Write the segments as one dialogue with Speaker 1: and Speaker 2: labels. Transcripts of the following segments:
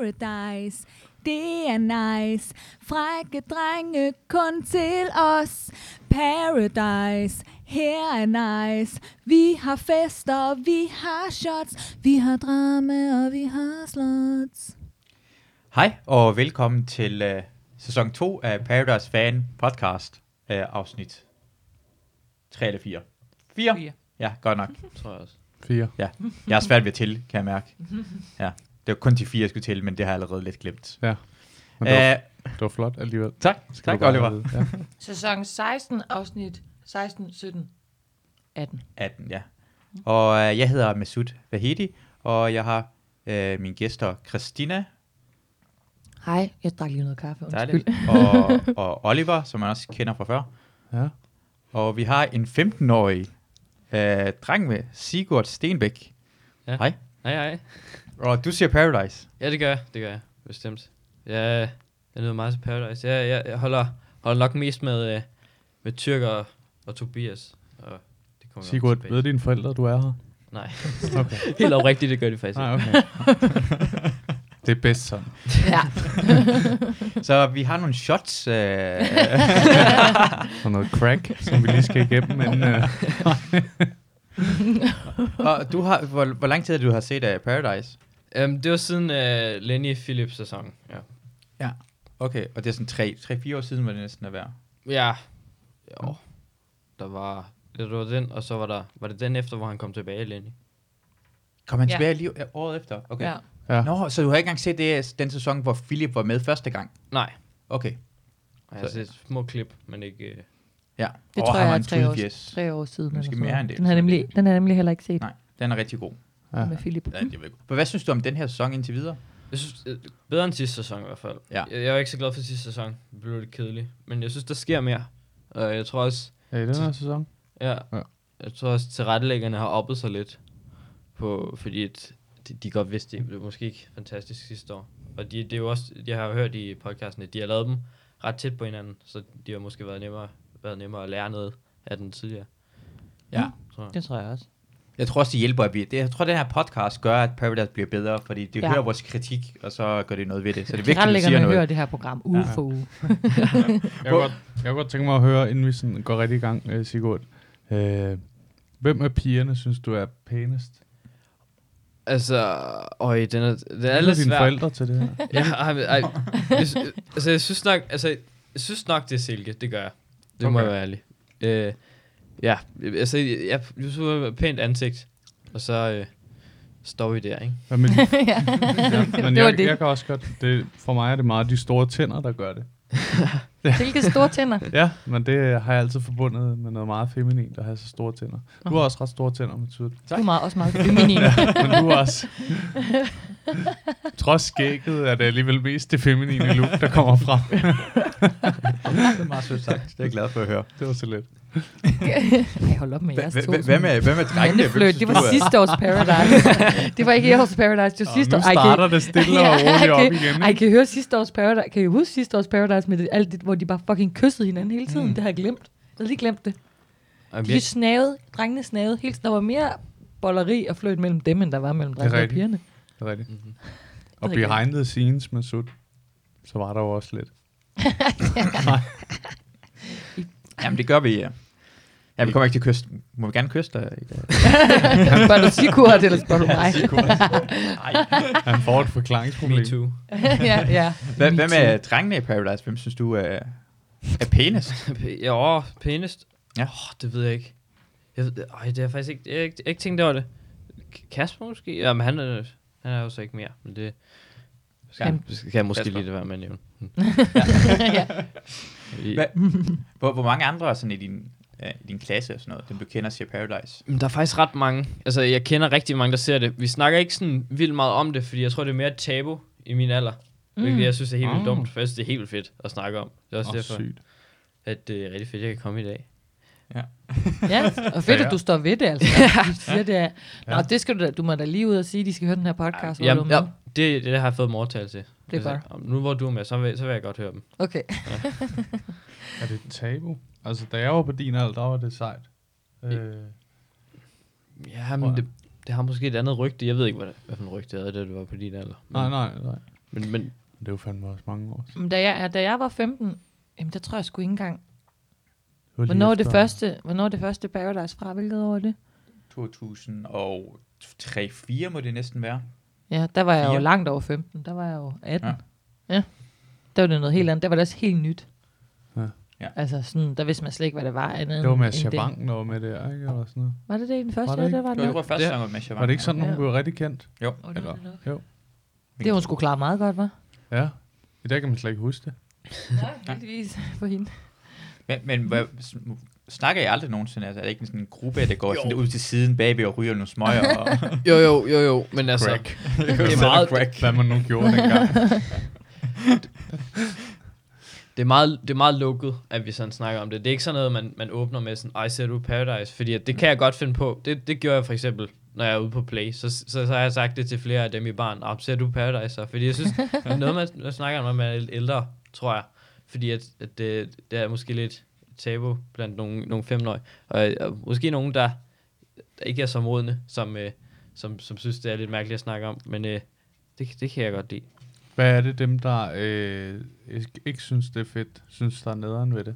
Speaker 1: paradise. Det er nice. Frække drenge kun til os. Paradise. Her er nice. Vi har fester, vi har shots. Vi har drama, og vi har slots.
Speaker 2: Hej og velkommen til øh, sæson 2 af Paradise Fan Podcast, øh, afsnit 3 eller 4. 4?
Speaker 3: Ja.
Speaker 2: Ja, godt nok.
Speaker 3: Tror jeg også.
Speaker 4: Fire.
Speaker 2: Jeg har svært ved at tælle, kan jeg mærke. Ja, det var kun til 4, jeg skulle tælle, men det har jeg allerede lidt glemt.
Speaker 4: Men det, var,
Speaker 2: Æh,
Speaker 4: det var flot alligevel.
Speaker 2: tak,
Speaker 4: Skal
Speaker 2: tak
Speaker 4: du bare
Speaker 2: Oliver.
Speaker 4: vide. Ja.
Speaker 5: Sæson 16, afsnit 16, 17, 18.
Speaker 2: 18, ja. Og øh, jeg hedder Masud Vahedi, og jeg har øh, mine gæster Christina
Speaker 5: Hej, jeg drak lige noget kaffe, undskyld.
Speaker 2: dejligt, og, og Oliver, som man også kender fra før.
Speaker 4: ja.
Speaker 2: Og vi har en 15-årig øh, dreng med, Sigurd Stenbæk.
Speaker 3: Nej, nej.
Speaker 2: Og du siger Paradise.
Speaker 3: Ja, det gør jeg. Det gør jeg. Bestemt. Ja, jeg nyder meget til Paradise. Ja, jeg, jeg holder, holder nok mest med, øh, med Tyrk og, og Tobias. Og det kommer vi nok
Speaker 4: Sigurd,
Speaker 3: tilbage
Speaker 4: ved dine forældre, du er
Speaker 3: til.
Speaker 4: her?
Speaker 3: Nej,
Speaker 4: Okay.
Speaker 3: helt oprigtigt, det gør de faktisk.
Speaker 4: Nej,
Speaker 3: ikke.
Speaker 4: okay. det er bedst sådan.
Speaker 5: Ja.
Speaker 2: Så vi har nogle shots. Øh,
Speaker 4: Og noget crack, som vi lige skal igennem. Men, uh,
Speaker 2: og du har, hvor, hvor lang tid har du har set af Paradise?
Speaker 3: Øhm, det var siden øh, Lenny Philips sæson. Ja.
Speaker 2: Okay, og det er sådan 3-4 år siden, hvor det næsten er værd.
Speaker 3: ja. Jo. Der var, ja, det var den, og så var, der, var det den efter, hvor han kom tilbage, Lenny.
Speaker 2: Kom han
Speaker 5: Ja.
Speaker 2: tilbage lige ja, året efter? Okay.
Speaker 5: ja.
Speaker 4: ja.
Speaker 2: Nå, så du har ikke engang set det, øh, den sæson, hvor Philip var med første gang?
Speaker 3: Nej,
Speaker 2: Okay.
Speaker 3: jeg har
Speaker 2: Så-
Speaker 3: set små klip, men ikke... Øh,
Speaker 2: Ja.
Speaker 5: Det
Speaker 2: Og
Speaker 5: tror
Speaker 2: ham
Speaker 5: jeg
Speaker 2: og
Speaker 5: er
Speaker 2: en
Speaker 5: tre år,
Speaker 2: tudefjes.
Speaker 5: tre år siden.
Speaker 2: Måske
Speaker 5: eller sådan
Speaker 2: mere end det.
Speaker 5: noget. Den har, nemlig, den har jeg nemlig heller ikke set
Speaker 2: Nej, den er rigtig god.
Speaker 4: Ja.
Speaker 5: med Philip.
Speaker 2: Ja, det ved jeg. Hvad synes du om den her sæson indtil videre?
Speaker 3: Jeg synes, øh, bedre end sidste sæson i hvert fald.
Speaker 2: Ja.
Speaker 3: Jeg, jeg var ikke så glad for sidste sæson. Det blev lidt kedeligt. Men jeg synes, der sker mere. Og jeg tror også,
Speaker 4: Er det den her sæson?
Speaker 3: ja,
Speaker 4: Ja.
Speaker 3: ja. Jeg tror også tilrettelæggerne har oppet sig lidt. På, fordi et, de, de godt vidste, det blev måske ikke fantastisk sidste år. Og de, det er jo også, jeg har jo hørt i podcasten, at de har lavet dem ret tæt på hinanden. Så de har måske været nemmere, været nemmere at lære noget af den tidligere.
Speaker 2: Ja.
Speaker 3: Tror jeg.
Speaker 5: Det tror jeg også.
Speaker 2: Jeg tror også, det hjælper, at vi... Det, jeg tror, den her podcast gør, at Paradise bliver bedre, fordi det
Speaker 5: Ja.
Speaker 2: ja. hører vores kritik, og så gør det noget ved det. Så det er vigtigt, at vi siger
Speaker 5: Tilrettelæggerne
Speaker 2: noget.
Speaker 5: hører det her program uge
Speaker 4: Ja.
Speaker 5: for uge.
Speaker 4: Jeg kunne, godt, jeg kunne godt tænke mig at høre, inden vi sådan går rigtig i gang, uh, Sigurd. Uh, hvem af pigerne synes du er pænest?
Speaker 3: Altså, øj, den er, den er
Speaker 4: Kender
Speaker 3: lidt
Speaker 4: dine
Speaker 3: svær.
Speaker 4: forældre til det her?
Speaker 3: Ja, ej, men, ej, jeg, sy- altså, jeg synes nok, altså, jeg synes nok, det er silke, det gør jeg. Det okay. må
Speaker 2: Okay.
Speaker 3: jeg være ærlig. Øh, ja, altså, jeg, jeg, jeg synes, hun har et pænt ansigt, og så øh, står vi der, ikke?
Speaker 4: Hvad med dine
Speaker 5: ja.
Speaker 4: Ja, men
Speaker 5: det
Speaker 4: jeg,
Speaker 5: var det.
Speaker 4: jeg kan også godt, det, for mig er det meget de store tænder, der gør det.
Speaker 5: Silke store tænder.
Speaker 4: Ja, men det har jeg altid forbundet med noget meget feminint at have så store tænder. Du har også ret store tænder, med tydeligt.
Speaker 5: Du er meget, også meget feminin.
Speaker 4: Men du har også... Trods skægget er det alligevel mest det feminine look, der kommer frem.
Speaker 2: Det er meget sødt sagt. Det er jeg glad for at høre.
Speaker 4: Det var så let.
Speaker 5: Ej, hold op med jeres to.
Speaker 2: Hvad med, hvad med drengene? Hvem
Speaker 5: Fløt,
Speaker 2: synes
Speaker 5: det
Speaker 2: du
Speaker 5: var
Speaker 2: er-
Speaker 5: sidste års Paradise. det var ikke i års Paradise, det var sidste
Speaker 4: Og nu
Speaker 5: Ej, kan I-
Speaker 4: starter det stille og roligt op igen.
Speaker 5: Ej,
Speaker 4: ikke?
Speaker 5: kan I høre sidste års Paradise? Kan I huske sidste års Paradise med det, alt det, hvor de bare fucking kyssede hinanden hele tiden? Mm. Det har jeg glemt. Jeg havde lige glemt det.
Speaker 3: Jamen,
Speaker 5: De
Speaker 3: jeg,
Speaker 5: snavede, drengene snavede. Helt, der var mere bolleri og fløjt mellem dem, end der var mellem
Speaker 4: er
Speaker 5: drengene og
Speaker 4: rigtigt.
Speaker 5: pigerne.
Speaker 4: Det er rigtigt.
Speaker 3: Mhm.
Speaker 4: Og
Speaker 5: Det er rigtigt.
Speaker 4: behind the scenes med Sut, så var der jo også lidt.
Speaker 2: Jamen, det gør vi, ja. Ja, vi kommer ikke til kysten. Må vi gerne kysse dig?
Speaker 5: Spørger du Sigurd, eller spørger du mig?
Speaker 4: Han får et
Speaker 3: me
Speaker 4: forklaringsproblem.
Speaker 3: too.
Speaker 5: ja, ja.
Speaker 2: Hvad,
Speaker 5: Me
Speaker 2: hvad
Speaker 5: too.
Speaker 2: med drengene i Paradise? Hvem synes du er, er pænest?
Speaker 3: P- jo, pænest.
Speaker 2: Ja.
Speaker 3: Ja. Oh, det ved jeg ikke. Jeg ved, øj, det har jeg faktisk ikke, jeg har ikke, jeg har ikke tænkt over det. K- Kasper måske? Jamen, han er, han er jo så ikke mere, men det skal,
Speaker 5: Han-
Speaker 3: skal jeg måske
Speaker 2: Kasper.
Speaker 3: lige det være med at nævne.
Speaker 5: ja.
Speaker 3: I-
Speaker 2: Hvad- Hvor, hvor mange andre er sådan i din, øh, i din klasse og sådan noget, dem du kender, siger Paradise?
Speaker 3: Men Der er faktisk ret mange. Altså, jeg kender rigtig mange, der ser det. Vi snakker ikke sådan vildt meget om det, fordi jeg tror, det er mere et tabu i min alder. Mm. Hvilket jeg synes er helt vildt
Speaker 4: Mm.
Speaker 3: dumt. For jeg synes, det er helt vildt fedt at snakke om. Det er også
Speaker 4: Åh,
Speaker 3: oh, derfor,
Speaker 4: sygt.
Speaker 3: at øh, det er rigtig fedt, at jeg kan komme i dag.
Speaker 5: ja, og fedt,
Speaker 4: Ja, ja.
Speaker 5: at du står ved det, altså. Du siger det. er- Nå, det skal du da, du må da lige ud og sige, at de skal høre den her podcast. hvor du er
Speaker 3: Jamen,
Speaker 5: med.
Speaker 3: ja, det, det, det har jeg fået mor til. Det
Speaker 5: Det er bare.
Speaker 3: Nu hvor du er med, så vil, så vil jeg godt høre dem.
Speaker 5: Okay.
Speaker 4: Er det et tabu? Altså, da jeg var på din alder, der var det sejt. Øh,
Speaker 3: Ja,
Speaker 4: Tror jeg.
Speaker 3: men det, det har måske et andet rygte. Jeg ved ikke, hvad, hvad for en rygte det havde, da du var på din alder. Men
Speaker 4: nej, nej, nej.
Speaker 3: Men, men
Speaker 4: Det er jo fandme også mange år. siden.
Speaker 5: Men da jeg, da jeg var 15, jamen der tror jeg sgu ikke engang.
Speaker 4: Det var lige
Speaker 5: Hvornår er det
Speaker 4: efter-
Speaker 5: første, hvornår er det første Paradise fra? Hvilket år er det?
Speaker 2: 2003-4 må det næsten være.
Speaker 5: Ja, der var jeg jo
Speaker 2: Fire.
Speaker 5: langt over 15. Der var jeg jo 18.
Speaker 2: Ja.
Speaker 5: Ja. ja. Der var det noget helt andet. Der var det også helt nyt.
Speaker 4: Ja.
Speaker 2: Ja.
Speaker 5: Altså sådan, der vidste man slet ikke, hvad det var andet
Speaker 4: Det var med
Speaker 5: end det.
Speaker 4: Chabang, der var med der, ikke? Eller sådan noget.
Speaker 5: Var det det i den første?
Speaker 4: Var det
Speaker 5: Var det, der var
Speaker 4: ikke?
Speaker 2: Jeg
Speaker 5: noget?
Speaker 2: tror første sang var med Chavang.
Speaker 4: Var det ikke sådan, nogen
Speaker 5: Ja.
Speaker 4: blev rigtig kendt?
Speaker 2: Jo.
Speaker 5: Åh, det var
Speaker 4: Eller-
Speaker 5: det nok.
Speaker 4: Jo.
Speaker 5: Det har hun skulle klare meget godt, var?
Speaker 4: Ja. I dag kan man slet ikke huske det.
Speaker 5: Ja, heldigvis for hende.
Speaker 2: Men, men hvad, sn- snakker jeg aldrig nogensinde? Altså, er det ikke sådan en gruppe, der går sådan ud til siden bagved og ryger nogle smøger? Og,
Speaker 3: Jo, jo, jo, jo, men altså...
Speaker 4: Crack.
Speaker 3: Det er meget,
Speaker 4: Hvad man nu gjorde dengang.
Speaker 3: det er meget, det er meget lukket, at vi sådan snakker om det. Det er ikke sådan noget, man, man åbner med sådan, ej, ser du Paradise? Fordi at det kan jeg godt finde på. Det, det gjorde jeg for eksempel, når jeg er ude på Play. Så, så, så har jeg sagt det til flere af dem i barn. Ah, ser du Paradise så? Fordi jeg synes, det er noget, man, man snakker om, når man er lidt ældre, tror jeg. Fordi at, at det, det, er måske lidt tabu blandt nogle, nogle femnøj. Og, og, måske nogen, der, der ikke er så modne, som, øh, som, som synes, det er lidt mærkeligt at snakke om. Men øh, det, det kan jeg godt lide.
Speaker 4: Hvad er det dem, der øh, ikke- ikke synes, det er fedt, synes, der er nederen ved det?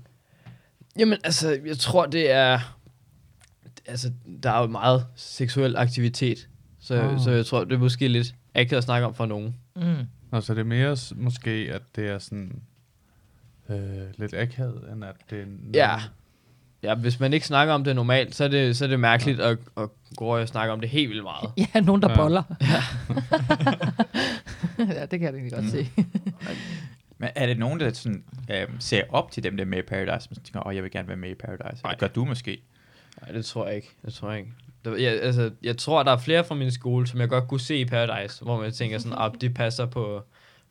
Speaker 3: Jamen, altså, jeg tror, det er... Altså, der er jo meget seksuel aktivitet, så,
Speaker 4: Ah.
Speaker 3: oh. så jeg tror, det er måske lidt akavet at snakke om for nogen.
Speaker 5: Mm.
Speaker 4: Nå, så det er mere s- måske, at det er sådan øh, lidt akavet, end at det er... n-
Speaker 3: Ja. Ja, hvis man ikke snakker om det normalt, så er det, så er det mærkeligt at, at gå over og snakke om det helt vildt meget.
Speaker 5: Ja, nogen, der
Speaker 4: Ja. Mm.
Speaker 5: ja. boller. ja, det kan jeg da egentlig godt se.
Speaker 2: men er det nogen, der sådan, øhm, ser op til dem, der er med i Paradise? Man tænker, åh, jeg vil gerne være med i Paradise.
Speaker 3: Nej.
Speaker 2: Det gør du måske.
Speaker 3: Nej, det tror jeg ikke. Det tror jeg ikke. Der, jeg, altså, jeg tror, der er flere fra min skole, som jeg godt kunne se i Paradise, hvor man tænker sådan, at de passer på,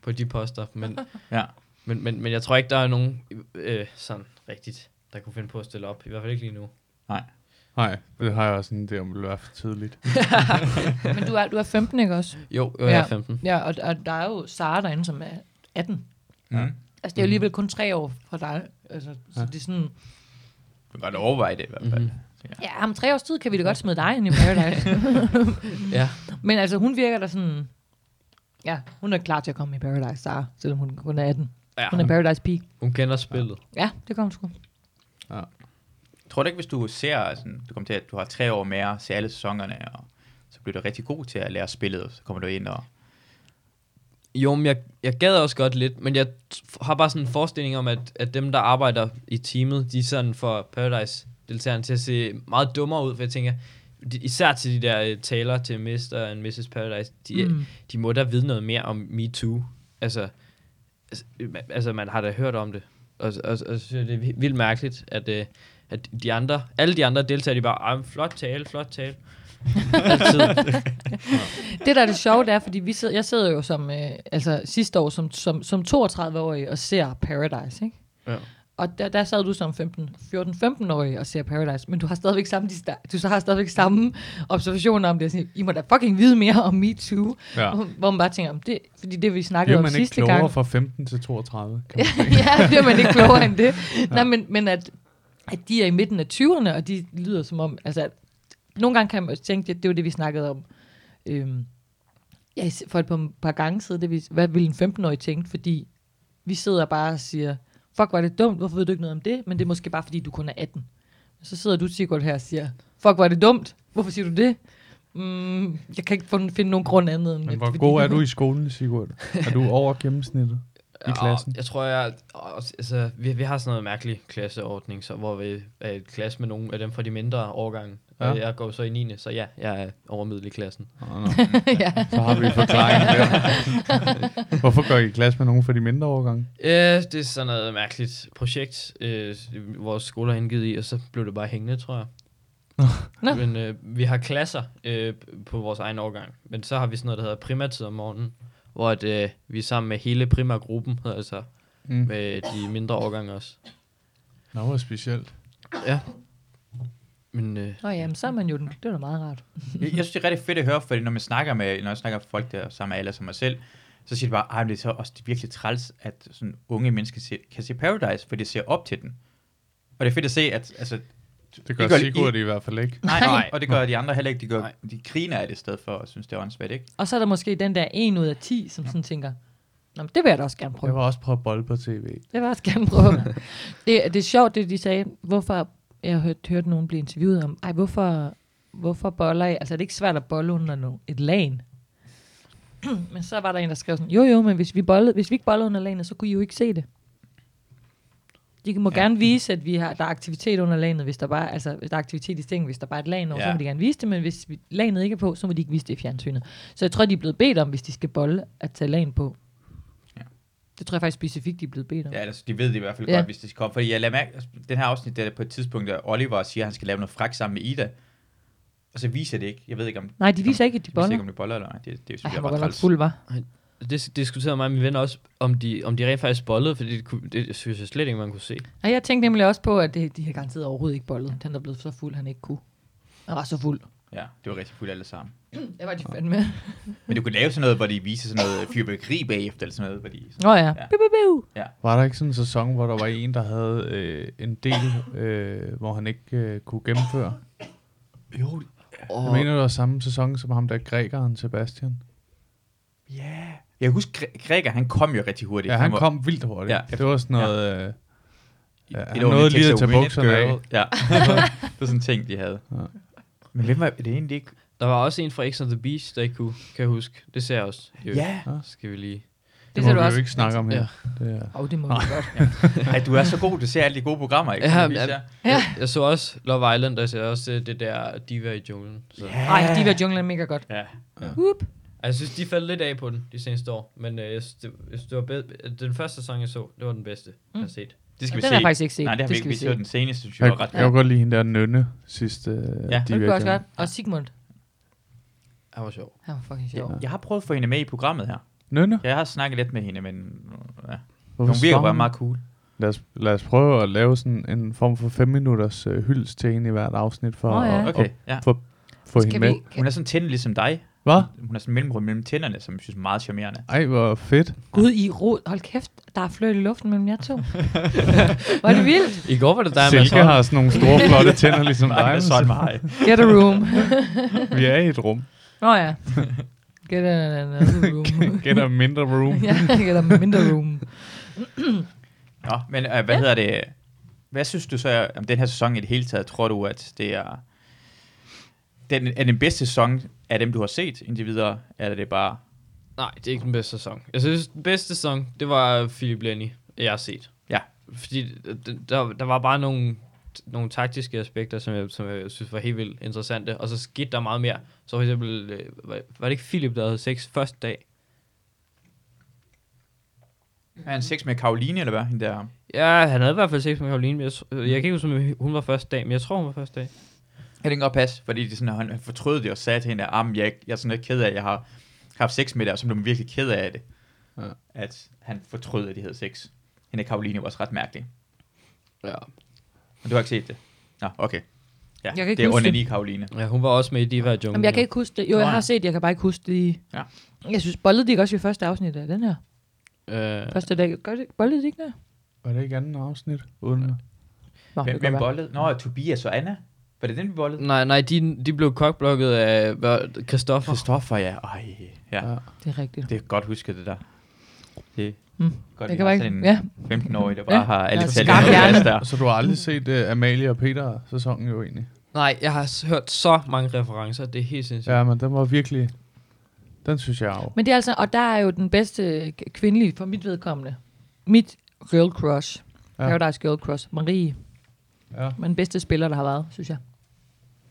Speaker 3: på de poster. Men,
Speaker 2: Ja.
Speaker 3: men, men, men jeg tror ikke, der er nogen øh, sådan rigtigt, der kunne finde på at stille op. I hvert fald ikke lige nu.
Speaker 4: Nej, det har jeg også en idé om, det ville være for tidligt.
Speaker 5: Men du er, du er 15, ikke også?
Speaker 3: Jo, jo jeg er
Speaker 5: Ja.
Speaker 3: 15.
Speaker 5: Ja, og, og der er jo Sara derinde, som er 18.
Speaker 2: Mm. Ja.
Speaker 5: Altså, det er jo alligevel kun tre år fra dig. Altså, så
Speaker 4: Ja.
Speaker 5: det er sådan...
Speaker 2: Du kan godt overveje det i hvert fald.
Speaker 3: Mhm.
Speaker 2: Mm-hmm.
Speaker 5: Ja, om tre års tid kan vi da godt smide dig ind i Paradise.
Speaker 3: Ja.
Speaker 5: Men altså, hun virker da sådan... Ja, hun er klar til at komme i Paradise, Sara, selvom hun kun er 18.
Speaker 3: Ja,
Speaker 5: Hun er Paradise Peak.
Speaker 3: hun kender spillet.
Speaker 5: Ja, det kommer sgu.
Speaker 2: Tror du ikke, hvis du ser, sådan, du kommer til, at du har tre år mere, og ser alle sæsonerne, og så bliver du rigtig god til at lære spillet, og så kommer du ind og...
Speaker 3: Jo, men jeg, jeg gad også godt lidt, men jeg t- har bare sådan en forestilling om, at, at dem, der arbejder i teamet, de er sådan for Paradise-deltagerne til at se meget dummere ud, for jeg tænker, de, især til de der øh, taler til Mr. og Mrs. Paradise, de, mm.
Speaker 5: Mm.
Speaker 3: de må da vide noget mere om Me Too. Altså, altså, øh, ma- altså man har da hørt om det, og, og, og, og så synes jeg, det er vi- vildt mærkeligt, at, øh, at de andre, alle de andre deltagere, de bare, "Ej, men flot tale, flot tale. Altid.
Speaker 5: Det, der er det sjove, det er, fordi vi sidder, jeg sidder jo som, øh, altså sidste år som, som, som 32-årig og ser Paradise, ikke?
Speaker 3: Ja.
Speaker 5: Og der, der sad du som 15, 14-15-årig og ser Paradise, men du har stadigvæk samme, dista- du så har stadigvæk samme observationer om det. Jeg Siger, I må da fucking vide mere om Me Too.
Speaker 4: Ja.
Speaker 5: Hvor man bare tænker, om det, fordi det vi snakkede
Speaker 4: Bliver
Speaker 5: om
Speaker 4: man ikke
Speaker 5: sidste
Speaker 4: klogere
Speaker 5: gang.
Speaker 4: fra 15 til 32? Kan man sige.
Speaker 5: ja, bliver man ikke klogere end det. Nej, men, men at, at de er i midten af 20'erne, og de lyder som om, altså at, nogle gange kan man også tænke, at det var det, vi snakkede om. Øhm, ja, is- for et par, par gange siden, det vi, hvad ville en 15-årig tænke, fordi vi sidder bare og siger, fuck, var det dumt, hvorfor ved du ikke noget om det? Men det er måske bare, fordi du kun er 18. Så sidder du, Sigurd, her og siger, fuck, var det dumt, hvorfor siger du det? Mm, jeg kan ikke fund- finde nogen grund andet end...
Speaker 4: Men
Speaker 5: at-
Speaker 4: hvor
Speaker 5: fordi
Speaker 4: god er du i skolen, Sigurd? Er du over gennemsnittet i klassen?
Speaker 3: Jeg tror, jeg... åh, Altså, vi, vi har sådan noget mærkelig klasseordning, så, hvor vi er i klasse med nogle af dem fra de mindre årgange. Ja. Og
Speaker 4: Ja.
Speaker 3: jeg går så i 9. Så ja, jeg er over middelklassen.
Speaker 4: Oh, no. Så har vi forklaringen der. Hvorfor går I i klasse med nogen fra de mindre årgange?
Speaker 3: Øh, det er sådan noget mærkeligt projekt, øh, vores skole har indgivet i, og så blev det bare hængende, tror jeg.
Speaker 5: Nå.
Speaker 3: Men øh, vi har klasser øh, på vores egen årgang. Men så har vi sådan noget, der hedder primatid om morgenen, hvor at, øh, vi er sammen med hele primagruppen, hedder det så,
Speaker 4: Mm.
Speaker 3: med de mindre årgange også.
Speaker 4: Nå, hvor specielt.
Speaker 3: Ja. Men øh,
Speaker 5: Nå ja, men så er man jo den. Det var da meget rart.
Speaker 2: Jeg, jeg synes, det er rigtig fedt at høre, fordi når man snakker med, når jeg snakker med folk, der er samme alder som mig selv, så siger de bare, at det er så også virkelig træls, at sådan unge mennesker se, kan se Paradise, for de ser op til den. Og det er fedt at se, at altså,
Speaker 4: Det gør
Speaker 2: gør-
Speaker 4: Sigurd i hvert fald ikke.
Speaker 2: nej,
Speaker 3: Nej.
Speaker 2: og det gør de andre heller ikke. De, gør,
Speaker 3: Nej.
Speaker 2: de griner af det i stedet for, og synes, det er åndssvagt, ikke?
Speaker 5: Og så er der måske den der en ud af 10, som sådan tænker, Nå, men det vil jeg da også gerne prøve.
Speaker 4: Jeg var også prøve at bolle på tv.
Speaker 5: Det vil jeg også gerne prøve. det, det er sjovt, det de sagde. Hvorfor, jeg hørte, hørte nogen blive interviewet om, ej, hvorfor, hvorfor boller I? Altså, er det ikke svært at bolle under no, et lagen? men så var der en, der skrev sådan, jo jo, men hvis vi, bollede, hvis vi ikke bollede under lagene, så kunne I jo ikke se det. De må ja.
Speaker 2: Ja.
Speaker 5: gerne vise, at vi har, der er aktivitet under lagenet, hvis der bare, altså, hvis der er aktivitet i stængen, hvis der bare er et lag over, ja. så
Speaker 2: Ja.
Speaker 5: må de gerne vise det, men hvis vi- lagenet ikke er på, så må de ikke vise det i fjernsynet. Så jeg tror, de er blevet bedt om, hvis de skal bolle, at tage lagen på.
Speaker 2: Ja.
Speaker 5: Det tror jeg faktisk specifikt, de er blevet bedt om.
Speaker 2: Ja, altså, de ved det i hvert fald
Speaker 5: Ja.
Speaker 2: ja. godt, hvis det skal komme. Fordi jeg lader mærke, altså, den her afsnit, der er på et tidspunkt, der Oliver siger, at han skal lave noget frak sammen med Ida. Og så viser det ikke. Jeg ved ikke, om
Speaker 5: Nej, de viser ikke, at de
Speaker 2: de, viser
Speaker 5: boller.
Speaker 2: ikke, om de boller eller ej. Det, det, det
Speaker 5: Ej,
Speaker 2: synes
Speaker 5: han
Speaker 2: jeg
Speaker 5: var
Speaker 2: bare
Speaker 5: godt nok
Speaker 2: træls.
Speaker 5: fuld, var.
Speaker 3: Det diskuterede mig og mine venner også, om de, om de rent faktisk bollede, fordi det, kunne, det synes jeg slet ikke, man kunne se.
Speaker 5: Og jeg tænkte nemlig også på, at det, de har garanteret overhovedet ikke bollet. Den er blevet så fuld, han ikke kunne. Han var så fuld.
Speaker 2: Ja, det var rigtig fuldt alle sammen.
Speaker 5: Det var de fandme.
Speaker 2: Men du kunne lave sådan noget, hvor de viser sådan noget fyrværkeri bagefter, eller sådan noget, hvor de...
Speaker 5: Nå ja.
Speaker 2: Ja.
Speaker 5: Biu, biu, biu.
Speaker 4: Var der ikke sådan en sæson, hvor der var en, der havde øh, en del, øh, hvor han ikke øh, kunne gennemføre?
Speaker 2: Jo,
Speaker 4: Jeg mener, det var samme sæson som ham der grækeren, Sebastian.
Speaker 2: ja. Yeah. Jeg husker, Gre- Græker, han kom jo rigtig hurtigt.
Speaker 4: Ja, han
Speaker 2: var-
Speaker 4: kom vildt hurtigt.
Speaker 2: Ja.
Speaker 4: Det var sådan noget... Øh,
Speaker 2: Ja,
Speaker 4: han nåede lige at tage bukserne af.
Speaker 2: Ja, det var sådan en ting, de havde.
Speaker 4: Ja.
Speaker 2: Men hvem var det egentlig ikke?
Speaker 3: Der var også en fra X on the Beach, der ikke kunne, kan jeg huske. Det ser jeg også. Jo,
Speaker 2: Ja.
Speaker 3: Skal vi lige...
Speaker 5: Det
Speaker 4: det
Speaker 5: ser
Speaker 4: må
Speaker 5: du
Speaker 4: vi
Speaker 5: også.
Speaker 4: jo ikke snakke om her.
Speaker 3: Ja.
Speaker 4: Ja. Det er,
Speaker 5: Åh, oh, det må vi godt.
Speaker 2: Ej, du er så god, du ser alle de gode programmer, ikke?
Speaker 3: Ja,
Speaker 2: Som vi
Speaker 3: ja.
Speaker 2: ser.
Speaker 3: Jeg, jeg, så også Love Island, og jeg ser også øh, det der Diva i junglen. Så. Yeah.
Speaker 5: Ej, de var junglen mega godt.
Speaker 2: Ja.
Speaker 5: Whoop.
Speaker 3: Jeg synes, de faldt lidt af på den de seneste år, men øh, jeg, synes, det, jeg synes, det var bed- den første sæson, jeg så, det var den bedste, mm. jeg har set.
Speaker 2: Det skal vi
Speaker 5: Den
Speaker 2: se.
Speaker 5: har jeg faktisk ikke set.
Speaker 2: Nej, det har vi
Speaker 5: skal
Speaker 2: ikke. Vi så den seneste, synes jeg
Speaker 4: jeg,
Speaker 2: var ret
Speaker 4: jeg
Speaker 2: god.
Speaker 4: kunne godt lide hende der nønne sidste. Øh,
Speaker 2: Ja.
Speaker 5: Det kunne også godt. Og Sigmund.
Speaker 3: Det var sjov.
Speaker 5: Han var fucking sjov.
Speaker 2: Jeg har prøvet at få hende med i programmet her.
Speaker 4: Nønne?
Speaker 2: Jeg har snakket lidt med hende, men øh, ja.
Speaker 4: Hvorfor
Speaker 2: hun virker
Speaker 4: svarer
Speaker 2: bare
Speaker 4: hun?
Speaker 2: meget cool.
Speaker 4: Lad os, lad os prøve at lave sådan en form for 5 minutters øh, hyldest til hende i hvert afsnit, for
Speaker 5: Nå ja.
Speaker 4: at,
Speaker 2: Okay,
Speaker 4: at
Speaker 2: ja.
Speaker 4: få
Speaker 5: Skal
Speaker 4: hende
Speaker 5: vi...
Speaker 4: med.
Speaker 2: Hun er sådan tændt ligesom dig.
Speaker 4: Hvad?
Speaker 2: Hun er sådan mellemrum mellem tænderne, som jeg synes er meget charmerende.
Speaker 4: Ej, hvor fedt.
Speaker 5: Gud i rod. Hold kæft, der er fløjt i luften mellem jer to. Var det vildt?
Speaker 3: I går var det dig, Mads
Speaker 4: Silke
Speaker 3: Holm.
Speaker 4: har sådan nogle store, flotte tænder, ligesom dig.
Speaker 2: Ej,
Speaker 4: men
Speaker 2: sådan mig.
Speaker 5: Get a room.
Speaker 4: så- Vi er i et rum.
Speaker 5: Nå ja. Get a, a, a room.
Speaker 4: Get a mindre room.
Speaker 5: ja, get a mindre room.
Speaker 2: Nå, men øh, hvad hedder det? Hvad synes du så om den her sæson i det hele taget? Tror du, at det er den, er den bedste sæson af dem, du har set indtil videre? Eller er det bare...
Speaker 3: Nej, det er ikke den bedste sæson. Jeg synes, den bedste sæson, det var Philip Lenny, jeg har set.
Speaker 2: Ja.
Speaker 3: Fordi d- der, der var bare nogle, nogle taktiske aspekter, som jeg, som jeg synes var helt vildt interessante, og så skete der meget mere. Så for eksempel, øh, var, var det ikke Philip, der havde sex første dag?
Speaker 2: Er han sex med Karoline, eller hvad? Hende der?
Speaker 3: Ja, han havde i hvert fald sex med Karoline, men jeg, tr- jeg kan ikke huske, om hun var første dag, men jeg tror, hun var første dag.
Speaker 2: Kan det ikke godt passe? Fordi det er sådan, at han han fortrød det og sagde til hende, at "Am, jeg, jeg er sådan lidt ked af, at jeg har haft sex med dig, og så blev man virkelig ked af det.
Speaker 4: Ja.
Speaker 2: Ja. At han fortrød, at de havde sex. Hende og Karoline var også ret mærkelig.
Speaker 3: Ja.
Speaker 2: Men du har ikke set det? Nå, okay. Ja,
Speaker 5: Jeg kan ikke
Speaker 2: det er
Speaker 5: huske
Speaker 2: onani, Karoline.
Speaker 3: ja, hun var også med i Diva Jungle.
Speaker 5: Jamen, jeg kan ikke huske det. Jo, jeg har set det, jeg kan bare ikke huske det. i-
Speaker 2: Ja.
Speaker 5: Jeg synes, bollede de ikke også i første afsnit af den her?
Speaker 3: Øh,
Speaker 5: Første dag. Gør det, bollede de ikke der?
Speaker 4: Var det ikke anden afsnit? Uden...
Speaker 5: Nå, det
Speaker 2: Hvem,
Speaker 5: kan
Speaker 2: hvem
Speaker 5: være.
Speaker 2: bollede? Nå, Tobias og Anna. Var det den, vi bollede?
Speaker 3: nej, nej, de, de blev kokblokket af hvad, Christoffer.
Speaker 2: Kristoffer, ja. Ej, ja.
Speaker 4: Ja.
Speaker 5: Det er rigtigt.
Speaker 2: Det er godt husket, det der. Det
Speaker 5: Mm. Jeg
Speaker 2: godt, vi
Speaker 5: kan
Speaker 2: har
Speaker 5: bare
Speaker 2: sådan
Speaker 5: ikke...
Speaker 2: en
Speaker 5: Ja,
Speaker 2: 15-årig, der
Speaker 5: Ja.
Speaker 2: bare har alle
Speaker 5: Ja,
Speaker 2: tal i
Speaker 5: skarp
Speaker 2: noget
Speaker 5: hjerne.
Speaker 2: plads der.
Speaker 4: Så du har aldrig set uh, Amalie og Peter-sæsonen jo egentlig?
Speaker 3: Nej, jeg har s- hørt så mange referencer, det er helt sindssygt.
Speaker 4: Ja, men den var virkelig... Den synes jeg jo.
Speaker 5: men det er altså... Og der er jo den bedste k- kvindelige for mit vedkommende. Mit girl crush. Ja.
Speaker 4: Ja.
Speaker 5: Paradise girl crush. Marie.
Speaker 4: Ja.
Speaker 5: Men den bedste spiller, der har været, synes jeg.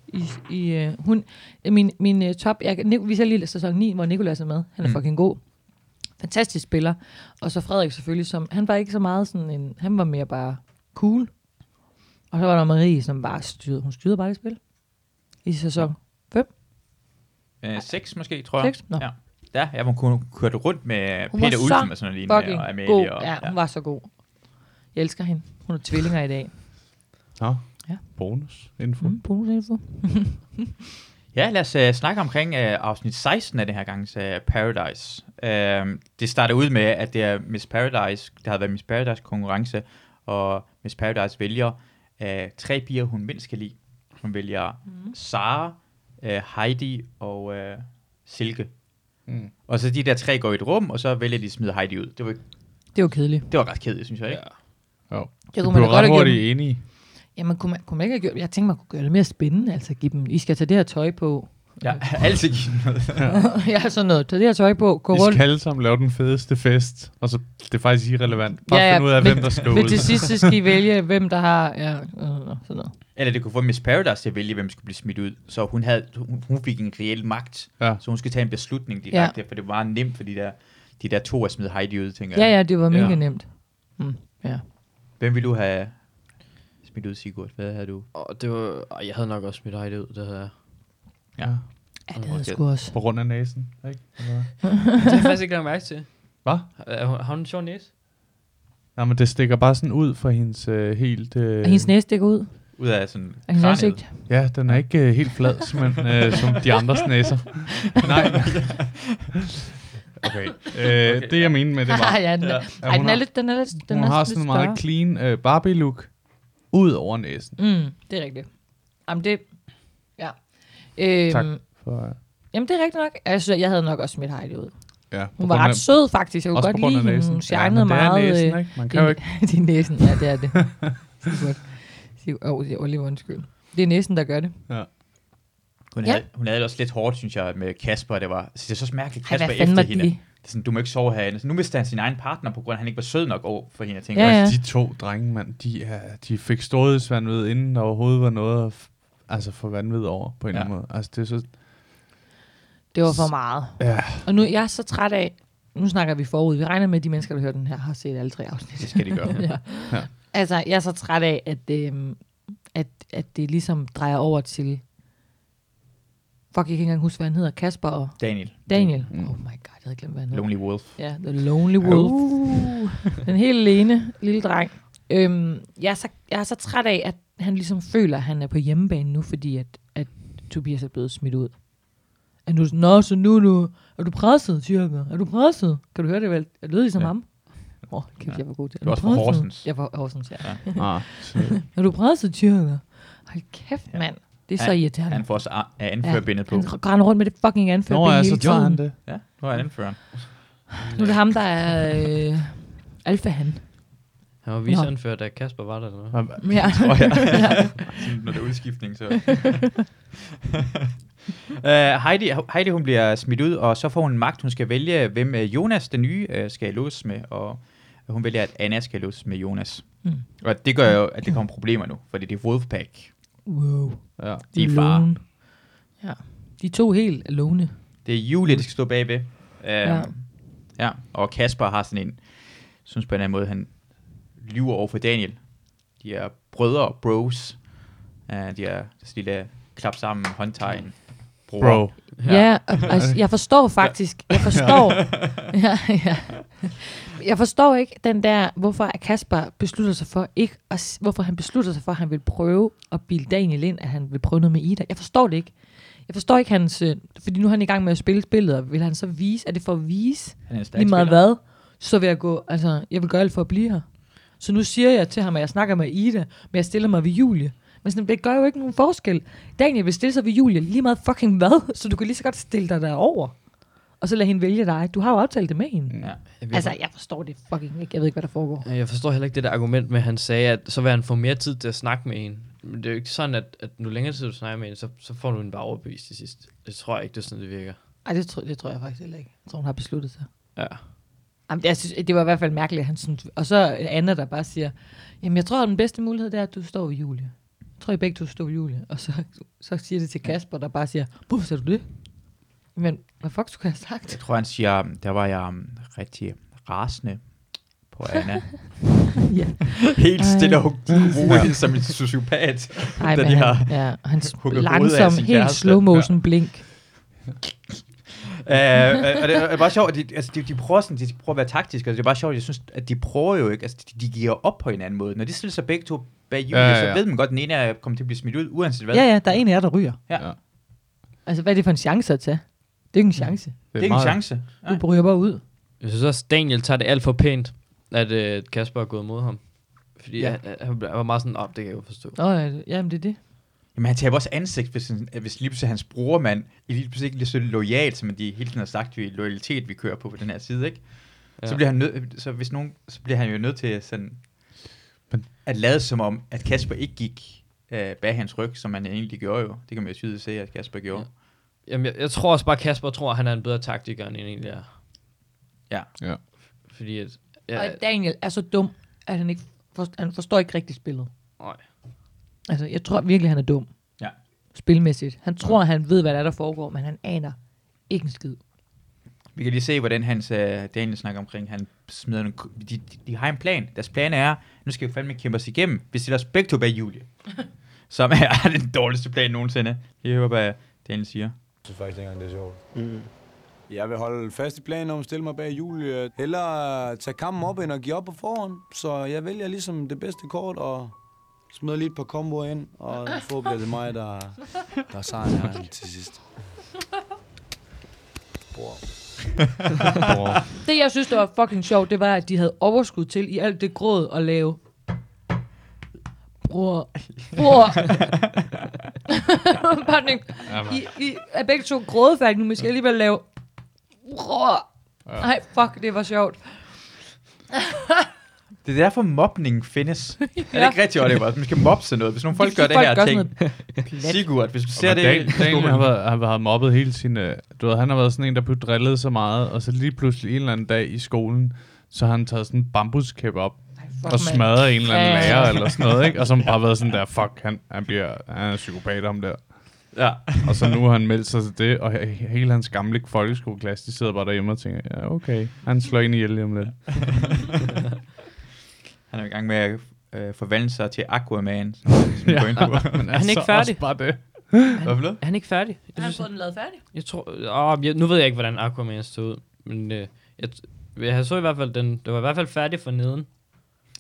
Speaker 5: I, i, øh, hun, øh, min, min øh, top, jeg, kan- Nic- vi ser lige sæson 9, hvor Nicolas er med. Han er
Speaker 2: Mm.
Speaker 5: fucking god. Fantastisk spiller. Og så Frederik selvfølgelig, som, han var ikke så meget sådan en, han var mere bare cool. Og så var der Marie, som bare styrede, hun styrede bare det spil. I sæson
Speaker 2: Øh, seks måske, tror jeg.
Speaker 5: 6. Nå,
Speaker 2: Ja. Ja, ja hun kunne kørte rundt med
Speaker 5: Hun var
Speaker 2: Peter
Speaker 5: så
Speaker 2: Ulsen og sådan noget
Speaker 5: fucking
Speaker 2: lignende, og Amalie
Speaker 5: god.
Speaker 2: og...
Speaker 5: Ja, hun var så god. Jeg elsker hende. Hun er tvillinger i dag.
Speaker 4: Nå.
Speaker 5: Ja.
Speaker 4: Bonus info.
Speaker 5: Mm, bonusinfo.
Speaker 2: Ja, lad os uh, snakke omkring uh, afsnit 16 af det her gangs uh, Paradise. Uh, det starter ud med, at det er Miss Paradise, der har været Miss Paradise konkurrence, og Miss Paradise vælger uh, tre piger, hun mindst kan lide. øh, Hun vælger mm. Sara, uh, Heidi og uh, øh, Silke.
Speaker 4: Mm.
Speaker 2: Og så de der tre går i et rum, og så vælger de at smide Heidi ud. Det var,
Speaker 5: Det var kedeligt.
Speaker 2: det var ret kedeligt, synes jeg, ikke?
Speaker 3: Ja.
Speaker 5: Det
Speaker 4: Det
Speaker 5: kunne man
Speaker 4: blev
Speaker 5: da godt
Speaker 4: ret
Speaker 5: have gjort.
Speaker 4: hurtigt enige.
Speaker 5: Jamen, kunne man, kunne man ikke have gjort... Jeg tænkte, man kunne gøre det mere spændende. Altså, give dem... I skal tage det her tøj på.
Speaker 2: Ja, altid give dem noget.
Speaker 5: ja, sådan noget. Tag det her tøj på. Gå
Speaker 4: I
Speaker 5: rundt.
Speaker 4: skal alle sammen lave den fedeste fest, og så det er faktisk irrelevant. Bare
Speaker 5: Ja,
Speaker 4: ja,
Speaker 5: ja,
Speaker 4: ja, finde ud af,
Speaker 5: men-
Speaker 4: hvem der skal
Speaker 5: Men til
Speaker 4: ud.
Speaker 5: sidst, så skal I vælge, hvem der har... Ja, øh, sådan noget.
Speaker 2: Eller det kunne få Miss Paradise til at vælge, hvem der skulle blive smidt ud. Så hun, havde, hun, hun fik en reel magt,
Speaker 4: Ja.
Speaker 2: så hun skulle tage en beslutning direkte, ja. for det var nemt for de der, de der to at smide Heidi ud, tænker
Speaker 5: Ja,
Speaker 2: jeg.
Speaker 5: ja, det var mega
Speaker 3: Ja.
Speaker 5: nemt. Mm, ja.
Speaker 2: Hvem ville du have smidt ud, Sigurd? Hvad havde du?
Speaker 3: Og det var, og jeg havde nok også smidt Heidi ud, det havde jeg.
Speaker 2: Ja.
Speaker 5: Ja, det
Speaker 2: det
Speaker 5: havde
Speaker 2: havde
Speaker 5: jeg
Speaker 2: jeg
Speaker 5: sgu også.
Speaker 4: På grund af næsen, ikke? Eller hvad?
Speaker 3: det har jeg faktisk ikke lagt mærke til.
Speaker 4: Hvad?
Speaker 3: Har hun- har hun en sjov næse?
Speaker 4: Nej, men det stikker bare sådan ud fra hendes øh, helt... Øh,
Speaker 5: Og hendes næse stikker ud
Speaker 2: Ud af sådan
Speaker 5: af hendes
Speaker 2: kraniet.
Speaker 5: ansigt.
Speaker 4: Ja, den er ikke øh, helt flad, men, øh, som de andres næser. Nej. Okay. Øh, okay. Det, jeg mener med det var...
Speaker 5: Ah, ja, den, er,
Speaker 4: Ja,
Speaker 5: ej,
Speaker 4: hun
Speaker 5: den er
Speaker 4: har-
Speaker 5: lidt, den er lidt, den
Speaker 4: Den hun
Speaker 5: er
Speaker 4: har
Speaker 5: lidt
Speaker 4: sådan en
Speaker 5: større.
Speaker 4: meget clean øh, Barbie-look ud over næsen.
Speaker 5: Mm, det er rigtigt. Jamen det, ja. Øhm,
Speaker 4: Tak. For, øh,
Speaker 5: Jamen det er rigtigt nok. Jeg, synes, jeg havde nok også smidt Heidi ud.
Speaker 4: ja,
Speaker 5: Hun var ret sød faktisk. Jeg kunne godt lide hende. Hun shinede
Speaker 4: men det er
Speaker 5: meget.
Speaker 4: Næsen,
Speaker 5: øh,
Speaker 4: ikke? Man kan jo ikke...
Speaker 5: det er næsen, ja det er det. Sigurd. Sigurd. Åh, oh, det er Oliver, undskyld. Det er næsen, der gør det.
Speaker 2: Hun,
Speaker 5: Ja.
Speaker 2: ja. havde, hun havde det også lidt hårdt, synes jeg, med Kasper. Det var, så det er så mærkeligt,
Speaker 5: Ej,
Speaker 2: Kasper
Speaker 5: hvad fanden
Speaker 2: efter
Speaker 5: var
Speaker 2: hende.
Speaker 5: det?
Speaker 2: Det er sådan, du må ikke sove herinde. Så nu mister han sin egen partner, på grund af, at han ikke var sød nok over for hende. Jeg tænker,
Speaker 5: Ja,
Speaker 2: ja,
Speaker 5: ja.
Speaker 2: ja.
Speaker 4: Altså, De to drenge, mand, de, er, de fik storhedsvandvid, inden der overhovedet var noget at f- altså for vanvid over, på en
Speaker 2: Ja.
Speaker 4: eller anden måde. Altså, det er så...
Speaker 5: Det var for meget.
Speaker 4: Ja,
Speaker 5: Og nu jeg er jeg så træt af, nu snakker vi forud, vi regner med, at de mennesker, der hører den her, har set alle tre afsnit.
Speaker 2: det skal de gøre.
Speaker 5: ja. Altså, jeg er så træt af, at, øhm, at, at det ligesom drejer over til... Fuck, jeg kan ikke engang huske, hvad han hedder. Kasper og
Speaker 2: Daniel,
Speaker 5: Daniel. Mm. Oh my god, jeg havde glemt, hvad han hedder.
Speaker 2: Lonely Wolf.
Speaker 5: Ja, The Lonely Wolf. Uh. Den helt alene lille dreng. Øhm, jeg, er så, jeg er så træt af, at han ligesom føler, at han er på hjemmebane nu, fordi at, at Tobias er blevet smidt ud. Er nu sådan, Nå, så nu, nu er du presset, siger han. Er du presset? Kan du høre det vel? Jeg lød ligesom ja.
Speaker 2: Ja.
Speaker 5: ham. Åh, oh, kæft, jeg var god til.
Speaker 2: Du er også fra
Speaker 5: presset?
Speaker 2: Horsens.
Speaker 5: Jeg var Horsens, ja.
Speaker 4: ah, så,
Speaker 5: Er du presset, siger han. Hold kæft,
Speaker 2: Ja.
Speaker 5: mand. Det er så
Speaker 2: Ja,
Speaker 5: irriterende.
Speaker 2: Han får også a- anførbindet på.
Speaker 5: Han grænder rundt med det fucking anfører
Speaker 4: Nå,
Speaker 5: hele
Speaker 4: ja, så tager
Speaker 5: tiden.
Speaker 4: han det.
Speaker 2: Ja, nu er han anføreren.
Speaker 5: Nu er det ham, der er øh, alfahan.
Speaker 3: Han var viseanført, da Kasper var der. Eller hvad?
Speaker 4: Man,
Speaker 5: Ja.
Speaker 2: Tror jeg. Sådan, Når det er udskiftning, så... uh, Heidi, Heidi, hun bliver smidt ud, og så får hun magt. Hun skal vælge, hvem øh, Jonas, den nye, øh, skal låses med, og hun vælger, at Anna skal låses med Jonas.
Speaker 5: Mm.
Speaker 2: Mm. Og det gør jo, at det kommer problemer nu, fordi det er Wolfpack.
Speaker 5: Wow.
Speaker 4: ja.
Speaker 2: De er far.
Speaker 5: Alone. Ja. De er to helt alone.
Speaker 2: Det er Julie, der skal stå bagved. Uh,
Speaker 5: Ja.
Speaker 2: ja. ja. Og Kasper har sådan en, synes på en eller anden måde, han lyver over for Daniel. De er brødre, bros. Uh, de er sådan de der klap sammen, håndtegn. Bror.
Speaker 4: Bro.
Speaker 5: Ja, ja og- altså, jeg forstår faktisk. Jeg forstår. ja, ja. Jeg forstår ikke den der, hvorfor at Kasper beslutter sig for ikke, at, s- hvorfor han beslutter sig for, at han vil prøve at bilde Daniel ind, at han vil prøve noget med Ida. Jeg forstår det ikke. Jeg forstår ikke hans, øh, fordi nu er han i gang med at spille spillet, og vil han så vise, er det for at vise,
Speaker 2: Han er en stærk
Speaker 5: lige meget
Speaker 2: spiller.
Speaker 5: hvad, så vil jeg gå, altså, jeg vil gøre alt for at blive her. Så nu siger jeg til ham, at jeg snakker med Ida, men jeg stiller mig ved Julie. Men sådan, det gør jo ikke nogen forskel. Daniel vil stille sig ved Julie lige meget fucking hvad, så du kan lige så godt stille dig derover. Og så lad hende vælge dig. Du har jo aftalt det med hende.
Speaker 2: Ja.
Speaker 3: Jeg ved
Speaker 5: Altså, jeg forstår det fucking ikke. Jeg ved ikke, hvad der foregår.
Speaker 3: Ja, Jeg forstår heller ikke det der argument med, at han sagde, at så vil han få mere tid til at snakke med hende. Men det er jo ikke sådan, at, at nu længere tid du snakker med hende, så, så får du en bare overbevist til sidst. Det tror jeg ikke, det er sådan, det virker.
Speaker 5: Ej, det tror, det tror jeg faktisk heller ikke. Jeg tror, hun har besluttet sig.
Speaker 3: Ja.
Speaker 5: Jamen, det- jeg synes, det var i hvert fald mærkeligt, at han synes. Og så Anna, der bare siger, jamen jeg tror, at den bedste mulighed det er, at du står ved Julie. Jeg tror, I begge to står ved Julie. Og så, så siger det til Kasper, der bare siger, hvorfor sagde du det? Men hvad fuck skulle jeg have
Speaker 2: Jeg
Speaker 5: sagt?
Speaker 2: tror, han siger, um, der var jeg um, rigtig rasende på Anna.
Speaker 5: ja.
Speaker 2: Helt stille og
Speaker 4: Ja.
Speaker 2: roligt som en sociopat.
Speaker 5: Ej,
Speaker 2: Da
Speaker 5: men
Speaker 2: de
Speaker 5: han,
Speaker 2: har
Speaker 5: ja, og hans
Speaker 2: hugget hovedet af
Speaker 5: langsom,
Speaker 2: sin
Speaker 5: helt
Speaker 2: kæreste.
Speaker 5: slow motion blink.
Speaker 2: Uh, og det er bare sjovt, at de, altså, de, de, prøver sådan, de prøver at være taktiske, og det er bare sjovt, jeg synes, at de prøver jo ikke, altså de, de giver op på en anden måde. Når de stiller sig begge to bag Julie,
Speaker 4: Ja,
Speaker 2: ja,
Speaker 4: ja,
Speaker 2: ja,
Speaker 4: ja.
Speaker 2: så ved man godt, at den ene er kommet til at blive smidt ud, uanset hvad.
Speaker 5: Ja, ja, der er en af jer, der ryger.
Speaker 2: Ja.
Speaker 4: Ja.
Speaker 5: Altså, hvad er det for en chance at tage? Det er jo ikke en chance.
Speaker 2: Det er ikke en chance. Nej.
Speaker 5: Du ryger bare ud.
Speaker 3: Jeg synes også, Daniel tager det alt for pænt, at øh, Kasper er gået mod ham. Fordi ja.
Speaker 2: Ja.
Speaker 3: han, han, han var meget sådan, op, det kan jeg jo forstå.
Speaker 5: Nå, ja, det- jamen det er det.
Speaker 2: Jamen, han taber også ansigt, hvis, han- hvis lige pludselig hans brormand lige pludselig ikke er lige så lojal, som de hele tiden har sagt, vi er lojalitet, vi kører på på den her side, ikke? Ja. Så, bliver han nød, så, hvis nogen, så bliver han jo nødt til sådan,
Speaker 4: Men-
Speaker 2: at lade som om, at Kasper ikke gik øh, bag hans ryg, som han egentlig gjorde jo. Det kan man jo tydeligt se, at Kasper gjorde.
Speaker 3: Ja. Jamen, jeg, jeg tror også bare, Kasper tror, at han er en bedre taktiker, end han egentlig er.
Speaker 2: Ja.
Speaker 4: Ja.
Speaker 3: Fordi at...
Speaker 5: Ja.
Speaker 3: Ja,
Speaker 5: Og Daniel er så dum, at han ikke forstår, han forstår ikke rigtigt spillet.
Speaker 3: nej.
Speaker 5: Altså, jeg tror virkelig, han er dum.
Speaker 2: Ja.
Speaker 5: Spilmæssigt. Han tror, han ved, hvad der, er, der foregår, men han aner ikke en skid.
Speaker 2: Vi kan lige se, hvordan hans, uh, Daniel snakker omkring, han smider nogle, ku- de, de, de, har en plan. Deres plan er, nu skal vi fandme kæmpe os igennem. Vi stiller os begge to bag Julie. som er den dårligste plan nogensinde. Det håber jeg, Daniel siger.
Speaker 6: Jeg synes faktisk ikke engang, det er sjovt. Mm. Jeg vil holde fast i planen om at stille mig bag Julie. Hellere tage kampen op, end at give op på forhånd. Så jeg vælger ligesom det bedste kort og smider lige et par komboer ind. Og forhåbentlig er det mig, der, der er sejren her til sidst. Bror.
Speaker 5: Det, jeg synes, der var fucking sjovt, det var, at de havde overskud til i alt det gråd at lave. Bror. Bror. Bare den, I, I er begge to grådefærdige nu, men skal alligevel lave... Bror. Nej, fuck, det var sjovt.
Speaker 2: Det er derfor mobningen findes. ja. Er det ikke rigtigt, Oliver? Man skal mobbe sig noget. Hvis nogle folk
Speaker 5: Det er
Speaker 2: gør
Speaker 5: fordi,
Speaker 2: det her
Speaker 5: folk gør
Speaker 2: ting.
Speaker 5: sådan
Speaker 2: Sigurd, hvis du
Speaker 4: Ser
Speaker 2: ser
Speaker 4: og
Speaker 2: det...
Speaker 4: det Daniel, Daniel har,
Speaker 2: Skolen.
Speaker 4: været, har været mobbet hele sin... Øh, du ved, han har været sådan en, der blev drillet så meget, og så lige pludselig en eller anden dag i skolen, så har han taget sådan en bambuskæppe op
Speaker 5: Ej,
Speaker 4: og
Speaker 5: fuck, mand.
Speaker 4: smadret en eller anden
Speaker 5: Ja, ja, ja.
Speaker 4: lærer eller sådan noget, ikke? Og så har han bare været sådan der, fuck, han, han, bliver, han er psykopat om der.
Speaker 2: Ja.
Speaker 4: Og så nu har han meldt sig til det, og he- hele hans gamle folkeskoleklasse, de sidder bare derhjemme og tænker, ja, okay, han slår en ihjel lige om lidt.
Speaker 2: Han er i gang med at øh, forvandle sig til Aquaman. Som som
Speaker 4: Ja.
Speaker 2: går ind på.
Speaker 4: Men
Speaker 3: er ikke
Speaker 4: så også
Speaker 3: færdig.
Speaker 4: Bare det.
Speaker 2: Hvad for noget?
Speaker 3: Er han ikke færdig? Jeg,
Speaker 5: Har han
Speaker 3: synes,
Speaker 5: fået den lavet færdig?
Speaker 3: jeg tror... Åh, jeg, nu ved jeg ikke, hvordan Aquaman så ud. Men øh, jeg, jeg så i hvert fald den... Det var i hvert fald færdig for neden.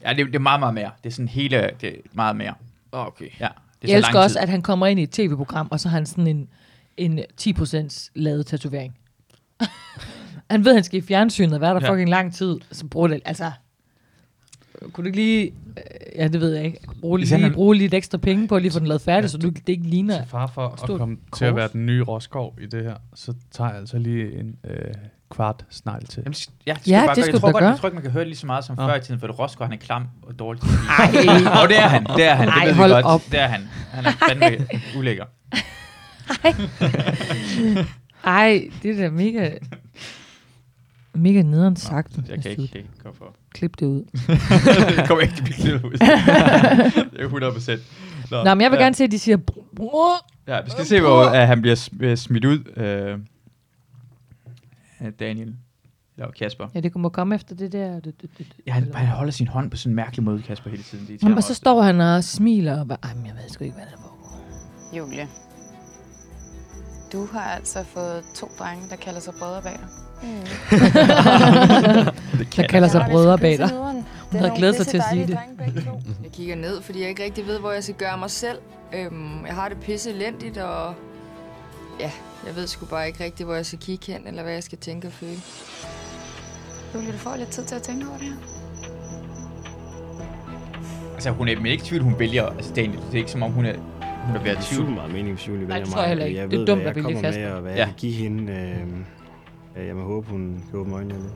Speaker 2: Ja, det, det er meget, meget mere. Det er sådan hele... Det er meget mere.
Speaker 3: Ah, Okay.
Speaker 2: Ja, det er
Speaker 5: Jeg
Speaker 2: så
Speaker 5: elsker
Speaker 2: lang
Speaker 5: også,
Speaker 2: tid.
Speaker 5: at han kommer ind i et tv-program, og så har han sådan en, en 10% lavet tatovering. han ved, at han skal i fjernsynet, hvad er der
Speaker 2: Ja.
Speaker 5: ja. fucking lang tid, så bruger det, altså... Kunne du ikke lige... Øh, ja, det ved jeg ikke. Bruge
Speaker 2: Især
Speaker 5: lige,
Speaker 2: når-
Speaker 5: bruge lidt ekstra penge på at lige få den lavet færdig, så du, det ikke ligner...
Speaker 4: Til far for at
Speaker 5: Stort
Speaker 4: komme til at
Speaker 5: kors.
Speaker 4: være den nye Roskov i det her, så tager jeg altså lige en øh, kvart snegl til.
Speaker 2: Jamen, det skal- ja, det
Speaker 5: Ja,
Speaker 2: skal
Speaker 5: det
Speaker 2: bare gøre.
Speaker 5: skal
Speaker 2: jeg
Speaker 5: du
Speaker 2: tror
Speaker 5: da
Speaker 2: godt,
Speaker 5: gøre.
Speaker 2: jeg tror ikke, man kan høre det lige så meget som
Speaker 4: Nå.
Speaker 2: før i tiden, for det Roskår, han er klam og dårlig til at spise. Og det er han, det er han.
Speaker 5: Ej,
Speaker 2: det ved vi
Speaker 5: hold
Speaker 2: godt.
Speaker 5: op.
Speaker 2: Det er han. Han er fandme ulækker.
Speaker 5: Ej, det er da mega... Mega nederen sagt.
Speaker 2: Jeg kan
Speaker 5: Masoud.
Speaker 2: ikke, ikke gå for.
Speaker 5: Klip det ud.
Speaker 2: Det kommer ikke til at blive klippet ud. Det er 100 procent.
Speaker 5: Nå, men jeg vil gerne se, at de siger... "Bror."
Speaker 2: Ja, vi skal se, hvor uh, han bliver sm- øh, smidt ud. Uh, Daniel. Eller Kasper.
Speaker 5: Ja, det kunne må komme efter det der... Det, det, det,
Speaker 2: Ja, han, han holder sin hånd på sådan en mærkelig måde, Kasper, hele tiden. Det
Speaker 5: Jamen, og så står han og smiler og bare, "Ej, men jeg ved sgu ikke, hvad der foregår.
Speaker 7: Julie. Du har altså fået to drenge, der kalder sig brødre bag dig.
Speaker 5: Der kalder sig brødre bag dig. Hun havde glædet sig til at sige det.
Speaker 7: Jeg kigger ned, fordi jeg ikke rigtig ved, hvor jeg skal gøre mig selv. Øhm, jeg har det pisse elendigt, og ja, jeg ved sgu bare ikke rigtig, hvor jeg skal kigge hen, eller hvad jeg skal tænke og føle. Julie, du får lidt tid til at tænke over det her.
Speaker 5: Mm.
Speaker 2: Altså, hun er men ikke i tvivl, hun vælger. Altså, Daniel, det er ikke som om, hun er, hun er ved at
Speaker 8: Det er
Speaker 2: tvivle.
Speaker 8: super meget mening, hvis Julie
Speaker 5: Nej,
Speaker 8: vælger
Speaker 5: det tror jeg
Speaker 8: mig.
Speaker 5: heller ikke.
Speaker 8: Jeg
Speaker 5: Det er
Speaker 8: ved,
Speaker 5: dumt
Speaker 8: hvad
Speaker 5: at
Speaker 8: jeg
Speaker 5: vælge
Speaker 8: kommer
Speaker 5: Kasper.
Speaker 8: med, og hvad
Speaker 2: Ja.
Speaker 8: jeg kan give hende. Øh, øh, jeg må håbe, hun kan åbne øjnene lidt.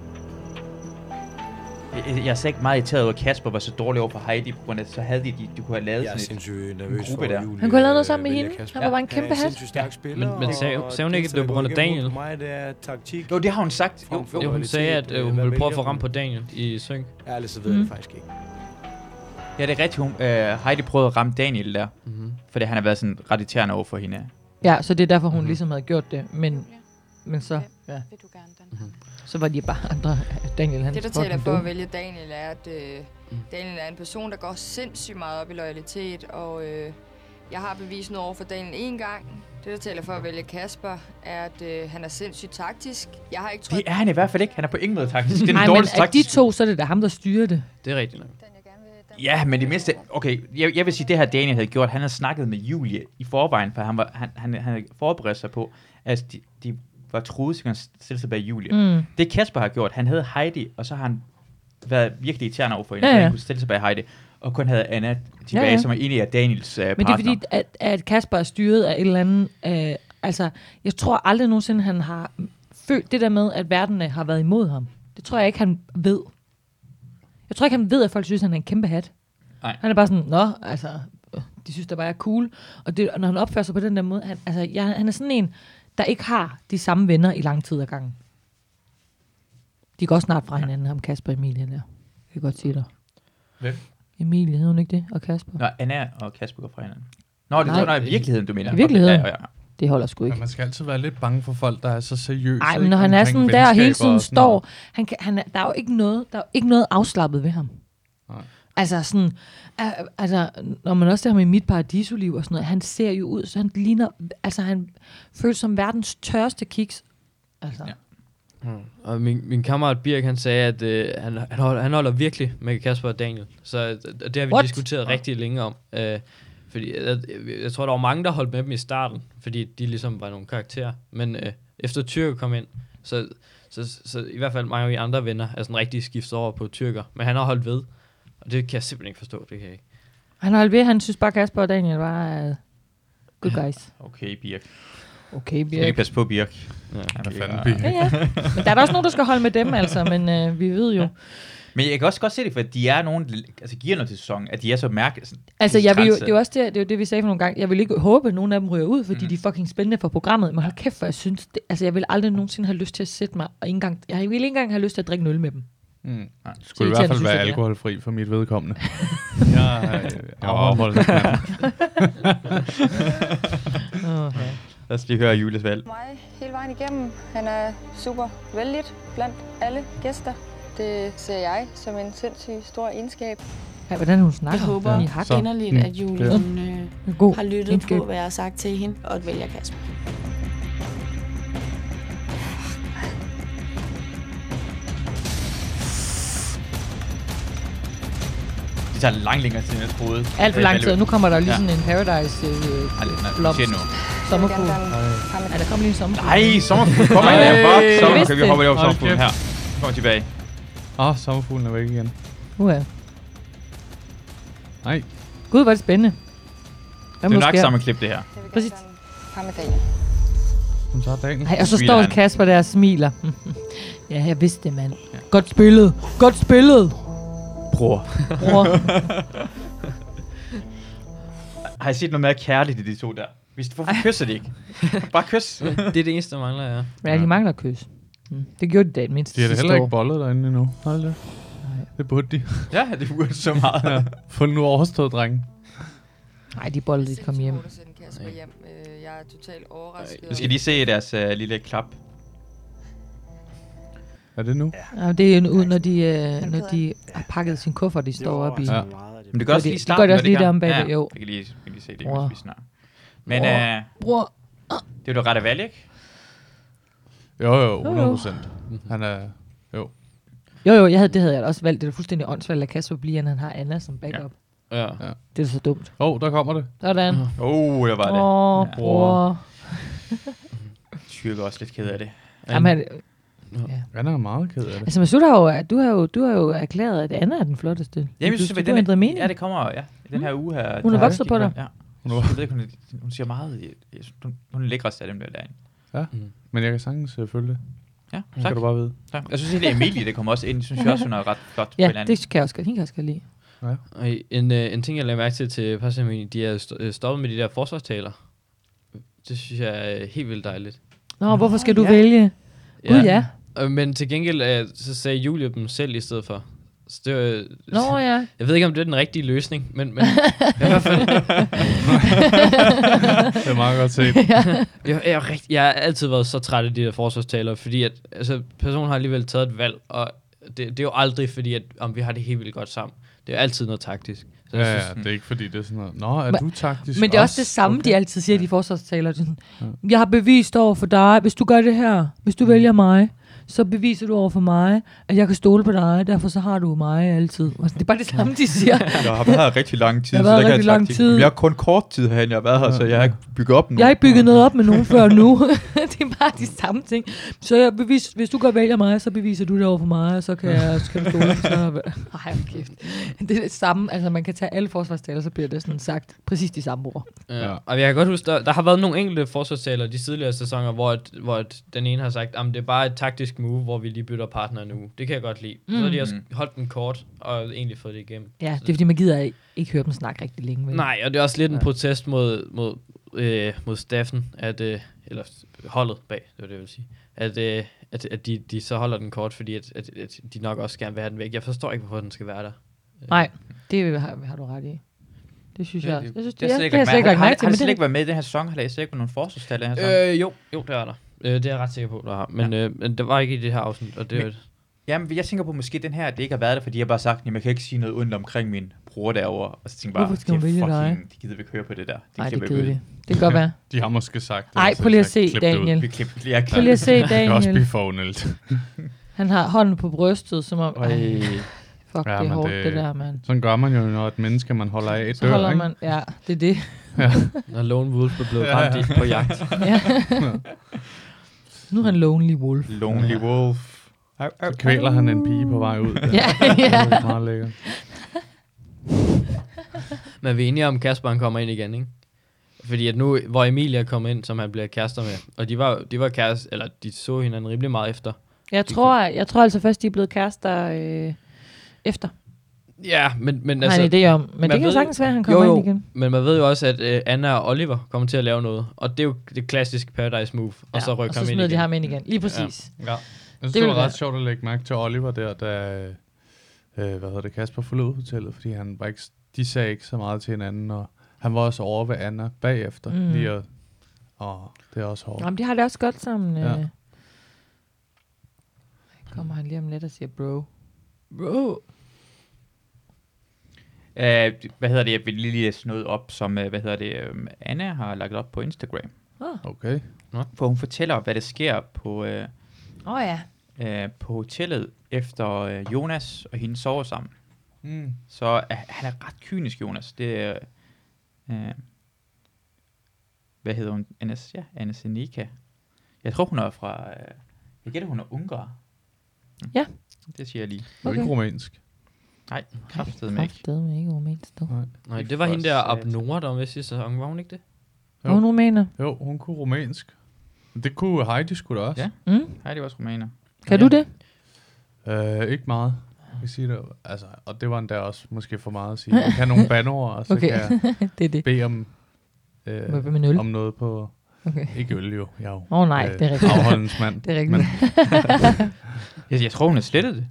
Speaker 2: Jeg, jeg er slet ikke meget irriteret over, at Kasper var så dårlig over på Heidi, på grund af, så havde de, de, de kunne have lavet
Speaker 6: Jeg er
Speaker 2: sådan et...
Speaker 6: sindssygt nervøs for
Speaker 2: gruppe der.
Speaker 6: at Julie.
Speaker 5: Han kunne have lavet noget
Speaker 6: øh,
Speaker 5: sammen med
Speaker 6: vælger
Speaker 5: hende.
Speaker 6: Kasper.
Speaker 5: Han var bare en kæmpe
Speaker 6: Han er
Speaker 5: hat.
Speaker 6: sindssygt stærk spiller.
Speaker 3: Men- men
Speaker 6: og
Speaker 3: sagde- sagde hun ikke, at det var på grund af
Speaker 6: deltager
Speaker 3: Daniel?
Speaker 6: mod mig, det er taktik.
Speaker 2: Jo, det har hun sagt. Jo,
Speaker 6: Frem for
Speaker 2: jo.
Speaker 3: Jo, hun sagde, at øh, hun
Speaker 6: Hvad
Speaker 3: ville prøve at få
Speaker 6: vælger
Speaker 3: ramt på
Speaker 6: hun?
Speaker 3: Daniel i synk.
Speaker 6: Ærligt, så ved jeg det faktisk ikke.
Speaker 2: Ja, det er rigtigt. Hun, øh, Heidi prøvede at ramme Daniel der,
Speaker 6: Mhm.
Speaker 3: Mm-hmm.
Speaker 2: fordi han har været sådan ret irriterende over for hende.
Speaker 5: Ja, så det er derfor, hun
Speaker 3: Mhm.
Speaker 5: ligesom havde gjort det. Men, men så, ja,
Speaker 7: Vil du gerne den
Speaker 5: så var de bare andre. Daniel, han
Speaker 7: Det, der
Speaker 5: fucking
Speaker 7: taler for
Speaker 5: dum.
Speaker 7: at vælge Daniel, er, at øh, Daniel er en person, der går sindssygt meget op i loyalitet, og øh, jeg har bevist noget over for Daniel en gang. Det, der taler for at vælge Kasper, er, at øh, han er sindssygt taktisk. Jeg har ikke
Speaker 2: Det
Speaker 7: troet,
Speaker 2: er han i hvert fald ikke. Han er på ingen måde taktisk. Det er
Speaker 5: Nej,
Speaker 2: den
Speaker 5: men
Speaker 2: dårligste
Speaker 5: af de
Speaker 2: taktisk.
Speaker 5: to, så er det da ham, der styrer det.
Speaker 3: Det er rigtigt nok.
Speaker 2: Ja, men det mindste... Okay, jeg, jeg vil sige, det her Daniel havde gjort, han havde snakket med Julie i forvejen, for han, var, han, han, han havde forberedt sig på, at de, de var truet, så han stille sig bag Julie. Mm.
Speaker 5: Mm.
Speaker 2: Det Kasper har gjort, han havde Heidi, og så har han været virkelig irriterende over for hende,
Speaker 5: Ja,
Speaker 2: ja, ja.
Speaker 5: ja.
Speaker 2: han kunne stille sig bag Heidi. og kun havde Anna tilbage, ja,
Speaker 5: Ja,
Speaker 2: ja.
Speaker 5: ja.
Speaker 2: som er egentlig er Daniels uh, partner.
Speaker 5: Men det er fordi, at, at Kasper er styret af et eller andet... Øh, altså, jeg tror aldrig nogensinde, han har følt det der med, at verden øh, har været imod ham. Det tror jeg ikke, han ved. Jeg tror ikke, han ved, at folk synes, han er en kæmpe hat.
Speaker 2: Nej.
Speaker 5: Han er bare sådan, nå, altså, øh, de synes, der bare jeg er cool. Og det, og når han opfører sig på den der måde, han, altså, jeg, han er sådan en, der ikke har de samme venner i lang tid ad gangen. De går snart fra hinanden, ham Kasper og Emilie der. Jeg kan godt sige dig.
Speaker 2: Hvem?
Speaker 5: Emilie hed hun ikke det, og Kasper.
Speaker 2: Nå, Anna og Kasper går fra hinanden. Nå, det
Speaker 5: Nej.
Speaker 2: tror jeg, i virkeligheden, du mener.
Speaker 5: I virkeligheden.
Speaker 2: Ja, ja, ja.
Speaker 5: Det holder sgu ikke.
Speaker 4: Men man skal altid være lidt bange for folk, der er så seriøse.
Speaker 5: Nej, men
Speaker 4: ikke,
Speaker 5: når han er
Speaker 4: omkring
Speaker 5: sådan der og hele
Speaker 4: venskaber
Speaker 5: tiden
Speaker 4: og sådan noget.
Speaker 5: står, han kan, han, er- der er jo ikke noget, der er jo ikke noget afslappet ved ham.
Speaker 4: Nej.
Speaker 5: Altså sådan, øh, altså, når man også ser ham i mit paradisoliv og sådan noget, han ser jo ud, så han ligner, altså han føles som verdens tørste kiks. Altså,
Speaker 2: Ja.
Speaker 5: ja.
Speaker 3: Og min, min kammerat Birk, han sagde, at øh, han, han, holder, han holder virkelig med Kasper og Daniel. Så øh, det har vi
Speaker 5: What?
Speaker 3: What? diskuteret rigtig længe om. Øh, fordi jeg, jeg tror, der var mange, der holdt med dem i starten, fordi de ligesom var nogle karakterer. Men øh, efter Tyrker kom ind, så, så, så, så i hvert fald mange af mine andre venner er sådan rigtig skiftet over på Tyrker. Men han har holdt ved, og det kan jeg simpelthen ikke forstå. Det kan jeg ikke.
Speaker 5: Han holdt ved, han synes bare, Kasper og Daniel var uh, good guys.
Speaker 2: Okay, Birk. Skal
Speaker 5: Okay,
Speaker 2: vi lige
Speaker 5: Birk.
Speaker 2: passe på Birk?
Speaker 3: Ja.
Speaker 2: Han
Speaker 4: Hvad fanden,
Speaker 2: er-
Speaker 4: Birk?
Speaker 5: Ja, ja. Men der er da også nogen, der skal holde med dem, altså, men øh, vi ved jo.
Speaker 2: Men jeg kan også godt se det, for de er nogen, der altså giver noget til sæsonen, at de er så mærke... sådan-
Speaker 5: Altså, jeg vil jo,
Speaker 2: grænse.
Speaker 5: det er jo også det, det, er jo det, vi sagde for nogle gange. Jeg vil ikke håbe, at nogen af dem ryger ud,
Speaker 2: Mhm.
Speaker 5: fordi mm. de er fucking spændende for programmet. Men hold kæft, for jeg synes, det, altså, jeg vil aldrig nogensinde have lyst til at sætte mig, og ikke engang, jeg vil ikke engang have lyst til at drikke en øl med dem.
Speaker 4: Mm.
Speaker 2: Nej.
Speaker 4: Skulle i
Speaker 5: irriterende,
Speaker 4: hvert fald
Speaker 5: synes
Speaker 4: være
Speaker 5: jeg, det er.
Speaker 4: alkoholfri for mit vedkommende. jeg er afholdt.
Speaker 5: Okay.
Speaker 2: Lad os lige høre Julies valg.
Speaker 7: mig hele vejen igennem. Han er super vældigt blandt alle gæster. Det ser jeg som en sindssygt stor egenskab.
Speaker 5: Hey, hvordan hun snakker.
Speaker 9: Jeg håber
Speaker 5: I
Speaker 9: ja,
Speaker 5: hak.
Speaker 4: så.
Speaker 9: inderligt,
Speaker 4: Mm,
Speaker 9: at Julie
Speaker 4: det.
Speaker 9: hun, øh,
Speaker 5: En God.
Speaker 9: har lyttet
Speaker 5: Egenskab.
Speaker 9: på, hvad jeg har sagt til hende, og at vælger Kasper.
Speaker 2: Det tager langt længere tid, end jeg troede.
Speaker 5: Alt for lang tid. Nu kommer der lige
Speaker 2: Ja.
Speaker 5: sådan en paradise øh,
Speaker 2: Ej, nej,
Speaker 5: blomst.
Speaker 2: siger
Speaker 7: Jeg vil
Speaker 2: nu.
Speaker 7: gerne
Speaker 5: Sommerfugl.
Speaker 7: være en- ham
Speaker 5: Ja,
Speaker 7: et-
Speaker 5: der kommer lige en sommerfugl.
Speaker 2: Nej, sommerfugl kommer ikke.
Speaker 5: Ej,
Speaker 2: Fuck,
Speaker 5: jeg
Speaker 2: sommerfugl.
Speaker 5: vidste
Speaker 2: Okay, vi hopper lige over
Speaker 4: det.
Speaker 2: sommerfuglen
Speaker 4: Hold
Speaker 2: her. Vi kommer tilbage.
Speaker 4: Åh, oh, sommerfuglen er væk igen.
Speaker 5: Uha.
Speaker 4: Nej,
Speaker 5: Gud, hvor er det spændende. Hvad
Speaker 2: Det
Speaker 5: må
Speaker 2: er nok
Speaker 5: sker?
Speaker 2: samme klip, det her.
Speaker 7: Jeg vil
Speaker 5: Præcis.
Speaker 7: gerne være en- ham et Daniel.
Speaker 4: hun tager dagen.
Speaker 5: Ej, og så
Speaker 2: Smiler
Speaker 5: står
Speaker 2: han.
Speaker 5: Kasper der og smiler. ja, jeg vidste det, mand. Godt spillet. Godt spillet.
Speaker 2: Bror.
Speaker 5: Bror.
Speaker 2: Har jeg set noget mere kærligt i de to der? Hvis- Hvorfor kysser de ikke? Bare kys.
Speaker 3: Det er det eneste, der mangler, ja.
Speaker 5: Ja, de mangler kys. Mm. Det gjorde de da i det mindste
Speaker 4: De har da
Speaker 5: sidste
Speaker 4: heller ikke
Speaker 5: år.
Speaker 4: bollet derinde endnu. Hold det. Det burde de.
Speaker 2: ja, det burde så meget.
Speaker 4: Ja. Få den nu overstået, drenge.
Speaker 5: Nej, de bollede lidt kom hjem.
Speaker 7: Sindssygt hårdt at sende Kasper hjem. Øh, Jeg er totalt overrasket.
Speaker 2: Nu skal de se deres øh, lille klap.
Speaker 4: Er det nu?
Speaker 5: Ja, det er jo ud, når de, øh, når
Speaker 9: keder
Speaker 5: de har pakket sin kuffert, de står op i.
Speaker 4: Ja.
Speaker 10: altså.
Speaker 5: Ja.
Speaker 8: Meget,
Speaker 2: Men det
Speaker 5: Gør
Speaker 2: gør også
Speaker 5: de-
Speaker 2: lige i
Speaker 5: det
Speaker 2: starten.
Speaker 5: gør de også
Speaker 2: når
Speaker 5: lige
Speaker 2: gør.
Speaker 5: derom bagved, jo.
Speaker 2: Jeg kan lige, jeg kan lige se det,
Speaker 5: Bror.
Speaker 2: hvis vi snart. Men
Speaker 5: Bror.
Speaker 2: øh,
Speaker 5: Bror,
Speaker 2: det er jo da ret af valg, ikke?
Speaker 4: Jo, jo, 100 procent.
Speaker 3: Mhm.
Speaker 4: Han er... Jo.
Speaker 5: jo jo, jeg havde, det havde jeg da også valgt. Det er da fuldstændig åndssvagt at lade Kasper blive, end han har Anna som backup. Ja.
Speaker 3: ja.
Speaker 5: Det er da så dumt.
Speaker 4: Åh, oh, der kommer det.
Speaker 5: Sådan. Åh,
Speaker 2: Åh, oh, der var det.
Speaker 5: oh,
Speaker 2: Ja.
Speaker 5: bror.
Speaker 2: Tyrker er også lidt ked af det.
Speaker 5: Jamen, han,
Speaker 4: Han er meget ked af det.
Speaker 5: altså, Masud har jo, du har jo, du har jo erklæret, at Anna er den flotteste.
Speaker 2: Jamen,
Speaker 5: du,
Speaker 2: jeg synes,
Speaker 5: du,
Speaker 2: at
Speaker 5: du har ændret mening.
Speaker 2: Ja, det kommer ja, i den her uge her.
Speaker 5: Hun er
Speaker 2: Der
Speaker 5: vokset på dig.
Speaker 2: Ja. Hun,
Speaker 4: Hun er
Speaker 2: jeg ved ikke, hun, er- hun siger meget. Jeg synes, hun, hun er lækrest af dem der derinde.
Speaker 3: Mhm.
Speaker 4: Men jeg kan sagtens øh, følge det.
Speaker 2: Ja,
Speaker 4: Nu
Speaker 2: tak.
Speaker 4: skal du bare vide.
Speaker 2: tak. Jeg synes, at Emilie, det kommer også ind. Jeg synes jeg også, hun er ret flot på
Speaker 5: Ja,
Speaker 2: hinanden.
Speaker 5: det kan jeg også godt. Hende kan jeg også godt lide.
Speaker 3: Og en, øh, en ting, jeg lagde mærke til til Passamini, de er st- øh, stoppet med de der forsvarstaler. Det synes jeg er helt vildt dejligt.
Speaker 5: Nå, hvorfor skal du vælge?
Speaker 3: Ja.
Speaker 5: Gud, ja.
Speaker 3: Øh, Men til gengæld, øh, så sagde Julie dem selv i stedet for. Så det, var-
Speaker 5: Nå, ja.
Speaker 3: Jeg ved ikke, om det er den rigtige løsning, men, men jeg, er i hvert fald,
Speaker 4: Det er meget godt set.
Speaker 3: jeg, jeg, er rigtig, jeg har altid været så træt af de der forsvarstalere, fordi at, altså, personen har alligevel taget et valg, og det, det er jo aldrig fordi, at om vi har det helt vildt godt sammen. Det er jo altid noget taktisk. Så
Speaker 4: Ja,
Speaker 3: jeg synes,
Speaker 4: ja, det er ikke fordi, det er sådan noget. Nå, er
Speaker 5: Men-
Speaker 4: du taktisk
Speaker 5: Men det er også det samme, okay. de altid Mm. siger, de forsvarstaler. Det er sådan, Jeg har bevist over for dig, hvis du gør det her, hvis du vælger mig, så beviser du over for mig, at jeg kan stole på dig, derfor så har du mig altid. Og sådan, Det er bare det samme, de siger.
Speaker 2: Jeg har været her rigtig lang tid,
Speaker 5: Jeg har
Speaker 2: så
Speaker 5: været
Speaker 2: der kan
Speaker 5: rigtig
Speaker 2: jeg
Speaker 5: lang
Speaker 2: trække-
Speaker 5: tid.
Speaker 2: Jeg har kun kort tid herinde, jeg har været her, så jeg har ikke bygget op nu.
Speaker 5: Jeg har ikke bygget noget op med nogen før nu. det er bare de samme ting. Så jeg bevis, hvis du godt vælger mig, så beviser du det over for mig, og så kan jeg så kan du stole. Så... Ej, hold kæft. Det er det samme. Altså, man kan tage alle forsvarstaler, så bliver det sådan sagt præcis de samme ord.
Speaker 3: Ja.
Speaker 4: Ja.
Speaker 3: Øh, Og jeg kan godt huske, der, der har været nogle enkelte forsvarstaler de tidligere sæsoner, hvor, et, hvor et, den ene har sagt, at det er bare et taktisk move, hvor vi lige bytter partner nu. Det kan jeg godt lide. Mm. Så har de også holdt den kort og egentlig fået det igennem.
Speaker 5: Ja, det er fordi, man gider ikke høre dem snakke rigtig længe. Vel?
Speaker 3: Nej, og det er også lidt en protest mod, mod, øh, mod staffen, at, øh, eller holdet bag, det var det, jeg ville sige, at, øh, at, at de, de så holder den kort, fordi at, at, at de nok også gerne vil have den væk. Jeg forstår ikke, hvorfor den skal være der.
Speaker 5: Nej, det har, har du ret i. Det synes jeg. Jeg synes, det,
Speaker 2: har
Speaker 5: ja,
Speaker 2: slet
Speaker 5: det har
Speaker 2: ikke
Speaker 5: jeg
Speaker 2: lagt
Speaker 5: slet ikke
Speaker 2: mærke-
Speaker 5: lagt
Speaker 2: Har-
Speaker 5: mærke til.
Speaker 2: Har
Speaker 5: men
Speaker 2: det slet
Speaker 5: det-
Speaker 2: ikke været med i den her sæson? Har der slet ikke været nogen forsvarstal i den her sæson?
Speaker 3: Øh, jo, jo, det er der. Øh, det er jeg ret sikker på, der har. Men, ja. øh, men det var ikke i det her afsnit, og det
Speaker 2: Men-
Speaker 3: er
Speaker 2: Jamen, jeg tænker på måske den her, at det ikke har været der, fordi jeg bare har sagt, jamen, jeg kan ikke sige noget ondt omkring min bror derovre. Og så tænker jeg
Speaker 5: Hvorfor
Speaker 2: bare,
Speaker 5: skal hun
Speaker 2: det er
Speaker 5: vælge dig?
Speaker 2: fucking, det gider vi ikke høre på det der.
Speaker 5: Nej, det
Speaker 2: klipper
Speaker 5: er
Speaker 2: vi ud.
Speaker 5: kedeligt. Det kan godt være.
Speaker 4: De har måske sagt det.
Speaker 5: Ej,
Speaker 4: og så
Speaker 5: prøv lige at
Speaker 4: sagt,
Speaker 5: se,
Speaker 4: "Klip det ud."
Speaker 5: Daniel.
Speaker 2: Vi klipper lige, jeg
Speaker 5: Prøv lige at se
Speaker 4: Det kan også
Speaker 5: Daniel.
Speaker 4: blive forunelt.
Speaker 5: Han har hånden på brystet, som om... Ej, fuck,
Speaker 4: Ja,
Speaker 5: det er
Speaker 4: men
Speaker 5: hårdt,
Speaker 4: det-
Speaker 5: det der, mand.
Speaker 4: Sådan gør man jo, når et menneske, man holder af,
Speaker 5: Så
Speaker 4: dør.
Speaker 5: holder
Speaker 4: ikke?
Speaker 5: man... Ja, det er det.
Speaker 3: Når Lone Wolf er blevet ramt ja, på jagt.
Speaker 5: Ja. nu er han lonely wolf.
Speaker 2: Lonely Wolf. Au, au.
Speaker 4: Så kvæler han en pige på vej ud.
Speaker 5: Ja, ja.
Speaker 4: Det er meget lækkert.
Speaker 3: Men vi er enige om, Kasper han kommer ind igen, ikke? Fordi at nu, hvor Emilia kom ind, som han bliver kærester med, og de var, de var kærester, eller de så hinanden rimelig meget efter.
Speaker 5: Jeg tror, jeg tror altså først, de er blevet kærester øh, efter.
Speaker 3: Ja, men, men
Speaker 5: Altså,
Speaker 3: altså...
Speaker 5: Nej, en idé om. Men
Speaker 3: man
Speaker 5: det kan jo
Speaker 3: ved-
Speaker 5: sagtens være, at han kommer
Speaker 3: jo, jo,
Speaker 5: ind igen.
Speaker 3: Men man ved jo også, at øh, Anna og Oliver kommer til at lave noget, og det er jo det klassiske Paradise move, og så rykker
Speaker 5: og så
Speaker 3: ham ind
Speaker 5: smider de
Speaker 3: igen.
Speaker 5: ham ind igen. Lige præcis.
Speaker 3: Ja.
Speaker 4: Jeg synes,
Speaker 5: Det
Speaker 4: det, det
Speaker 5: ville
Speaker 4: var
Speaker 5: være-
Speaker 4: ret sjovt at lægge mærke til Oliver der, da øh, hvad hedder det, Kasper forlod hotellet, fordi han var ikke, de sagde ikke så meget til hinanden, og han var også over ved Anna bagefter.
Speaker 5: Mm.
Speaker 4: Mm. Lige at, og det er også hårdt.
Speaker 5: Jamen, de har det også godt sammen. Øh.
Speaker 4: Ja.
Speaker 5: Ja. Kommer han lige om lidt og siger, bro. Bro.
Speaker 2: Øh, hvad hedder det? Jeg vil lige læse noget op, som øh, hvad hedder det, øh, Anna har lagt op på Instagram.
Speaker 4: Okay.
Speaker 2: Hvor hun fortæller, hvad der sker på, øh,
Speaker 5: Åh oh, ja.
Speaker 2: øh, på hotellet, efter øh, Jonas og hende sover sammen.
Speaker 4: Mm.
Speaker 2: Så øh, han er ret kynisk, Jonas. Det er... Øh, hvad hedder hun? Annas, ja, Anna Seneca. Jeg tror, hun er fra... Øh, jeg gætter, hun er ungar.
Speaker 5: Ja.
Speaker 2: Det siger jeg lige.
Speaker 4: Det er jo
Speaker 5: Okay.
Speaker 4: ikke rumænsk.
Speaker 2: Nej, kraftedeme mig ikke.
Speaker 5: Kraftedeme ikke rumænsk, dog.
Speaker 4: Nej.
Speaker 3: Nej,
Speaker 2: Det
Speaker 3: det var
Speaker 2: får
Speaker 3: hende der
Speaker 2: sat-
Speaker 3: Abnora, der var med sidste sæson, var hun ikke det?
Speaker 4: Jo.
Speaker 5: Jo. Hun rumæner.
Speaker 4: Jo, hun kunne rumænsk. Men Det kunne Heidi sgu da også.
Speaker 2: Ja.
Speaker 5: Mm?
Speaker 2: Nej, det var også romaner.
Speaker 5: Kan
Speaker 2: Ja.
Speaker 5: ja. du det?
Speaker 4: Øh, ikke meget. Jeg kan sige det. Altså, og det var endda også måske for meget at sige. Jeg kan nogle banord, og så
Speaker 5: Okay.
Speaker 4: okay. kan jeg
Speaker 5: Det er det.
Speaker 4: bede om,
Speaker 5: Hvad
Speaker 4: øh,
Speaker 5: med nul?
Speaker 4: om noget på...
Speaker 5: Okay.
Speaker 4: Ikke øl jo. Jeg er jo øh,
Speaker 5: Åh, nej, det er rigtigt.
Speaker 4: Afholdensmand.
Speaker 5: Det er rigtigt.
Speaker 2: Jeg, jeg tror, hun har slettet det.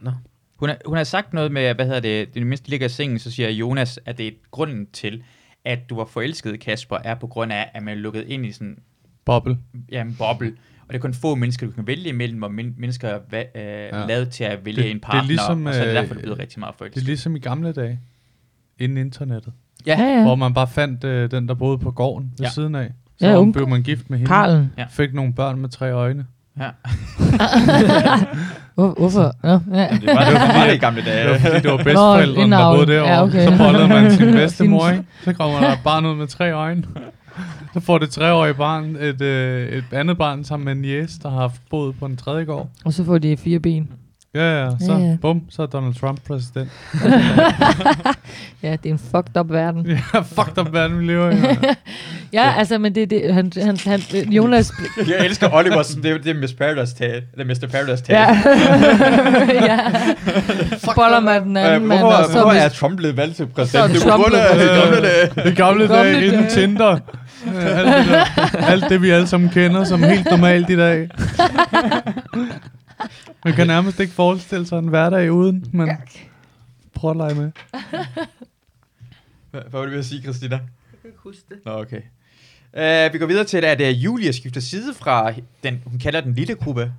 Speaker 3: Nå.
Speaker 2: Hun, har, hun har sagt noget med, hvad hedder det, det mindste de ligger i sengen, så siger Jonas, at det er grunden til, at du var forelsket, Kasper, er på grund af, at man er lukket ind i sådan
Speaker 4: Boble.
Speaker 2: ja, en boble, og det er kun få mennesker, du kan vælge imellem, og men, mennesker er va- øh, ja. lavet til at vælge
Speaker 4: Det-
Speaker 2: en
Speaker 4: det er
Speaker 2: partner,
Speaker 4: ligesom,
Speaker 2: og så er det
Speaker 4: øh,
Speaker 2: derfor, det er blevet rigtig meget
Speaker 4: Det er
Speaker 2: forelsket.
Speaker 4: ligesom i gamle dage, inden internettet,
Speaker 5: Ja,
Speaker 4: ja.
Speaker 5: ja.
Speaker 4: hvor man bare fandt øh, den, der boede på gården ved
Speaker 2: Ja.
Speaker 4: ja. siden af. Så
Speaker 5: Ja,
Speaker 4: ja,
Speaker 5: unge-
Speaker 4: blev man gift med hende.
Speaker 5: Parlen.
Speaker 2: Ja.
Speaker 4: Fik nogle børn med tre øjne.
Speaker 5: Hvor, hvorfor? Nå, ja.
Speaker 2: Det var det, var det i gamle dage.
Speaker 4: Det var fordi, det var
Speaker 5: Nå,
Speaker 4: bedsteforældrene, der
Speaker 5: indavl.
Speaker 4: boede derovre.
Speaker 5: Ja,
Speaker 4: Ja,
Speaker 5: okay.
Speaker 4: okay. Så bollede man sin
Speaker 5: Sin-
Speaker 4: bedstemor, ikke? Så kommer der et barn ud med tre øjne. Så får det treårige barn et, øh, et andet barn sammen med en jæs, der har haft boet på en tredje gård.
Speaker 5: Og så får de fire ben.
Speaker 4: Ja, ja. Så,
Speaker 5: Ja, ja.
Speaker 4: bum, så er Donald Trump præsident.
Speaker 5: ja, det er en fucked up verden.
Speaker 4: Ja, fuck up verden, vi lever i. mand.
Speaker 5: Ja, altså, men det er det. Han, han, han, Jonas...
Speaker 2: Jeg elsker Oliver, sådan, det er det er Miss Paradise tale. Det er Mr. Paradise tale.
Speaker 5: ja. ja. Boller man den
Speaker 2: Øh,
Speaker 5: anden mand,
Speaker 4: altså-
Speaker 5: og så...
Speaker 2: er Trump blevet valgt til
Speaker 5: Så er
Speaker 2: Det er på
Speaker 5: Trump
Speaker 2: grund af
Speaker 5: blevet
Speaker 2: det gamle dage.
Speaker 4: I
Speaker 5: Gamle
Speaker 4: gamle dage, inden
Speaker 5: dage.
Speaker 4: Tinder. Øh, Alt det, der, alt det, vi alle sammen kender som helt normalt i dag. Man kan nærmest ikke forestille sig en hverdag uden, men prøv at lege med.
Speaker 2: Hvad, hvad var det ved at sige, Christina? Jeg kan ikke huske det. Nå, okay. Uh, vi går videre til, at uh, Julia skifter side fra, den, hun kalder den lille gruppe,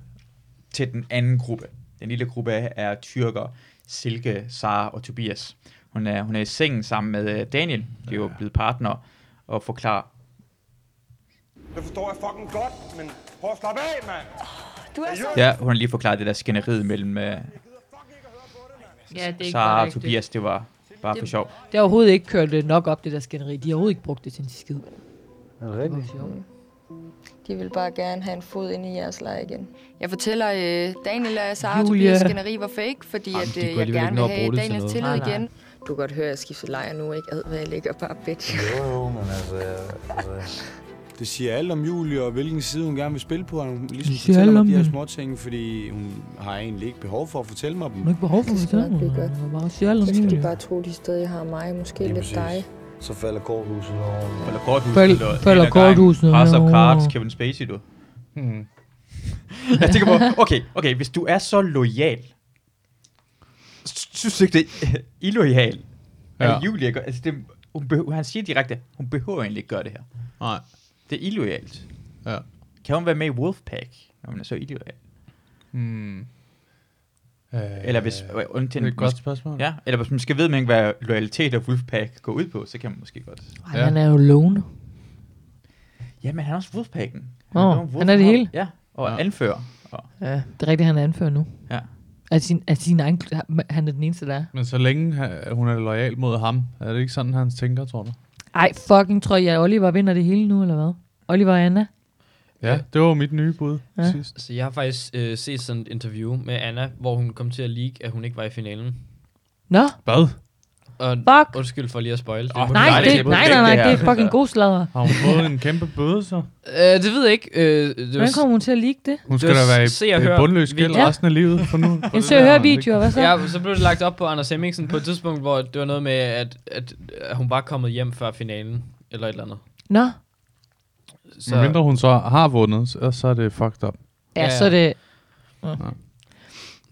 Speaker 2: til den anden gruppe. Den lille gruppe er tyrker, Silke, Sara og Tobias. Hun er, hun er i sengen sammen med øh, Daniel, de er jo blevet partner, og forklarer,
Speaker 11: Det forstår jeg fucking godt, men prøv at slappe af, mand.
Speaker 7: Du er så...
Speaker 2: Ja, hun har lige forklaret det der skænderiet mellem øh,
Speaker 5: Ja, det
Speaker 2: Sara og Tobias. Det var bare for sjov.
Speaker 5: Det er overhovedet ikke kørt øh, nok op, det der skænderi. De har overhovedet ikke brugt det til en skid.
Speaker 8: Er det rigtigt?
Speaker 7: De vil bare gerne have en fod ind i jeres lejr igen. Jeg fortæller øh, Daniel og Sara og
Speaker 5: Julie.
Speaker 7: Tobias skænderi var fake, fordi
Speaker 3: Jamen,
Speaker 7: at,
Speaker 3: de
Speaker 7: øh,
Speaker 3: kunne
Speaker 7: jeg
Speaker 3: alligevel ikke
Speaker 7: gerne
Speaker 3: nå
Speaker 7: vil
Speaker 3: at
Speaker 7: have
Speaker 3: bruge det til
Speaker 7: Daniels
Speaker 3: noget.
Speaker 7: tillid
Speaker 5: Nej, nej.
Speaker 7: igen. Du kan godt høre, at jeg skifter lejr nu, ikke? Ad, hvad jeg ligger bare bitch.
Speaker 8: Jo, jo, men altså... altså
Speaker 6: Det siger alt om Julie, og hvilken side hun gerne vil spille på. og Hun ligesom
Speaker 5: Det siger
Speaker 6: fortæller
Speaker 5: alt
Speaker 6: mig
Speaker 5: om
Speaker 6: de her
Speaker 5: det.
Speaker 6: små ting, fordi hun har egentlig ikke behov for at fortælle mig dem.
Speaker 5: Hun har ikke behov for at
Speaker 7: Det skal
Speaker 5: fortælle
Speaker 7: nok blive
Speaker 5: mig. noget.
Speaker 7: godt.
Speaker 5: Hun har bare sjæl
Speaker 7: Så
Speaker 5: og
Speaker 7: skal
Speaker 5: sådan
Speaker 7: de bare tro, de stadig har mig. Måske
Speaker 8: Lige
Speaker 7: lidt
Speaker 8: præcis.
Speaker 7: dig.
Speaker 8: så falder korthuset over.
Speaker 2: Eller Korthus.
Speaker 5: Falder- falder korthuset
Speaker 2: House
Speaker 5: herover.
Speaker 2: of Cards, Kevin Spacey, du.
Speaker 4: Hmm.
Speaker 2: Jeg tænker på, okay, okay, hvis du er så lojal, s- synes du ikke, det er illoyal? Ja.
Speaker 4: Ja.
Speaker 2: At Julie, gør, altså det, hun behøver, han siger direkte, hun behøver egentlig ikke gøre det her.
Speaker 4: Nej.
Speaker 2: Det er illoyalt.
Speaker 4: Ja.
Speaker 2: Kan hun være med i Wolfpack, når hun er så illoyal?
Speaker 4: Hmm. Øh,
Speaker 2: Eller hvis, øh,
Speaker 4: det er
Speaker 2: undtagen,
Speaker 4: et godt spørgsmål.
Speaker 2: ja, eller hvis man skal ved med, hvad loyalitet og Wolfpack går ud på, så kan man måske godt.
Speaker 5: Ej,
Speaker 4: Ja.
Speaker 5: han er jo lone.
Speaker 2: Jamen, han er også Wolfpacken.
Speaker 5: Nå,
Speaker 2: nogle
Speaker 5: han er det
Speaker 2: Wolfpack-
Speaker 5: hele?
Speaker 2: Ja, og
Speaker 4: Ja.
Speaker 2: ja. anfører. Og,
Speaker 5: Ja, det er rigtigt, han er anfører nu.
Speaker 2: Ja.
Speaker 5: Af sin, af sin egen, han er den eneste, der er.
Speaker 4: Men så længe ha- hun er lojal mod ham, er det ikke sådan, han tænker, tror du?
Speaker 5: Ej, fucking tror jeg, at Oliver vinder det hele nu, eller hvad? Oliver og Anna?
Speaker 4: Ja, det var jo mit nye bud
Speaker 5: Ja.
Speaker 4: ja. sidst.
Speaker 3: Så jeg har faktisk øh, set sådan et interview med Anna, hvor hun kom til at leak, at hun ikke var i finalen.
Speaker 5: Nå,
Speaker 4: Hvad?
Speaker 3: Og
Speaker 5: fuck!
Speaker 3: undskyld for lige at spoil.
Speaker 2: Åh,
Speaker 3: må
Speaker 5: Nej,
Speaker 3: vi
Speaker 2: Nej,
Speaker 3: bare
Speaker 5: det,
Speaker 3: ikke
Speaker 2: er
Speaker 3: klippe ud.
Speaker 5: nej,
Speaker 2: ikke
Speaker 5: nej,
Speaker 2: det
Speaker 5: nej,
Speaker 2: her.
Speaker 5: det er fucking god sladder.
Speaker 4: Har hun fået en kæmpe bøde, så?
Speaker 3: Øh, det ved jeg ikke. Øh, det var,
Speaker 5: Hvordan kommer hun til at ligge det?
Speaker 4: Hun skal
Speaker 3: Det
Speaker 4: da
Speaker 3: var
Speaker 4: være i,
Speaker 3: Se og
Speaker 4: i
Speaker 3: Hør
Speaker 4: bundløs gæld
Speaker 3: video.
Speaker 4: resten af livet for nu.
Speaker 5: En se og høre video, hvad så?
Speaker 3: ja, så blev det lagt op på Anders Hemmingsen på et tidspunkt, hvor det var noget med, at, at, at hun var kommet hjem før finalen, eller et eller andet.
Speaker 5: Nå,
Speaker 4: Så... Mindre hun så har vundet, så, så er det fucked up.
Speaker 5: ja,
Speaker 3: Ja,
Speaker 5: så er
Speaker 3: ja.
Speaker 5: det...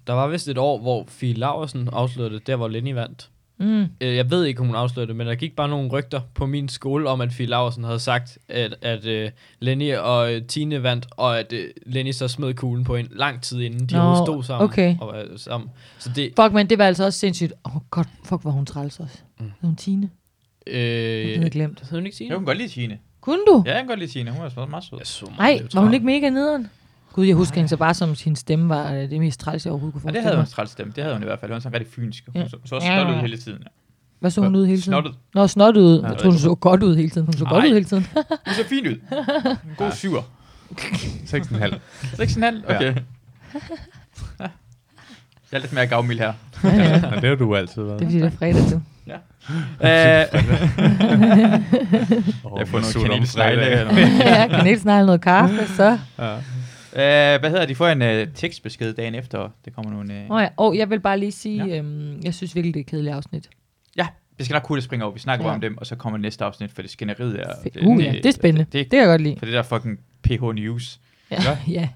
Speaker 3: Der var vist et år, hvor Fie Laversen afslørede det, der hvor Lenny vandt.
Speaker 5: Mm.
Speaker 3: Øh, Jeg ved ikke, om hun afslørede det, men der gik bare nogle rygter på min skole om, at Fie Laversen havde sagt, at, at uh, Lenny og øh, Tine vandt, og at uh, Lenny så smed kuglen på en lang tid inden de
Speaker 5: Nå,
Speaker 3: no, stod sammen.
Speaker 5: okay.
Speaker 3: Og var sammen. Så det,
Speaker 5: Fuck, men det var altså også sindssygt. Åh, oh, godt. Fuck, hvor hun træls også. Mm.
Speaker 3: Mm.
Speaker 5: Hun Tine. Det
Speaker 3: øh,
Speaker 5: havde jeg glemt.
Speaker 3: hed hun ikke Tine?
Speaker 2: Jeg kan godt lide Tine.
Speaker 5: Kunne du?
Speaker 2: Ja, jeg kan godt lide Tine. Hun er også meget sød.
Speaker 3: Jeg så meget
Speaker 5: Nej,
Speaker 3: lidt
Speaker 5: var hun
Speaker 3: travlt.
Speaker 5: ikke mega nederen? Gud, jeg husker hende så bare som sin stemme var øh, det mest træls, jeg overhovedet kunne
Speaker 2: Ja, det
Speaker 5: forestille
Speaker 2: havde hun
Speaker 5: mig.
Speaker 2: træls stemme. Det havde hun i hvert fald. Hun var sådan rigtig fynsk. Hun
Speaker 5: Ja.
Speaker 2: så, så også snottet
Speaker 5: Ja.
Speaker 2: ud hele tiden.
Speaker 5: Hvad så hun ud hele tiden?
Speaker 2: Snottet.
Speaker 5: Nå, snot ud.
Speaker 4: Ja.
Speaker 5: Jeg troede, hun så godt ud hele tiden. Hun så godt
Speaker 2: Ej.
Speaker 5: ud hele tiden.
Speaker 2: Hun ser fin ud. En god syver.
Speaker 4: 6,5.
Speaker 2: 6,5? Okay. Ja. Jeg er lidt mere gavmild her.
Speaker 5: Ja, ja.
Speaker 4: Men det har du altid
Speaker 5: Det
Speaker 4: været.
Speaker 5: er fordi, det er fredag nu.
Speaker 2: Æh, jeg
Speaker 4: Oh,
Speaker 2: har fundet noget kanelsnegle. eller noget.
Speaker 5: ja, kanelsnegle noget kaffe, så...
Speaker 4: Ja.
Speaker 2: Æh, hvad hedder det? De får en øh, tekstbesked dagen efter. og Det kommer nogle... Øh...
Speaker 5: Nå ja, og jeg vil bare lige sige, ja. øhm, jeg synes virkelig, det er et kedeligt afsnit.
Speaker 2: Ja, det skal nok kunne springe over. Vi snakker
Speaker 5: Ja.
Speaker 2: bare om dem, og så kommer næste afsnit, for det skænderiet er...
Speaker 5: Ja, uh, ja, det er spændende. Det,
Speaker 2: Det,
Speaker 5: kan jeg godt lide.
Speaker 2: for det der fucking PH News.
Speaker 5: Ja. ja.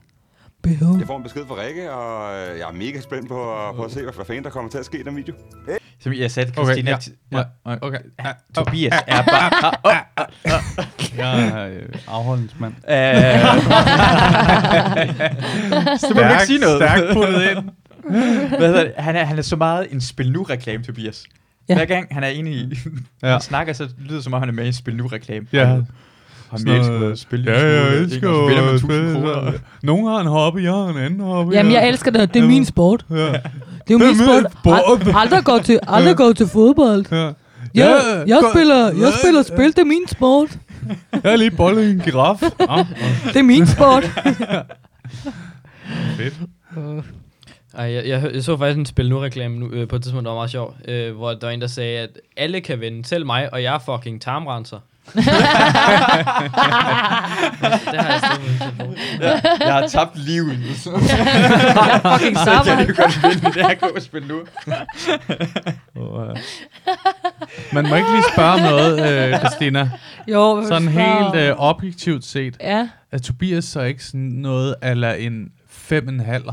Speaker 5: Behov.
Speaker 11: Jeg får en besked fra Rikke, og øh, jeg er mega spændt på, at- på at se, hvad, hvad fanden der kommer til at ske i den video.
Speaker 2: Som jeg sagde, Christina...
Speaker 4: ja,
Speaker 2: ti-
Speaker 4: ja,
Speaker 2: og-
Speaker 4: Okay.
Speaker 2: Tobias er bare...
Speaker 4: Jeg er øh, afholdningsmand.
Speaker 2: Æh, så må du ikke sige noget.
Speaker 4: Stærkt puttet ind.
Speaker 2: Hvad hedder det? Han, er, han er så meget en spil nu reklame Tobias.
Speaker 5: Ja.
Speaker 2: Ja. Hver gang han er inde i, ja.
Speaker 4: Ja.
Speaker 2: han snakker, så lyder det som om, han er med i en spil nu reklame.
Speaker 4: Ja.
Speaker 2: Han
Speaker 4: Sådan
Speaker 2: elsker
Speaker 4: noget,
Speaker 2: at spille.
Speaker 4: Ja, jeg elsker
Speaker 2: jo. Spiller med
Speaker 4: at
Speaker 2: 1000 kroner.
Speaker 4: spille. Nogen har en hobby, jeg har en anden hobby.
Speaker 5: Jamen, jeg elsker det. Det er min sport.
Speaker 4: Ja.
Speaker 5: Det er jo
Speaker 4: Det er
Speaker 5: min sport.
Speaker 4: min sport.
Speaker 5: Ald- Aldrig går til, aldrig går til fodbold.
Speaker 4: Ja.
Speaker 5: Jeg,
Speaker 4: Ja,
Speaker 5: jeg,
Speaker 4: gå-
Speaker 5: spiller, jeg
Speaker 4: Ja,
Speaker 5: spiller
Speaker 4: ja.
Speaker 5: spil. Det er min sport.
Speaker 4: Jeg har lige bollet i en giraf. Ah,
Speaker 5: Det er min sport.
Speaker 4: fedt.
Speaker 3: Ej, jeg, jeg, hø- jeg så faktisk en spil nu reklame nu, øh, på et tidspunkt, der var meget sjov, øh, hvor der var en, der sagde, at alle kan vinde, selv mig, og jeg er fucking tarmrenser. altså, det har jeg stået med.
Speaker 2: Jeg har tabt livet. Så
Speaker 5: Fucking
Speaker 2: kan
Speaker 5: sammen.
Speaker 2: jeg godt vinde det her gode spil nu.
Speaker 4: Åh, ja. Man må ikke lige spørge om noget, øh, Christina.
Speaker 5: Jo, hvad vil
Speaker 4: Sådan
Speaker 5: du spørge
Speaker 4: helt
Speaker 5: om?
Speaker 4: øh, objektivt set.
Speaker 5: Ja.
Speaker 4: Er Tobias så ikke sådan noget eller en 5,5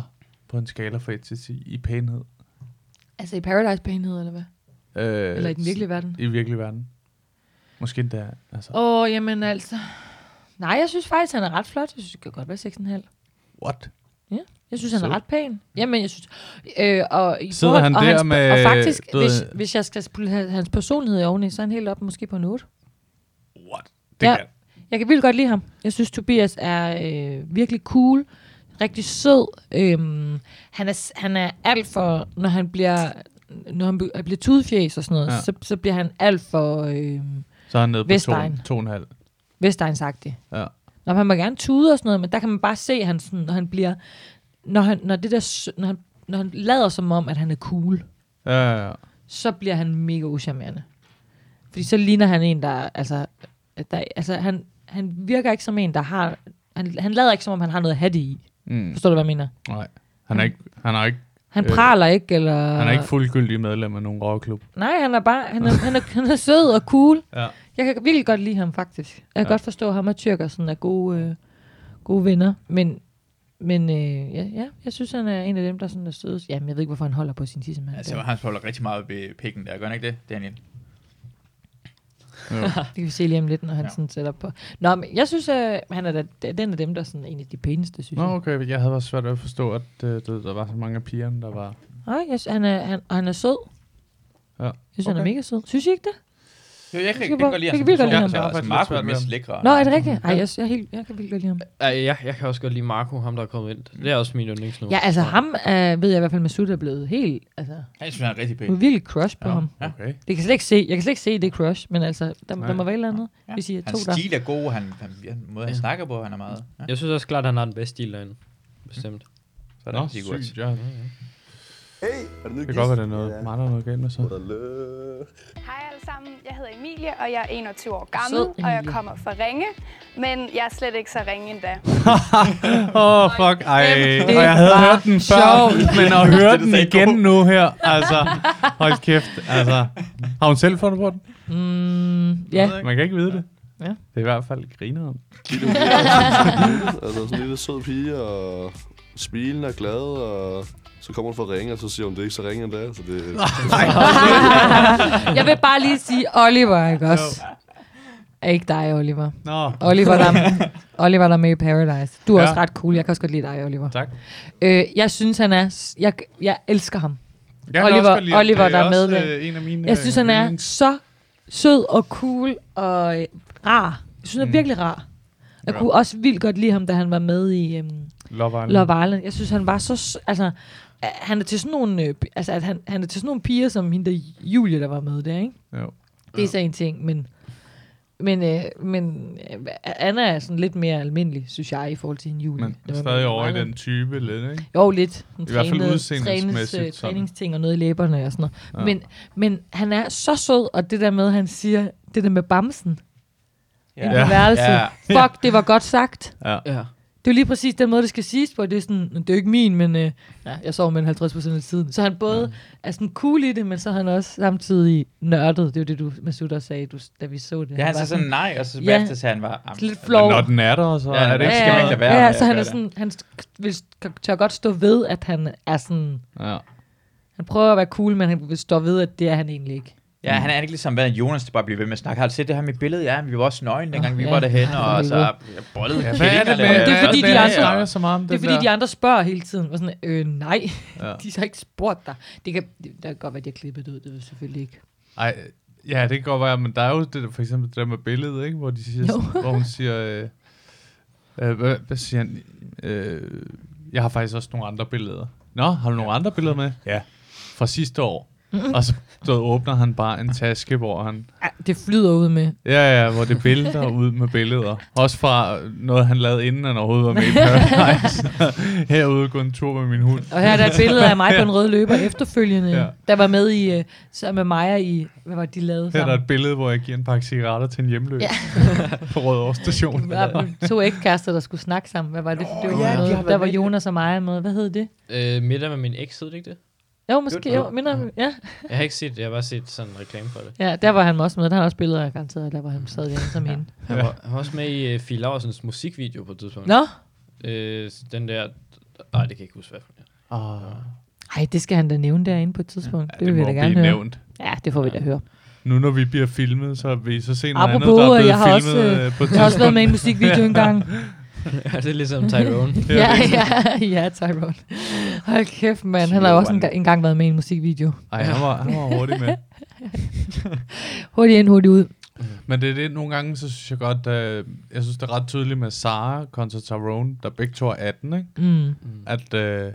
Speaker 4: på en skala fra 1 til 10 i pænhed?
Speaker 5: Altså i Paradise Pænhed, eller hvad?
Speaker 4: Øh,
Speaker 5: Eller i den virkelige verden?
Speaker 4: I virkelig verden. Måske endda, altså. Oh.
Speaker 5: Åh, oh, jamen altså. Nej, jeg synes faktisk, han er ret flot. Jeg synes, det kan godt være 6,5.
Speaker 4: What?
Speaker 5: Jeg synes, han
Speaker 4: Så.
Speaker 5: er ret pæn. Jamen, jeg synes... Øh, og i
Speaker 4: Sidder
Speaker 5: forhold-
Speaker 4: han
Speaker 5: og
Speaker 4: der
Speaker 5: hans,
Speaker 4: med,
Speaker 5: Og faktisk,
Speaker 4: du
Speaker 5: hvis,
Speaker 4: ved-
Speaker 5: hvis jeg skal putte hans hans personlighed oveni, så er han helt op måske på en 8.
Speaker 4: What? Det
Speaker 5: Ja.
Speaker 4: kan.
Speaker 5: Jeg kan vildt godt lide ham. Jeg synes, Tobias er øh, virkelig cool. rigtig sød. Øhm, han, er, s- han er alt for, når han bliver, når han be- bliver tudefjæs og sådan noget,
Speaker 4: Ja.
Speaker 5: ja. så, så bliver han alt for øhm,
Speaker 4: Så er han nede på
Speaker 5: Vestegn.
Speaker 4: to, to og en halv.
Speaker 5: vestegnsagtig.
Speaker 4: Ja.
Speaker 5: Når han må gerne tude og sådan noget, men der kan man bare se, at han, sådan, når han bliver, når han, når det der, s- når han, når han lader som om, at han er cool,
Speaker 4: Ja, ja, ja.
Speaker 5: så bliver han mega uschammerende. Fordi så ligner han en, der... Altså, der, altså han, han virker ikke som en, der har... Han, han lader ikke, som om han har noget at have det i.
Speaker 4: Mm.
Speaker 5: Forstår du, hvad jeg mener?
Speaker 4: Nej. Han er ikke, han er ikke,
Speaker 5: Han
Speaker 4: Øh,
Speaker 5: praler ikke, eller...
Speaker 4: han er ikke fuldgyldig medlem af nogen rockklub.
Speaker 5: Nej, han er bare... Han er, han er, han er sød og cool.
Speaker 4: Ja.
Speaker 5: Jeg kan virkelig godt lide ham, faktisk. Jeg kan
Speaker 4: Ja.
Speaker 5: ja. godt forstå, at ham og tyrker sådan er gode, øh, gode venner. Men, men øh, ja, ja, jeg synes, han er en af dem, der sådan er sødest. Jamen, jeg ved ikke, hvorfor han holder på sin tissemand.
Speaker 2: Altså,
Speaker 5: Altså,
Speaker 2: han holder rigtig meget ved pikken der, gør han ikke det, Daniel?
Speaker 5: det kan vi se lige om lidt, når han
Speaker 2: Ja.
Speaker 5: ja. sådan sætter på. Nå, men jeg synes, øh, han er da, den af dem, der er sådan en af de pæneste, synes
Speaker 4: Nå,
Speaker 5: jeg.
Speaker 4: okay. men Jeg havde bare svært ved at forstå, at øh, der, der var så mange af pigerne, der var...
Speaker 5: Nej, jeg, sy- han, er, han, og han er sød.
Speaker 4: Ja.
Speaker 5: Jeg synes, okay. han
Speaker 4: Okay.
Speaker 5: er mega sød. Synes I ikke det?
Speaker 2: Jo, jeg
Speaker 5: Jeg
Speaker 2: kan, jeg
Speaker 5: kan
Speaker 2: kan
Speaker 5: bare-
Speaker 2: godt lide
Speaker 5: jeg
Speaker 2: ham
Speaker 5: kan virkelig
Speaker 2: som
Speaker 5: godt lide
Speaker 2: person.
Speaker 5: ham.
Speaker 2: Altså,
Speaker 4: Jeg har
Speaker 2: Marco er
Speaker 4: faktisk lidt
Speaker 2: mest
Speaker 4: svært
Speaker 2: lækre.
Speaker 5: Nå, er det rigtigt? Ej, jeg, jeg, er helt, jeg kan virkelig godt lide ham.
Speaker 3: Ej, Jeg, jeg kan også godt lide Marco, ham der er kommet ind. Det er også min yndlings nu.
Speaker 5: Ja, altså ham øh, ved jeg i hvert fald, med Sut er blevet helt... Altså,
Speaker 2: Jeg synes, han er rigtig
Speaker 5: hun er
Speaker 2: pæn.
Speaker 5: virkelig crush på
Speaker 2: Ja.
Speaker 5: ja. ham.
Speaker 4: Okay.
Speaker 5: Det kan jeg slet ikke se. Jeg kan slet ikke se det crush, men altså, der,
Speaker 4: Nej.
Speaker 5: der må være et eller andet,
Speaker 2: Ja.
Speaker 5: ja. hvis I er to
Speaker 2: Hans
Speaker 5: der.
Speaker 2: stil er god, han, han, han måde, han
Speaker 3: Ja.
Speaker 2: snakker på, han er meget... Ja.
Speaker 3: Jeg synes også klart, at han har den bedste stil derinde. Bestemt.
Speaker 2: Så er
Speaker 4: Nå,
Speaker 2: det Sigurd.
Speaker 4: sygt, ja.
Speaker 11: Hey, er det
Speaker 4: Det kan godt være, der er noget, meget der er noget galt med så.
Speaker 12: Hej alle sammen, jeg hedder Emilie, og jeg er 21 år
Speaker 5: gammel, Sød, og jeg Emilie.
Speaker 12: kommer fra Ringe, men jeg er slet ikke så ringe endda.
Speaker 4: Åh, oh, fuck. Ej.
Speaker 5: det
Speaker 4: Og jeg havde
Speaker 5: var
Speaker 4: hørt den
Speaker 5: sjovt.
Speaker 4: før, men at høre
Speaker 2: Det er
Speaker 4: den
Speaker 2: så
Speaker 4: igen
Speaker 2: god.
Speaker 4: nu her, altså. Hold kæft, altså. Har hun selv fundet på den?
Speaker 5: Mm, ja,
Speaker 4: Man kan ikke vide det.
Speaker 5: Ja.
Speaker 4: Det er i hvert fald grineren.
Speaker 10: altså sådan en lille sød pige, og smilende og glad, og så kommer hun for at ringe, og så siger hun, det er ikke så ringe endda. Så det,
Speaker 5: jeg vil bare lige sige Oliver, ikke også? Er ikke dig, Oliver.
Speaker 4: Nå,
Speaker 5: Oliver, der, Oliver, der er med i Paradise. Du er
Speaker 4: Ja.
Speaker 5: ja. også ret cool. Jeg kan også godt lide dig, Oliver.
Speaker 4: tak.
Speaker 5: Øh, jeg synes, han er... s- Jeg, jeg elsker ham.
Speaker 4: Jeg kan
Speaker 5: Oliver-
Speaker 4: også godt lide, at
Speaker 5: Oliver,
Speaker 4: det
Speaker 5: der er
Speaker 4: også,
Speaker 5: med.
Speaker 4: øh, en af mine,
Speaker 5: Jeg synes, han
Speaker 4: øh,
Speaker 5: er
Speaker 4: yndlings-
Speaker 5: så sød og cool og øh, rar. Jeg synes, han er
Speaker 4: Mm.
Speaker 5: virkelig rar. Jeg
Speaker 4: Ja.
Speaker 5: kunne også vildt godt lide ham, da han var med i øhm,
Speaker 4: Love Island.
Speaker 5: Love Island. Jeg synes, han var så... s- Altså, øh, han er til sådan nogle, øh, pi- altså, at han, han er til sådan nogle piger, som hende der Julie, der var med der, ikke?
Speaker 4: Jo.
Speaker 5: Det er så en ting, men... Men, øh, men øh, Anna er sådan lidt mere almindelig, synes jeg, i forhold til hende Julie. der var
Speaker 4: Men
Speaker 5: med i
Speaker 4: stadig
Speaker 5: Love
Speaker 4: over i
Speaker 5: Island.
Speaker 4: den type lidt, ikke?
Speaker 5: Jo, lidt. Hun
Speaker 4: I hvert fald
Speaker 5: trænede-
Speaker 4: udseendemæssigt,
Speaker 5: trænes, øh,
Speaker 4: sådan.
Speaker 5: træningsting og noget i læberne og sådan noget.
Speaker 4: Ja.
Speaker 5: Ja. Men, men han er så sød, og det der med, at han siger, det der med bamsen ja. i værelset.
Speaker 2: Ja.
Speaker 5: Ja. Fuck, det var godt sagt.
Speaker 3: Ja.
Speaker 5: Det er jo lige præcis den måde, det skal siges på. Det er sådan, "Nå, det er jo ikke min, men øh, ja, jeg sover med en 50% af tiden. Så han både er sådan cool i det, men så er han også samtidig nørdet. Det er jo det, du, Masud også sagde, du, da vi så det.
Speaker 2: Ja,
Speaker 5: var
Speaker 2: han sagde sådan nej, og så
Speaker 5: Ja.
Speaker 2: bagefter sagde han bare... "Am,
Speaker 5: lidt flov.
Speaker 4: Når den er der, og så
Speaker 2: Ja,
Speaker 4: er det ikke
Speaker 2: ja,
Speaker 4: så
Speaker 2: ja.
Speaker 4: meget.
Speaker 2: lade være med
Speaker 5: ja,
Speaker 2: at
Speaker 5: så han,
Speaker 2: gøre
Speaker 5: er
Speaker 2: det.
Speaker 5: sådan, han st- vil, st- tør godt stå ved, at han er sådan
Speaker 4: Ja.
Speaker 5: Han prøver at være cool, men han står ved, at det er han egentlig ikke.
Speaker 2: Ja, han er ikke ligesom været en Jonas, der bare bliver ved med at snakke. Har du set det her med billedet? Ja, vi var også nøgne, dengang vi
Speaker 5: Ja.
Speaker 2: var derhen,
Speaker 5: Ja,
Speaker 2: og så jeg bollede
Speaker 4: Ja, hvad er det
Speaker 2: killingerne,
Speaker 4: med,
Speaker 2: og jeg
Speaker 5: det er
Speaker 2: bollede
Speaker 5: fordi, de
Speaker 2: med-
Speaker 5: andre-
Speaker 4: snakker så meget om det
Speaker 5: Det
Speaker 2: Altså-
Speaker 5: er fordi, de
Speaker 4: der.
Speaker 5: andre spørger hele tiden. Og sådan, øh, nej,
Speaker 4: Ja.
Speaker 5: ja. de har ikke spurgt dig. Det kan, det, der kan godt være, de har klippet det ud, det ved jeg selvfølgelig ikke.
Speaker 4: Ej, ja, det kan godt være, men der er jo det, der- for eksempel det der med billedet, ikke? Hvor, de siger,
Speaker 5: Jo.
Speaker 4: sådan, hvor hun siger... Øh, øh, hvad, hvad siger han? Øh, jeg har faktisk også nogle andre billeder. Nå, har du nogle andre billeder med? Ja. Fra sidste år. Og så så åbner han bare en taske, hvor han...
Speaker 5: Ja, det flyder ud med.
Speaker 4: Ja, ja, hvor det er billeder ud med billeder. Også fra noget, han lavede inden han overhovedet var med i Paradise. Herude gå en tur med min hund.
Speaker 5: Og her er der et billede af mig på en rød løber efterfølgende,
Speaker 4: Ja.
Speaker 5: ja. der var med i, øh, sammen med Maja i, hvad var det, de lavede
Speaker 4: Her er der
Speaker 5: sammen?
Speaker 4: et billede, hvor jeg giver en pakke cigaretter til en hjemløs. Ja. på Rødovre Station.
Speaker 5: Der var to ægkærester, der skulle snakke sammen. Hvad var det? Oh, det var
Speaker 2: ja,
Speaker 5: ja,
Speaker 2: de har
Speaker 5: noget,
Speaker 2: været
Speaker 5: der var
Speaker 2: med i det.
Speaker 5: Jonas og Maja med. Hvad hed det?
Speaker 3: Øh, middag med min eks, hed det ikke det?
Speaker 5: Jo, måske. Jo, minder, ja.
Speaker 3: Jeg har ikke set det, jeg har bare set sådan en reklame for det.
Speaker 5: ja, der var han også med. Der har han også billeder, jeg garanteret, der var han sad derinde som hende.
Speaker 3: Han var, han var også med i uh, Fie Laursens musikvideo på et tidspunkt.
Speaker 5: Nå,
Speaker 3: Øh, den der... Nej, det kan jeg ikke huske, hvad for det.
Speaker 4: Ah.
Speaker 5: Ej, det skal han da nævne derinde på et tidspunkt. Ja, det, vil vi
Speaker 4: må
Speaker 5: da
Speaker 4: blive
Speaker 5: gerne høre.
Speaker 4: nævnt.
Speaker 5: Ja, det får vi da høre.
Speaker 4: Nu når vi bliver filmet, så vil I så se noget andet,
Speaker 5: Apropos,
Speaker 4: der er blevet
Speaker 5: jeg har
Speaker 4: filmet
Speaker 5: også,
Speaker 4: øh, på et
Speaker 5: Jeg har også været med i en
Speaker 4: tidspunkt.
Speaker 5: musikvideo engang.
Speaker 3: Ja, det er ligesom Tyrone.
Speaker 5: ja, ja, ja, Tyrone. Hold kæft, mand. Han har jo også engang, engang været med i en musikvideo.
Speaker 4: Ej, han var, han var hurtig med.
Speaker 5: Hurtigt ind, hurtigt ud.
Speaker 4: Men det er det, nogle gange, så synes jeg godt, øh, jeg synes, det er ret tydeligt med Sara kontra Tyrone, der begge to er 18, ikke?
Speaker 5: Mm.
Speaker 4: At, øh, at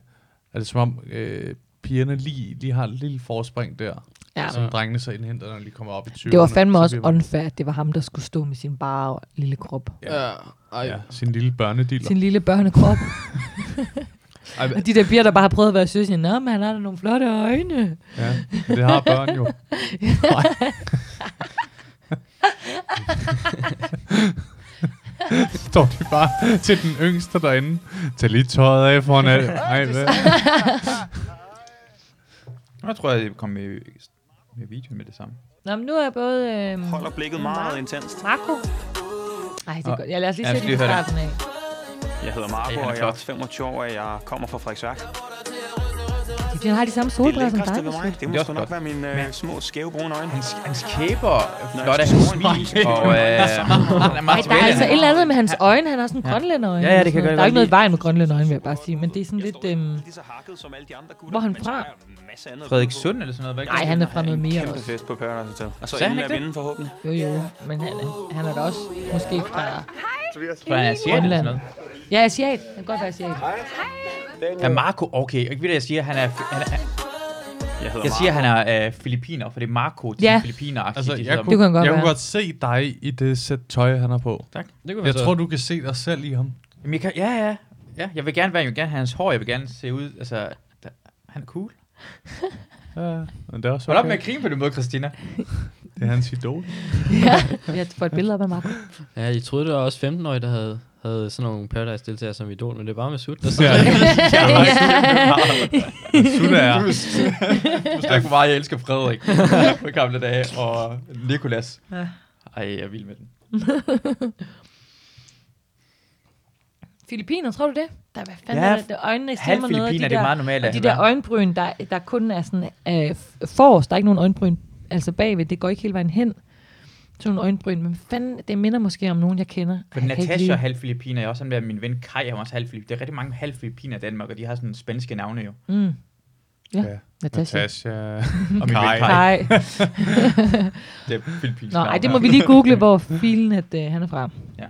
Speaker 4: det er som om, øh, pigerne lige, lige har et lille forspring der,
Speaker 5: Ja.
Speaker 4: som drengene så indhenter, når de kommer op i 20'erne.
Speaker 5: Det var fandme
Speaker 4: Så
Speaker 5: også
Speaker 4: bliver man-
Speaker 5: unfair, at det var ham, der skulle stå med sin bare lille krop.
Speaker 3: Ja. Ej.
Speaker 4: Ja, sin lille børnediller.
Speaker 5: Sin lille børnekrop.
Speaker 4: Ej, men-
Speaker 5: og de der piger, der bare har prøvet at være søsne, Nå, men han har da nogle flotte øjne.
Speaker 4: Ja, men det har børn jo. Nej. Står de bare til den yngste derinde. Tag lige tøjet af foran alt. Ej, hvad?
Speaker 2: Jeg tror, jeg kom med, med videoen med det samme.
Speaker 5: Nå, men nu er jeg både... Øh,
Speaker 2: Holder blikket meget intenst.
Speaker 5: Marco. Ej, det er
Speaker 11: Og-
Speaker 5: godt. Ja, lad os lige
Speaker 11: Ja,
Speaker 5: se
Speaker 11: jeg skal
Speaker 5: det fra
Speaker 11: lige høre det.
Speaker 5: starten af.
Speaker 11: Jeg hedder
Speaker 2: Ej,
Speaker 11: Marco,
Speaker 2: han er
Speaker 11: og jeg er
Speaker 2: flot.
Speaker 11: 25 år, og jeg kommer fra Frederiksværk.
Speaker 5: De har de samme solbriller som dig.
Speaker 11: ved mig, det må
Speaker 2: Det er
Speaker 11: sgu
Speaker 2: også
Speaker 11: nok være mine øh, små skæve brune øjne.
Speaker 2: Hans, hans kæber er
Speaker 11: Nå,
Speaker 2: flot af
Speaker 11: jeg
Speaker 2: hans
Speaker 11: tror, han
Speaker 2: smil,
Speaker 11: er-
Speaker 2: og øh, han er
Speaker 5: Nej,
Speaker 2: meget
Speaker 5: der er altså et
Speaker 2: svælgende.
Speaker 5: eller andet med hans øjne. Han har sådan en grønlænderøjne.
Speaker 2: Ja, ja, det
Speaker 5: og
Speaker 2: kan
Speaker 5: sådan
Speaker 2: jeg
Speaker 5: noget.
Speaker 2: godt
Speaker 5: Der er ikke noget i
Speaker 2: lide.
Speaker 5: vejen med grønlænderøjne, vil jeg bare sige. Men det er sådan lidt... Øh, hvor er han fra?
Speaker 2: Frederikssund eller sådan noget, hvad?
Speaker 5: Nej, han er fra noget mere
Speaker 11: Kæmpe
Speaker 5: også.
Speaker 11: fest på Paradise Hotel. Og så
Speaker 2: Sagde
Speaker 11: inden
Speaker 2: han
Speaker 11: af
Speaker 2: ikke det?
Speaker 11: vinden forhåbentlig.
Speaker 5: Jo, jo. Men han, han er da også måske fra
Speaker 2: Tror han er asiat eller sådan noget?
Speaker 5: Ja, asiat. Han kan godt være asiat.
Speaker 2: Er Marco, okay, jeg ved, hvad jeg siger, han er... Han er
Speaker 11: jeg,
Speaker 2: jeg siger, han er øh, filippiner, for det er Marco til
Speaker 5: Ja.
Speaker 2: ja. filippiner.
Speaker 4: Altså, jeg
Speaker 2: hedder-
Speaker 4: kunne, jeg kunne godt se dig i det sæt tøj, han har på.
Speaker 2: Tak.
Speaker 3: Det kunne være
Speaker 4: jeg
Speaker 3: så-
Speaker 4: tror, du kan se dig selv i ham.
Speaker 2: Jamen, jeg kan, ja, ja, ja. Jeg vil gerne være, jeg vil gerne have hans hår, jeg vil gerne se ud, altså... Der, han er cool.
Speaker 4: Ja, men det er også
Speaker 2: Hold op med
Speaker 4: okay.
Speaker 2: at grine på den måde, Christina.
Speaker 4: Det er hans idol.
Speaker 5: ja, jeg får et billede op af Marco.
Speaker 3: Ja, jeg troede, det var også 15-årige, der havde, havde sådan nogle Paradise-deltagere som idol, men det er bare med sut. Der
Speaker 4: Ja.
Speaker 3: sidder
Speaker 4: Sutte er.
Speaker 2: Tak for meget, jeg elsker Frederik på gamle dage, og Nikolas.
Speaker 5: Ja.
Speaker 2: Ej, jeg er vild med den.
Speaker 5: Filippiner, tror du det? Der er hvad fanden
Speaker 2: Ja,
Speaker 5: ja, det, der øjnene stemmer noget. af de
Speaker 2: halvfilippiner,
Speaker 5: der,
Speaker 2: det er meget normalt,
Speaker 5: Og
Speaker 2: at
Speaker 5: de
Speaker 2: han
Speaker 5: der
Speaker 2: er.
Speaker 5: øjenbryn, der, der kun er sådan øh, f- forrest, der er ikke nogen øjenbryn altså bagved, det går ikke hele vejen hen. Sådan nogle øjenbryn, men fanden, det minder måske om nogen, jeg kender. Ej,
Speaker 2: For
Speaker 5: jeg kan ikke
Speaker 2: Natasha
Speaker 5: lige-
Speaker 2: er halv filipiner, jeg er også sådan der, min ven Kai er også halv filipiner. Der er rigtig mange halv filipiner i Danmark, og de har sådan spanske navne jo.
Speaker 5: Mm. Ja,
Speaker 4: Ja,
Speaker 5: ja. Natasha.
Speaker 4: Natasha.
Speaker 2: Og min
Speaker 4: Kai.
Speaker 2: ven
Speaker 5: Kai.
Speaker 2: Kai. det er filippinsk
Speaker 5: Nå, ej,
Speaker 2: navn,
Speaker 5: det
Speaker 2: ja.
Speaker 5: må vi lige google, hvor filen at, øh, han er fra.
Speaker 2: Ja.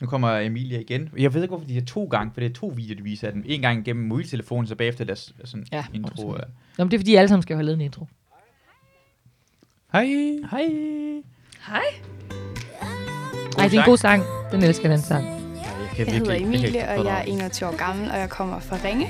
Speaker 2: Nu kommer Emilia igen. Jeg ved ikke, hvorfor de har to gange, for det er to videoer, de viser af dem. En gang gennem mobiltelefonen, så bagefter deres sådan
Speaker 5: Ja,
Speaker 2: ja, intro. øh.
Speaker 5: Nå, men det er fordi, I alle sammen skal have lavet en intro.
Speaker 4: Hej.
Speaker 2: Hej.
Speaker 5: Hej. Ej, det er en god sang. Den elsker den sang.
Speaker 9: Jeg, jeg hedder Emilie, og jeg er
Speaker 5: en...
Speaker 9: 21 år gammel, og jeg kommer fra Ringe.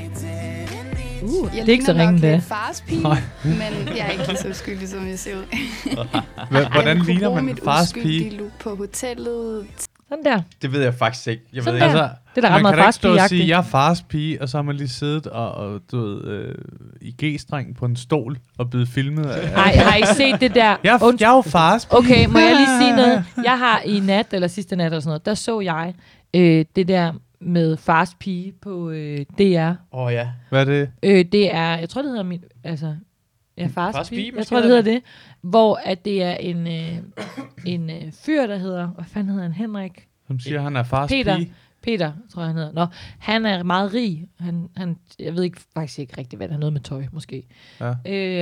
Speaker 5: Uh,
Speaker 9: jeg
Speaker 5: det er ikke så
Speaker 9: ligner nok
Speaker 5: ringe, det er.
Speaker 9: lidt fars pige,
Speaker 4: Nej.
Speaker 9: men jeg er ikke lige så uskyldig, som jeg ser ud.
Speaker 4: Hva- Hvordan
Speaker 9: jeg kunne
Speaker 4: ligner
Speaker 9: bruge
Speaker 4: man en
Speaker 9: mit
Speaker 4: fars
Speaker 9: uskyldige
Speaker 4: pige?
Speaker 9: look på hotellet.
Speaker 5: Sådan der.
Speaker 2: Det ved jeg faktisk ikke. Jeg ved
Speaker 5: Sådan
Speaker 2: ikke.
Speaker 5: der. Det er da ret
Speaker 4: man
Speaker 5: meget
Speaker 4: kan da ikke stå og
Speaker 5: farspige-agtigt.
Speaker 4: sige, jeg er fars pige, og så har man lige siddet og, og du ved, øh, i G-streng på en stol og blevet filmet. af-
Speaker 5: Ej, har I set det der?
Speaker 4: Jeg, er- jeg er jo fars pige.
Speaker 5: Okay, må jeg lige sige noget? Jeg har i nat, eller sidste nat eller sådan noget, der så jeg øh, det der med fars pige på øh, DR.
Speaker 2: Åh oh, ja.
Speaker 4: Hvad er det?
Speaker 5: Øh, det er, jeg tror det hedder min, altså, ja, fars,
Speaker 2: Fars
Speaker 5: fars
Speaker 2: pige,
Speaker 5: pige, jeg
Speaker 2: måske
Speaker 5: tror det hedder
Speaker 2: hedder
Speaker 5: det, hvor at det er en, øh, en øh, fyr, der hedder, hvad fanden hedder han, Henrik?
Speaker 4: Som siger, han er fars
Speaker 5: Peter,
Speaker 4: pige.
Speaker 5: Peter, tror jeg, han hedder. Nå, han er meget rig. Han, han, jeg ved ikke, faktisk ikke rigtigt, hvad det er. Noget med tøj, måske.
Speaker 4: Ja.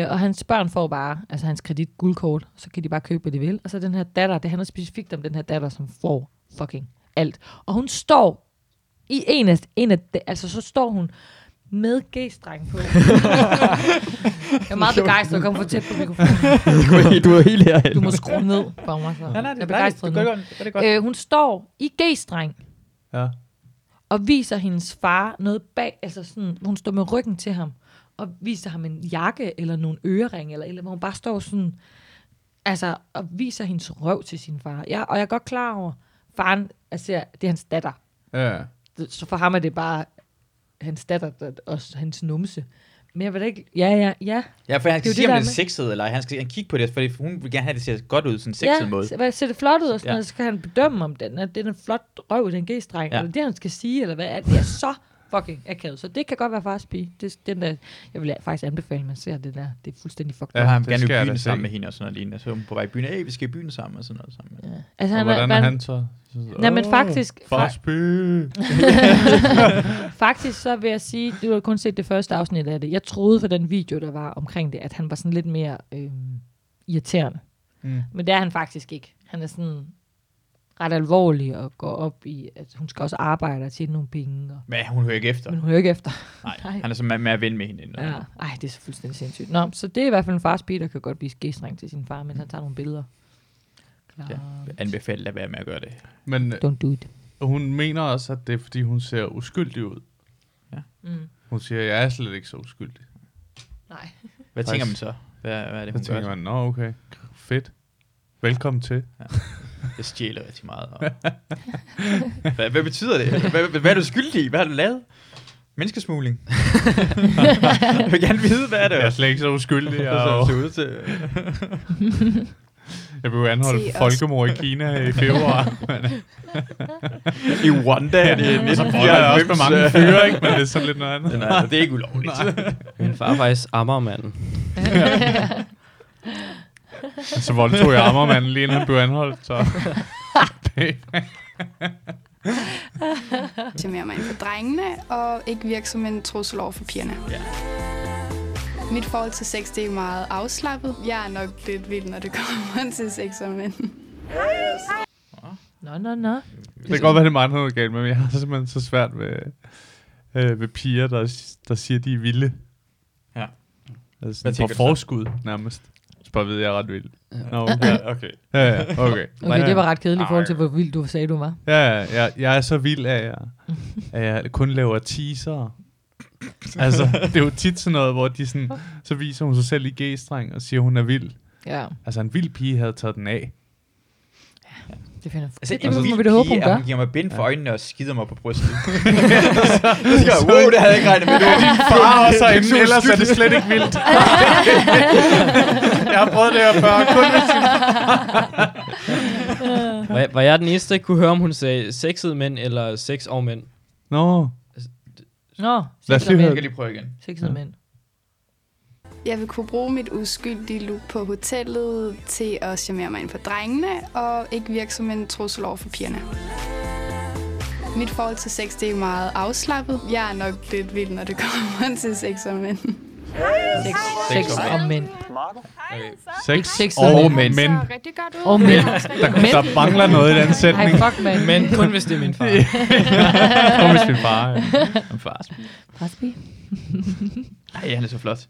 Speaker 5: Øh, og hans børn får bare, altså hans kredit guldkort, så kan de bare købe, hvad de vil. Og så den her datter, det handler specifikt om den her datter, som får fucking alt. Og hun står i en af, en af de, altså så står hun med g-streng på. jeg er meget begejstret, at komme for tæt på mikrofonen.
Speaker 3: Du er helt herhen.
Speaker 5: Du må skrue ned for mig. Så.
Speaker 2: Nej,
Speaker 5: jeg
Speaker 2: nej,
Speaker 5: er
Speaker 2: det er dejligt.
Speaker 5: begejstret
Speaker 2: Det er
Speaker 5: nu.
Speaker 2: godt, det er godt.
Speaker 5: Øh, hun står i g-streng
Speaker 4: Ja.
Speaker 5: og viser hendes far noget bag, altså sådan, hvor hun står med ryggen til ham, og viser ham en jakke eller nogle øreringe, eller, et eller andet, hvor hun bare står sådan, altså, og viser hendes røv til sin far. Ja, og jeg er godt klar over, faren, altså, det er hans datter.
Speaker 4: Ja.
Speaker 5: Så for ham er det bare hans datter der- og hans numse. Men jeg vil da ikke... Ja, ja, ja.
Speaker 2: Ja, for han
Speaker 5: Det er
Speaker 2: skal
Speaker 5: jo
Speaker 2: sige,
Speaker 5: der
Speaker 2: om
Speaker 5: er
Speaker 2: det er
Speaker 5: med-
Speaker 2: sexet, eller han skal han kigge på det, fordi hun vil gerne have, at det ser godt ud, sådan en sexet
Speaker 5: ja,
Speaker 2: måde.
Speaker 5: se- hvad- ser det flot ud og sådan
Speaker 2: Ja.
Speaker 5: noget, så skal han bedømme, om den er, det er en flot røv, den g-streng, ja.
Speaker 2: Ja.
Speaker 5: eller det, han skal sige, eller hvad er det? er så fucking akavet. Så det kan godt være fars pige. Det, den der, jeg vil faktisk anbefale, at man ser det der. Det er fuldstændig fucked
Speaker 2: Ja,
Speaker 5: up.
Speaker 2: han
Speaker 4: det
Speaker 2: vil gerne
Speaker 4: skal
Speaker 2: i
Speaker 4: jeg da
Speaker 2: byen
Speaker 4: se.
Speaker 2: sammen med hende og sådan noget lignende. Så er hun på vej i byen. Hey, vi skal i byen sammen og sådan noget sammen. Ja.
Speaker 5: Altså,
Speaker 4: Og
Speaker 5: han,
Speaker 4: hvordan er
Speaker 5: man-
Speaker 4: han så? Så-
Speaker 5: Nej, men
Speaker 4: Åh,
Speaker 5: faktisk-
Speaker 4: Fars pige.
Speaker 5: Faktisk så vil jeg sige, du har kun set det første afsnit af det. Jeg troede for den video, der var omkring det, at han var sådan lidt mere øh, øhm, irriterende. Mm. Men det er han faktisk ikke. Han er sådan ret alvorlig og går op i, at hun skal også arbejde og tjene nogle penge. Og,
Speaker 2: Men hun hører ikke efter.
Speaker 5: men hun hører ikke efter.
Speaker 2: Nej, han er så med, med at vinde med hende. eller
Speaker 5: Ja.
Speaker 2: noget.
Speaker 5: Ej, det er så fuldstændig sindssygt. Nå, så det er i hvert fald en fars bil, der kan godt blive skæstreng til sin far, mens han tager nogle billeder. Klar.
Speaker 2: Ja. Anbefaler at være med at gøre det.
Speaker 4: Men øh,
Speaker 5: Don't do it.
Speaker 4: hun mener også, at det er, fordi hun ser uskyldig ud.
Speaker 2: Ja.
Speaker 5: Mm.
Speaker 4: Hun siger, jeg er slet ikke så uskyldig.
Speaker 5: Nej.
Speaker 2: Hvad tænker man så? Hvad, hvad er det, hun
Speaker 4: Så tænker
Speaker 2: gør?
Speaker 4: man, nå okay, fedt. Velkommen til.
Speaker 2: Jeg stjæler rigtig meget. Og... hvad, hvad betyder det? Hvad, hvad, hvad er du skyldig i? Hvad har du lavet? Menneskesmugling. jeg vil gerne vide, hvad er det?
Speaker 4: Jeg er slet ikke så uskyldig. Jeg,
Speaker 2: Som det
Speaker 4: er
Speaker 2: ser
Speaker 4: jo-
Speaker 2: ud til.
Speaker 4: jeg blev anholdt
Speaker 2: Se
Speaker 4: for
Speaker 2: os.
Speaker 4: folkemord i Kina i februar.
Speaker 2: I Rwanda er det
Speaker 4: Ja, så
Speaker 2: 1994.
Speaker 4: boller jeg også med mange fyre, ikke? Men det er sådan lidt noget andet.
Speaker 2: Nej, det er ikke ulovligt.
Speaker 4: Nej.
Speaker 3: Min far er faktisk ammermanden.
Speaker 4: Altså, Så voldtog jeg Ammermanden lige inden han blev anholdt. Så.
Speaker 9: Optimere mig ind for drengene, og ikke virke som en trussel over for pigerne.
Speaker 2: Ja.
Speaker 9: Mit forhold til sex, det er meget afslappet. Jeg er nok lidt vild, når det kommer til sex og mænd.
Speaker 5: Nå, nå, nå.
Speaker 4: det kan godt være, det er meget noget galt, men jeg har simpelthen så svært ved, øh, ved piger, der, der siger, de er vilde.
Speaker 2: Ja.
Speaker 4: Altså,
Speaker 2: Hvad
Speaker 4: sådan
Speaker 2: tænker
Speaker 4: på
Speaker 2: du så?
Speaker 4: forskud nærmest. Så bare ved, jeg er ret vild. Nå,
Speaker 2: Ja, okay.
Speaker 4: Ja, ja, okay.
Speaker 5: Okay, det var ret kedeligt i
Speaker 4: Arr.
Speaker 5: forhold til, hvor vild du sagde, du var.
Speaker 4: Ja, ja, jeg, jeg er så vild af, at jeg, at jeg kun laver teaser. altså, det er jo tit sådan noget, hvor de sådan, så viser hun sig selv i G-streng og siger, hun er vild.
Speaker 5: Ja.
Speaker 4: Altså, en vild pige havde taget den af.
Speaker 5: Det finder altså,
Speaker 2: Altså,
Speaker 5: det,
Speaker 2: en
Speaker 5: det, det,
Speaker 2: vild
Speaker 5: må vi da håbe,
Speaker 2: pige
Speaker 5: hun
Speaker 2: er,
Speaker 5: gør.
Speaker 2: Hun giver mig bind for øjnene og skider mig på brystet. det skal jeg, wow, det havde jeg ikke regnet med. Det var din
Speaker 4: Far
Speaker 2: far
Speaker 4: også
Speaker 2: også
Speaker 4: herinde, ellers er det slet ikke vildt. jeg har prøvet det her før, kun med sin
Speaker 3: Var, var jeg den eneste, der ikke kunne høre, om hun sagde sexede mænd eller sex og mænd?
Speaker 4: Nå,
Speaker 5: Nå,
Speaker 4: Lad os lige høre
Speaker 2: lige prøve igen.
Speaker 5: Sexede mænd.
Speaker 9: Jeg vil kunne bruge mit uskyldige look på hotellet til at charmere mig ind for drengene, og ikke virke som en trussel over for pigerne. Mit forhold til sex, det er meget afslappet. Jeg er nok lidt vild, når det kommer til sex og mænd.
Speaker 5: Sex, sex og mænd.
Speaker 4: Sex
Speaker 5: Ikke sex
Speaker 4: og
Speaker 5: og
Speaker 4: mænd.
Speaker 5: mænd.
Speaker 9: rigtig godt ud.
Speaker 5: Og mænd.
Speaker 4: Der, der mangler noget i den sætning.
Speaker 5: Ej, fuck, mand.
Speaker 3: Men kun hvis det er min far.
Speaker 4: Kom med sin far. Ja.
Speaker 2: Min far.
Speaker 5: Brasby.
Speaker 2: Ej, han er så
Speaker 5: Øh,
Speaker 2: flot.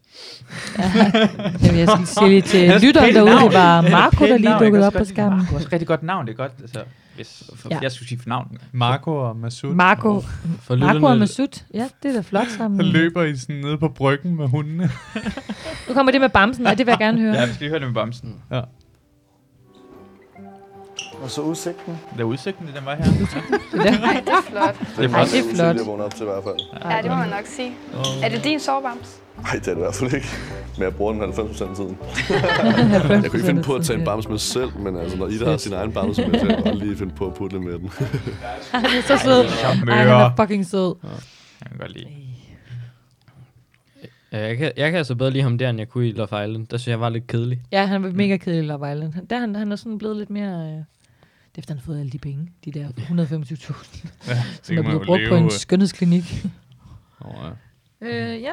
Speaker 5: Jamen, jeg skal sige lige til lytteren derude, det var Marco, der lige dukkede op på skærmen.
Speaker 2: Det er også et rigtig godt navn, det er godt. Altså, hvis, for,
Speaker 5: Ja.
Speaker 2: Jeg skulle sige for navn.
Speaker 4: Marco og Masud.
Speaker 5: Marco,
Speaker 3: For
Speaker 5: Marco og
Speaker 3: lytterne-
Speaker 5: Masud. Ja, det er da flot sammen.
Speaker 4: Der løber I sådan nede på bryggen med hundene.
Speaker 5: Nu kommer det med bamsen, og det vil jeg gerne høre.
Speaker 2: Ja, vi skal lige høre det med Bamsen.
Speaker 4: Ja.
Speaker 2: Og så udsigten. Det er udsigten, den var her.
Speaker 12: Nej, det er flot.
Speaker 10: Det er
Speaker 5: det er
Speaker 10: meget
Speaker 5: flot.
Speaker 10: tidligt at vågne op til i hvert fald.
Speaker 12: Ja, det må man nok sige. Er det din sovebams?
Speaker 10: Nej, det er det i hvert fald ikke. Men jeg bruger den 90 af tiden. jeg
Speaker 5: 90%
Speaker 10: kunne ikke finde på
Speaker 5: af
Speaker 10: at tage en
Speaker 5: tiden, ja.
Speaker 10: bams med selv, men altså, når Ida har sin egen bams med, så kan jeg godt lige finde på at putte med den.
Speaker 5: Han er så sød. Ej, han er fucking sød.
Speaker 2: Jeg kan godt
Speaker 5: Øh.
Speaker 2: lide.
Speaker 3: Ja, jeg, kan, jeg kan altså bedre lide ham der, end jeg kunne i Love Island. Der synes jeg, han var lidt kedelig.
Speaker 5: Ja, han var mega kedelig i Love Island. Han- Der, han, han er sådan blevet lidt mere... Øh, det er efter, han har fået alle de penge. De der 125.000,
Speaker 4: ja,
Speaker 5: som er blevet brugt på en skønhedsklinik.
Speaker 4: Oh, ja.
Speaker 5: øh, ja.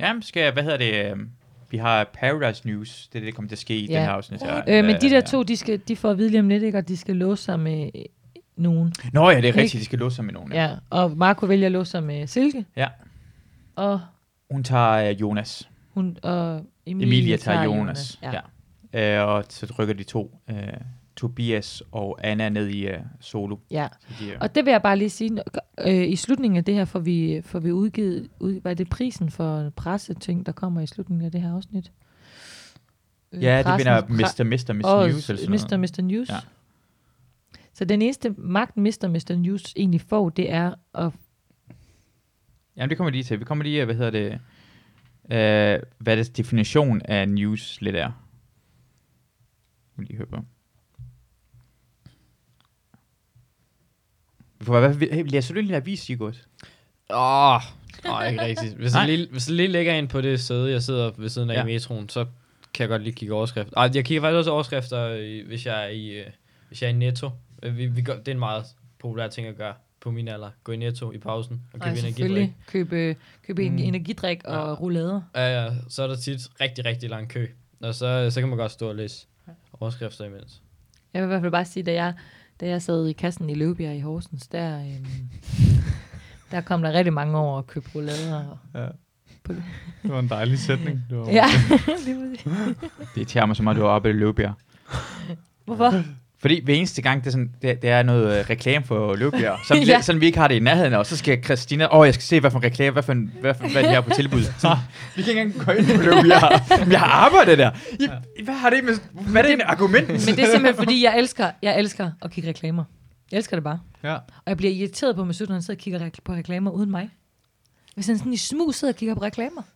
Speaker 2: Jamen, skal jeg, hvad hedder det? øhm, Vi har Paradise News. Det er det, der kommer til at ske i den her afsnit. her.
Speaker 5: Øh, men de der
Speaker 2: Ja.
Speaker 5: to, de, skal, de får at vide lige om lidt, ikke? Og de skal låse sig med øh, nogen.
Speaker 2: Nå ja, det er
Speaker 5: Ikke?
Speaker 2: rigtigt. De skal låse sig med nogen.
Speaker 5: Ja, og Marco vælger at låse sig med Silke.
Speaker 2: Ja.
Speaker 5: Og,
Speaker 2: Hun tager øh, Jonas.
Speaker 5: hun, og Emilie,
Speaker 2: Emilie, tager Jonas. Ja. ja. Øh, og så rykker de to, øh, Tobias og Anna, ned i øh, solo.
Speaker 5: Ja,
Speaker 2: Så de, øh,
Speaker 5: og det vil jeg bare lige sige. Nå- Øh, I slutningen af det her får vi, får vi udgivet, ud, hvad er det prisen for presseting, der kommer i slutningen af det her afsnit? Øh,
Speaker 2: Ja, det vinder
Speaker 5: pressens-
Speaker 2: Mr. Mr. Mr.
Speaker 5: Og
Speaker 2: News, eller sådan
Speaker 5: Mr.
Speaker 2: noget.
Speaker 5: Mr. News.
Speaker 2: Ja.
Speaker 5: Ja. Så den eneste magt, Mr. Mr. News egentlig får, det er at...
Speaker 2: Jamen, det kommer vi lige til. Vi kommer lige, øh, hvad hedder det, øh, hvad deres definition af news lidt er. Vi lige høre på. Vi får, hvad, hvad, læser du lige en avis, Sigurd?
Speaker 3: Åh, oh, ikke rigtigt. Hvis
Speaker 2: Nej.
Speaker 3: jeg, lige, hvis jeg lige lægger ind på det sæde, jeg sidder ved siden af
Speaker 2: Ja.
Speaker 3: ja. i metroen, så kan jeg godt lige kigge overskrifter. Ej, jeg kigger faktisk også overskrifter, i- hvis jeg er i, øh, hvis jeg er i Netto. Øh, Vi, vi gør, det er en meget populær ting at gøre på min alder. Gå i Netto i pausen og købe energidrik.
Speaker 5: Købe, købe mm. en energidrik og ja. roulader.
Speaker 3: Ja, ja, så er der tit rigtig, rigtig lang kø. Og så, så kan man godt stå og læse overskrifter imens.
Speaker 5: Jeg vil i hvert fald bare sige, da jeg, da jeg sad i kassen i Løbjerg i Horsens, der, øhm, der kom der rigtig mange over og købte roulader. Og
Speaker 4: Ja.
Speaker 5: på det.
Speaker 4: Det var en dejlig sætning. Det var
Speaker 5: ja, det var det.
Speaker 2: Det irriterer mig så meget, at du var oppe i Løbjerg.
Speaker 5: Hvorfor?
Speaker 2: Fordi hver eneste gang, det er, sådan, det, det er noget øh, reklame for Løbjerg, sådan, ja.
Speaker 5: Ja.
Speaker 2: sådan vi ikke har det i nærheden, og så skal Christina, åh, oh, jeg skal se, hvad for en reklame, hvad, for en, hvad, for, hvad de har på tilbud. Sådan, vi kan ikke engang gå ind på Løbjerg. Men jeg har arbejdet der. I, Hvad har det med, hvad er det, det argument?
Speaker 5: Men det er simpelthen, fordi jeg elsker, jeg elsker at kigge reklamer. Jeg elsker det bare.
Speaker 4: Ja.
Speaker 5: Og jeg bliver irriteret på, at min søster, han sidder og kigger rek- på reklamer uden mig. Hvis han sådan i smug sidder og kigger på reklamer.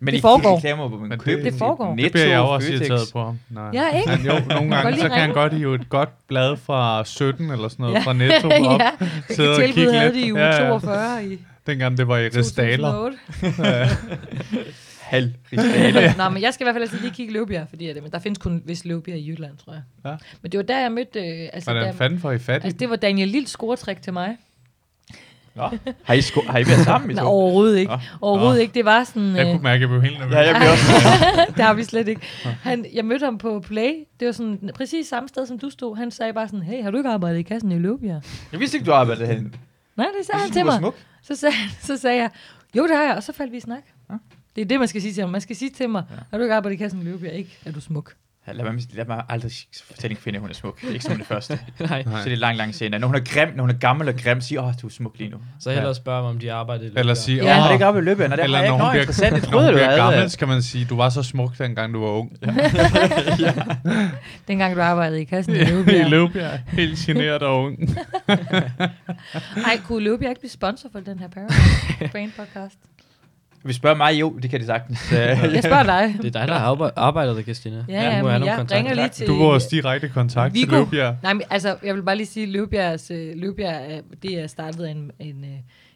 Speaker 2: Men
Speaker 5: det
Speaker 2: I
Speaker 5: foregår.
Speaker 2: reklamer, hvor man
Speaker 5: Men det-
Speaker 2: køber
Speaker 5: det
Speaker 2: til
Speaker 5: foregår.
Speaker 2: Netto,
Speaker 4: Det bliver jeg jo også
Speaker 2: Føtex.
Speaker 4: irriteret på ham. Nej.
Speaker 5: Ja, ikke?
Speaker 4: Men jo,
Speaker 5: Man
Speaker 4: nogle
Speaker 5: kan godt
Speaker 4: gange,
Speaker 5: lige
Speaker 4: så kan han
Speaker 5: ringe.
Speaker 4: godt hive et godt blad fra 17 eller sådan noget,
Speaker 5: Ja.
Speaker 4: ja. fra Netto op.
Speaker 5: Ja.
Speaker 4: sidde og
Speaker 5: Hvilket tilbud
Speaker 4: kigge
Speaker 5: havde
Speaker 4: lidt.
Speaker 5: de i uge 42 i
Speaker 4: Dengang det var i Ristaler.
Speaker 5: 2008?
Speaker 4: Ja.
Speaker 2: Halv Ristaler.
Speaker 5: Nå, men jeg skal i hvert fald altid lige kigge i Løbjerg, fordi det, men der findes kun vist Løbjerg i Jylland, tror jeg.
Speaker 4: Ja.
Speaker 5: Men det var der, jeg mødte... Øh, altså,
Speaker 4: Hvordan
Speaker 5: der,
Speaker 4: fanden får I fat i
Speaker 5: altså, det var Daniel Lilds scoretræk til mig.
Speaker 4: Nå.
Speaker 2: Har I, sko- har I været sammen? I
Speaker 5: Nej,
Speaker 2: to?
Speaker 5: overhovedet ikke.
Speaker 2: Nå.
Speaker 5: Overhovedet ikke. Det var sådan...
Speaker 4: Jeg
Speaker 5: øh,
Speaker 4: kunne mærke, at jeg blev helt nervøs.
Speaker 2: Ja, jeg blev også.
Speaker 5: det har vi slet ikke. Han, jeg mødte ham på Play. Det var sådan præcis samme sted, som du stod. Han sagde bare sådan, hey, har du ikke arbejdet i kassen i Løbjerg?
Speaker 2: Jeg vidste ikke, du arbejdede herinde.
Speaker 5: Nej, det sagde
Speaker 2: Jeg
Speaker 5: han
Speaker 2: synes,
Speaker 5: Ah, til
Speaker 2: du var
Speaker 5: mig.
Speaker 2: smuk.
Speaker 5: Så sagde, så sagde jeg, jo, det har jeg, og så faldt vi i snak. Det er det, man skal sige til ham. Man skal sige til mig, har du ikke arbejdet i kassen i Løbjerg? Ikke, er du smuk.
Speaker 2: Ja, Lad mig, lad mig aldrig fortælle en kvinde, at hun er smuk. Ikke som det første.
Speaker 3: Nej.
Speaker 2: Så det er langt, langt senere. Når hun er grim, når hun er gammel og grim, siger, åh, oh, du er smuk lige nu.
Speaker 3: Så hellere spørge mig, om de arbejder i
Speaker 4: Eller sige,
Speaker 2: Ja,
Speaker 4: "Åh."
Speaker 2: har det ikke op i løbet? Nå, det
Speaker 4: Eller
Speaker 2: har jeg
Speaker 4: når
Speaker 2: ikke. Nå,
Speaker 4: hun
Speaker 2: interessant. Det
Speaker 4: bliver, når
Speaker 2: troede
Speaker 4: hun
Speaker 2: du,
Speaker 4: bliver
Speaker 2: jeg havde.
Speaker 4: gammel, skal man sige, du var så smuk, dengang du var ung. Ja.
Speaker 5: Dengang du arbejdede i kassen i Løbjerg.
Speaker 4: I Løbjerg. Helt generet og ung.
Speaker 5: Ej, kunne Løbjerg ikke blive sponsor for den her Paradise Brain podcast?
Speaker 2: Vi spørger mig, jo, det kan det sagtens.
Speaker 5: Jeg spørger dig.
Speaker 3: Det er dig, der har arbejde- arbejder der, Christina.
Speaker 5: Ja, ja,
Speaker 3: må have
Speaker 5: men
Speaker 3: nogle
Speaker 5: jeg
Speaker 3: kontakter.
Speaker 5: ringer lige til-
Speaker 4: Du var vores direkte kontakt til Løbjerg.
Speaker 5: Nej, men altså, jeg vil bare lige sige, Løbjergs, øh, Løbjerg, er- det er startet af en, en,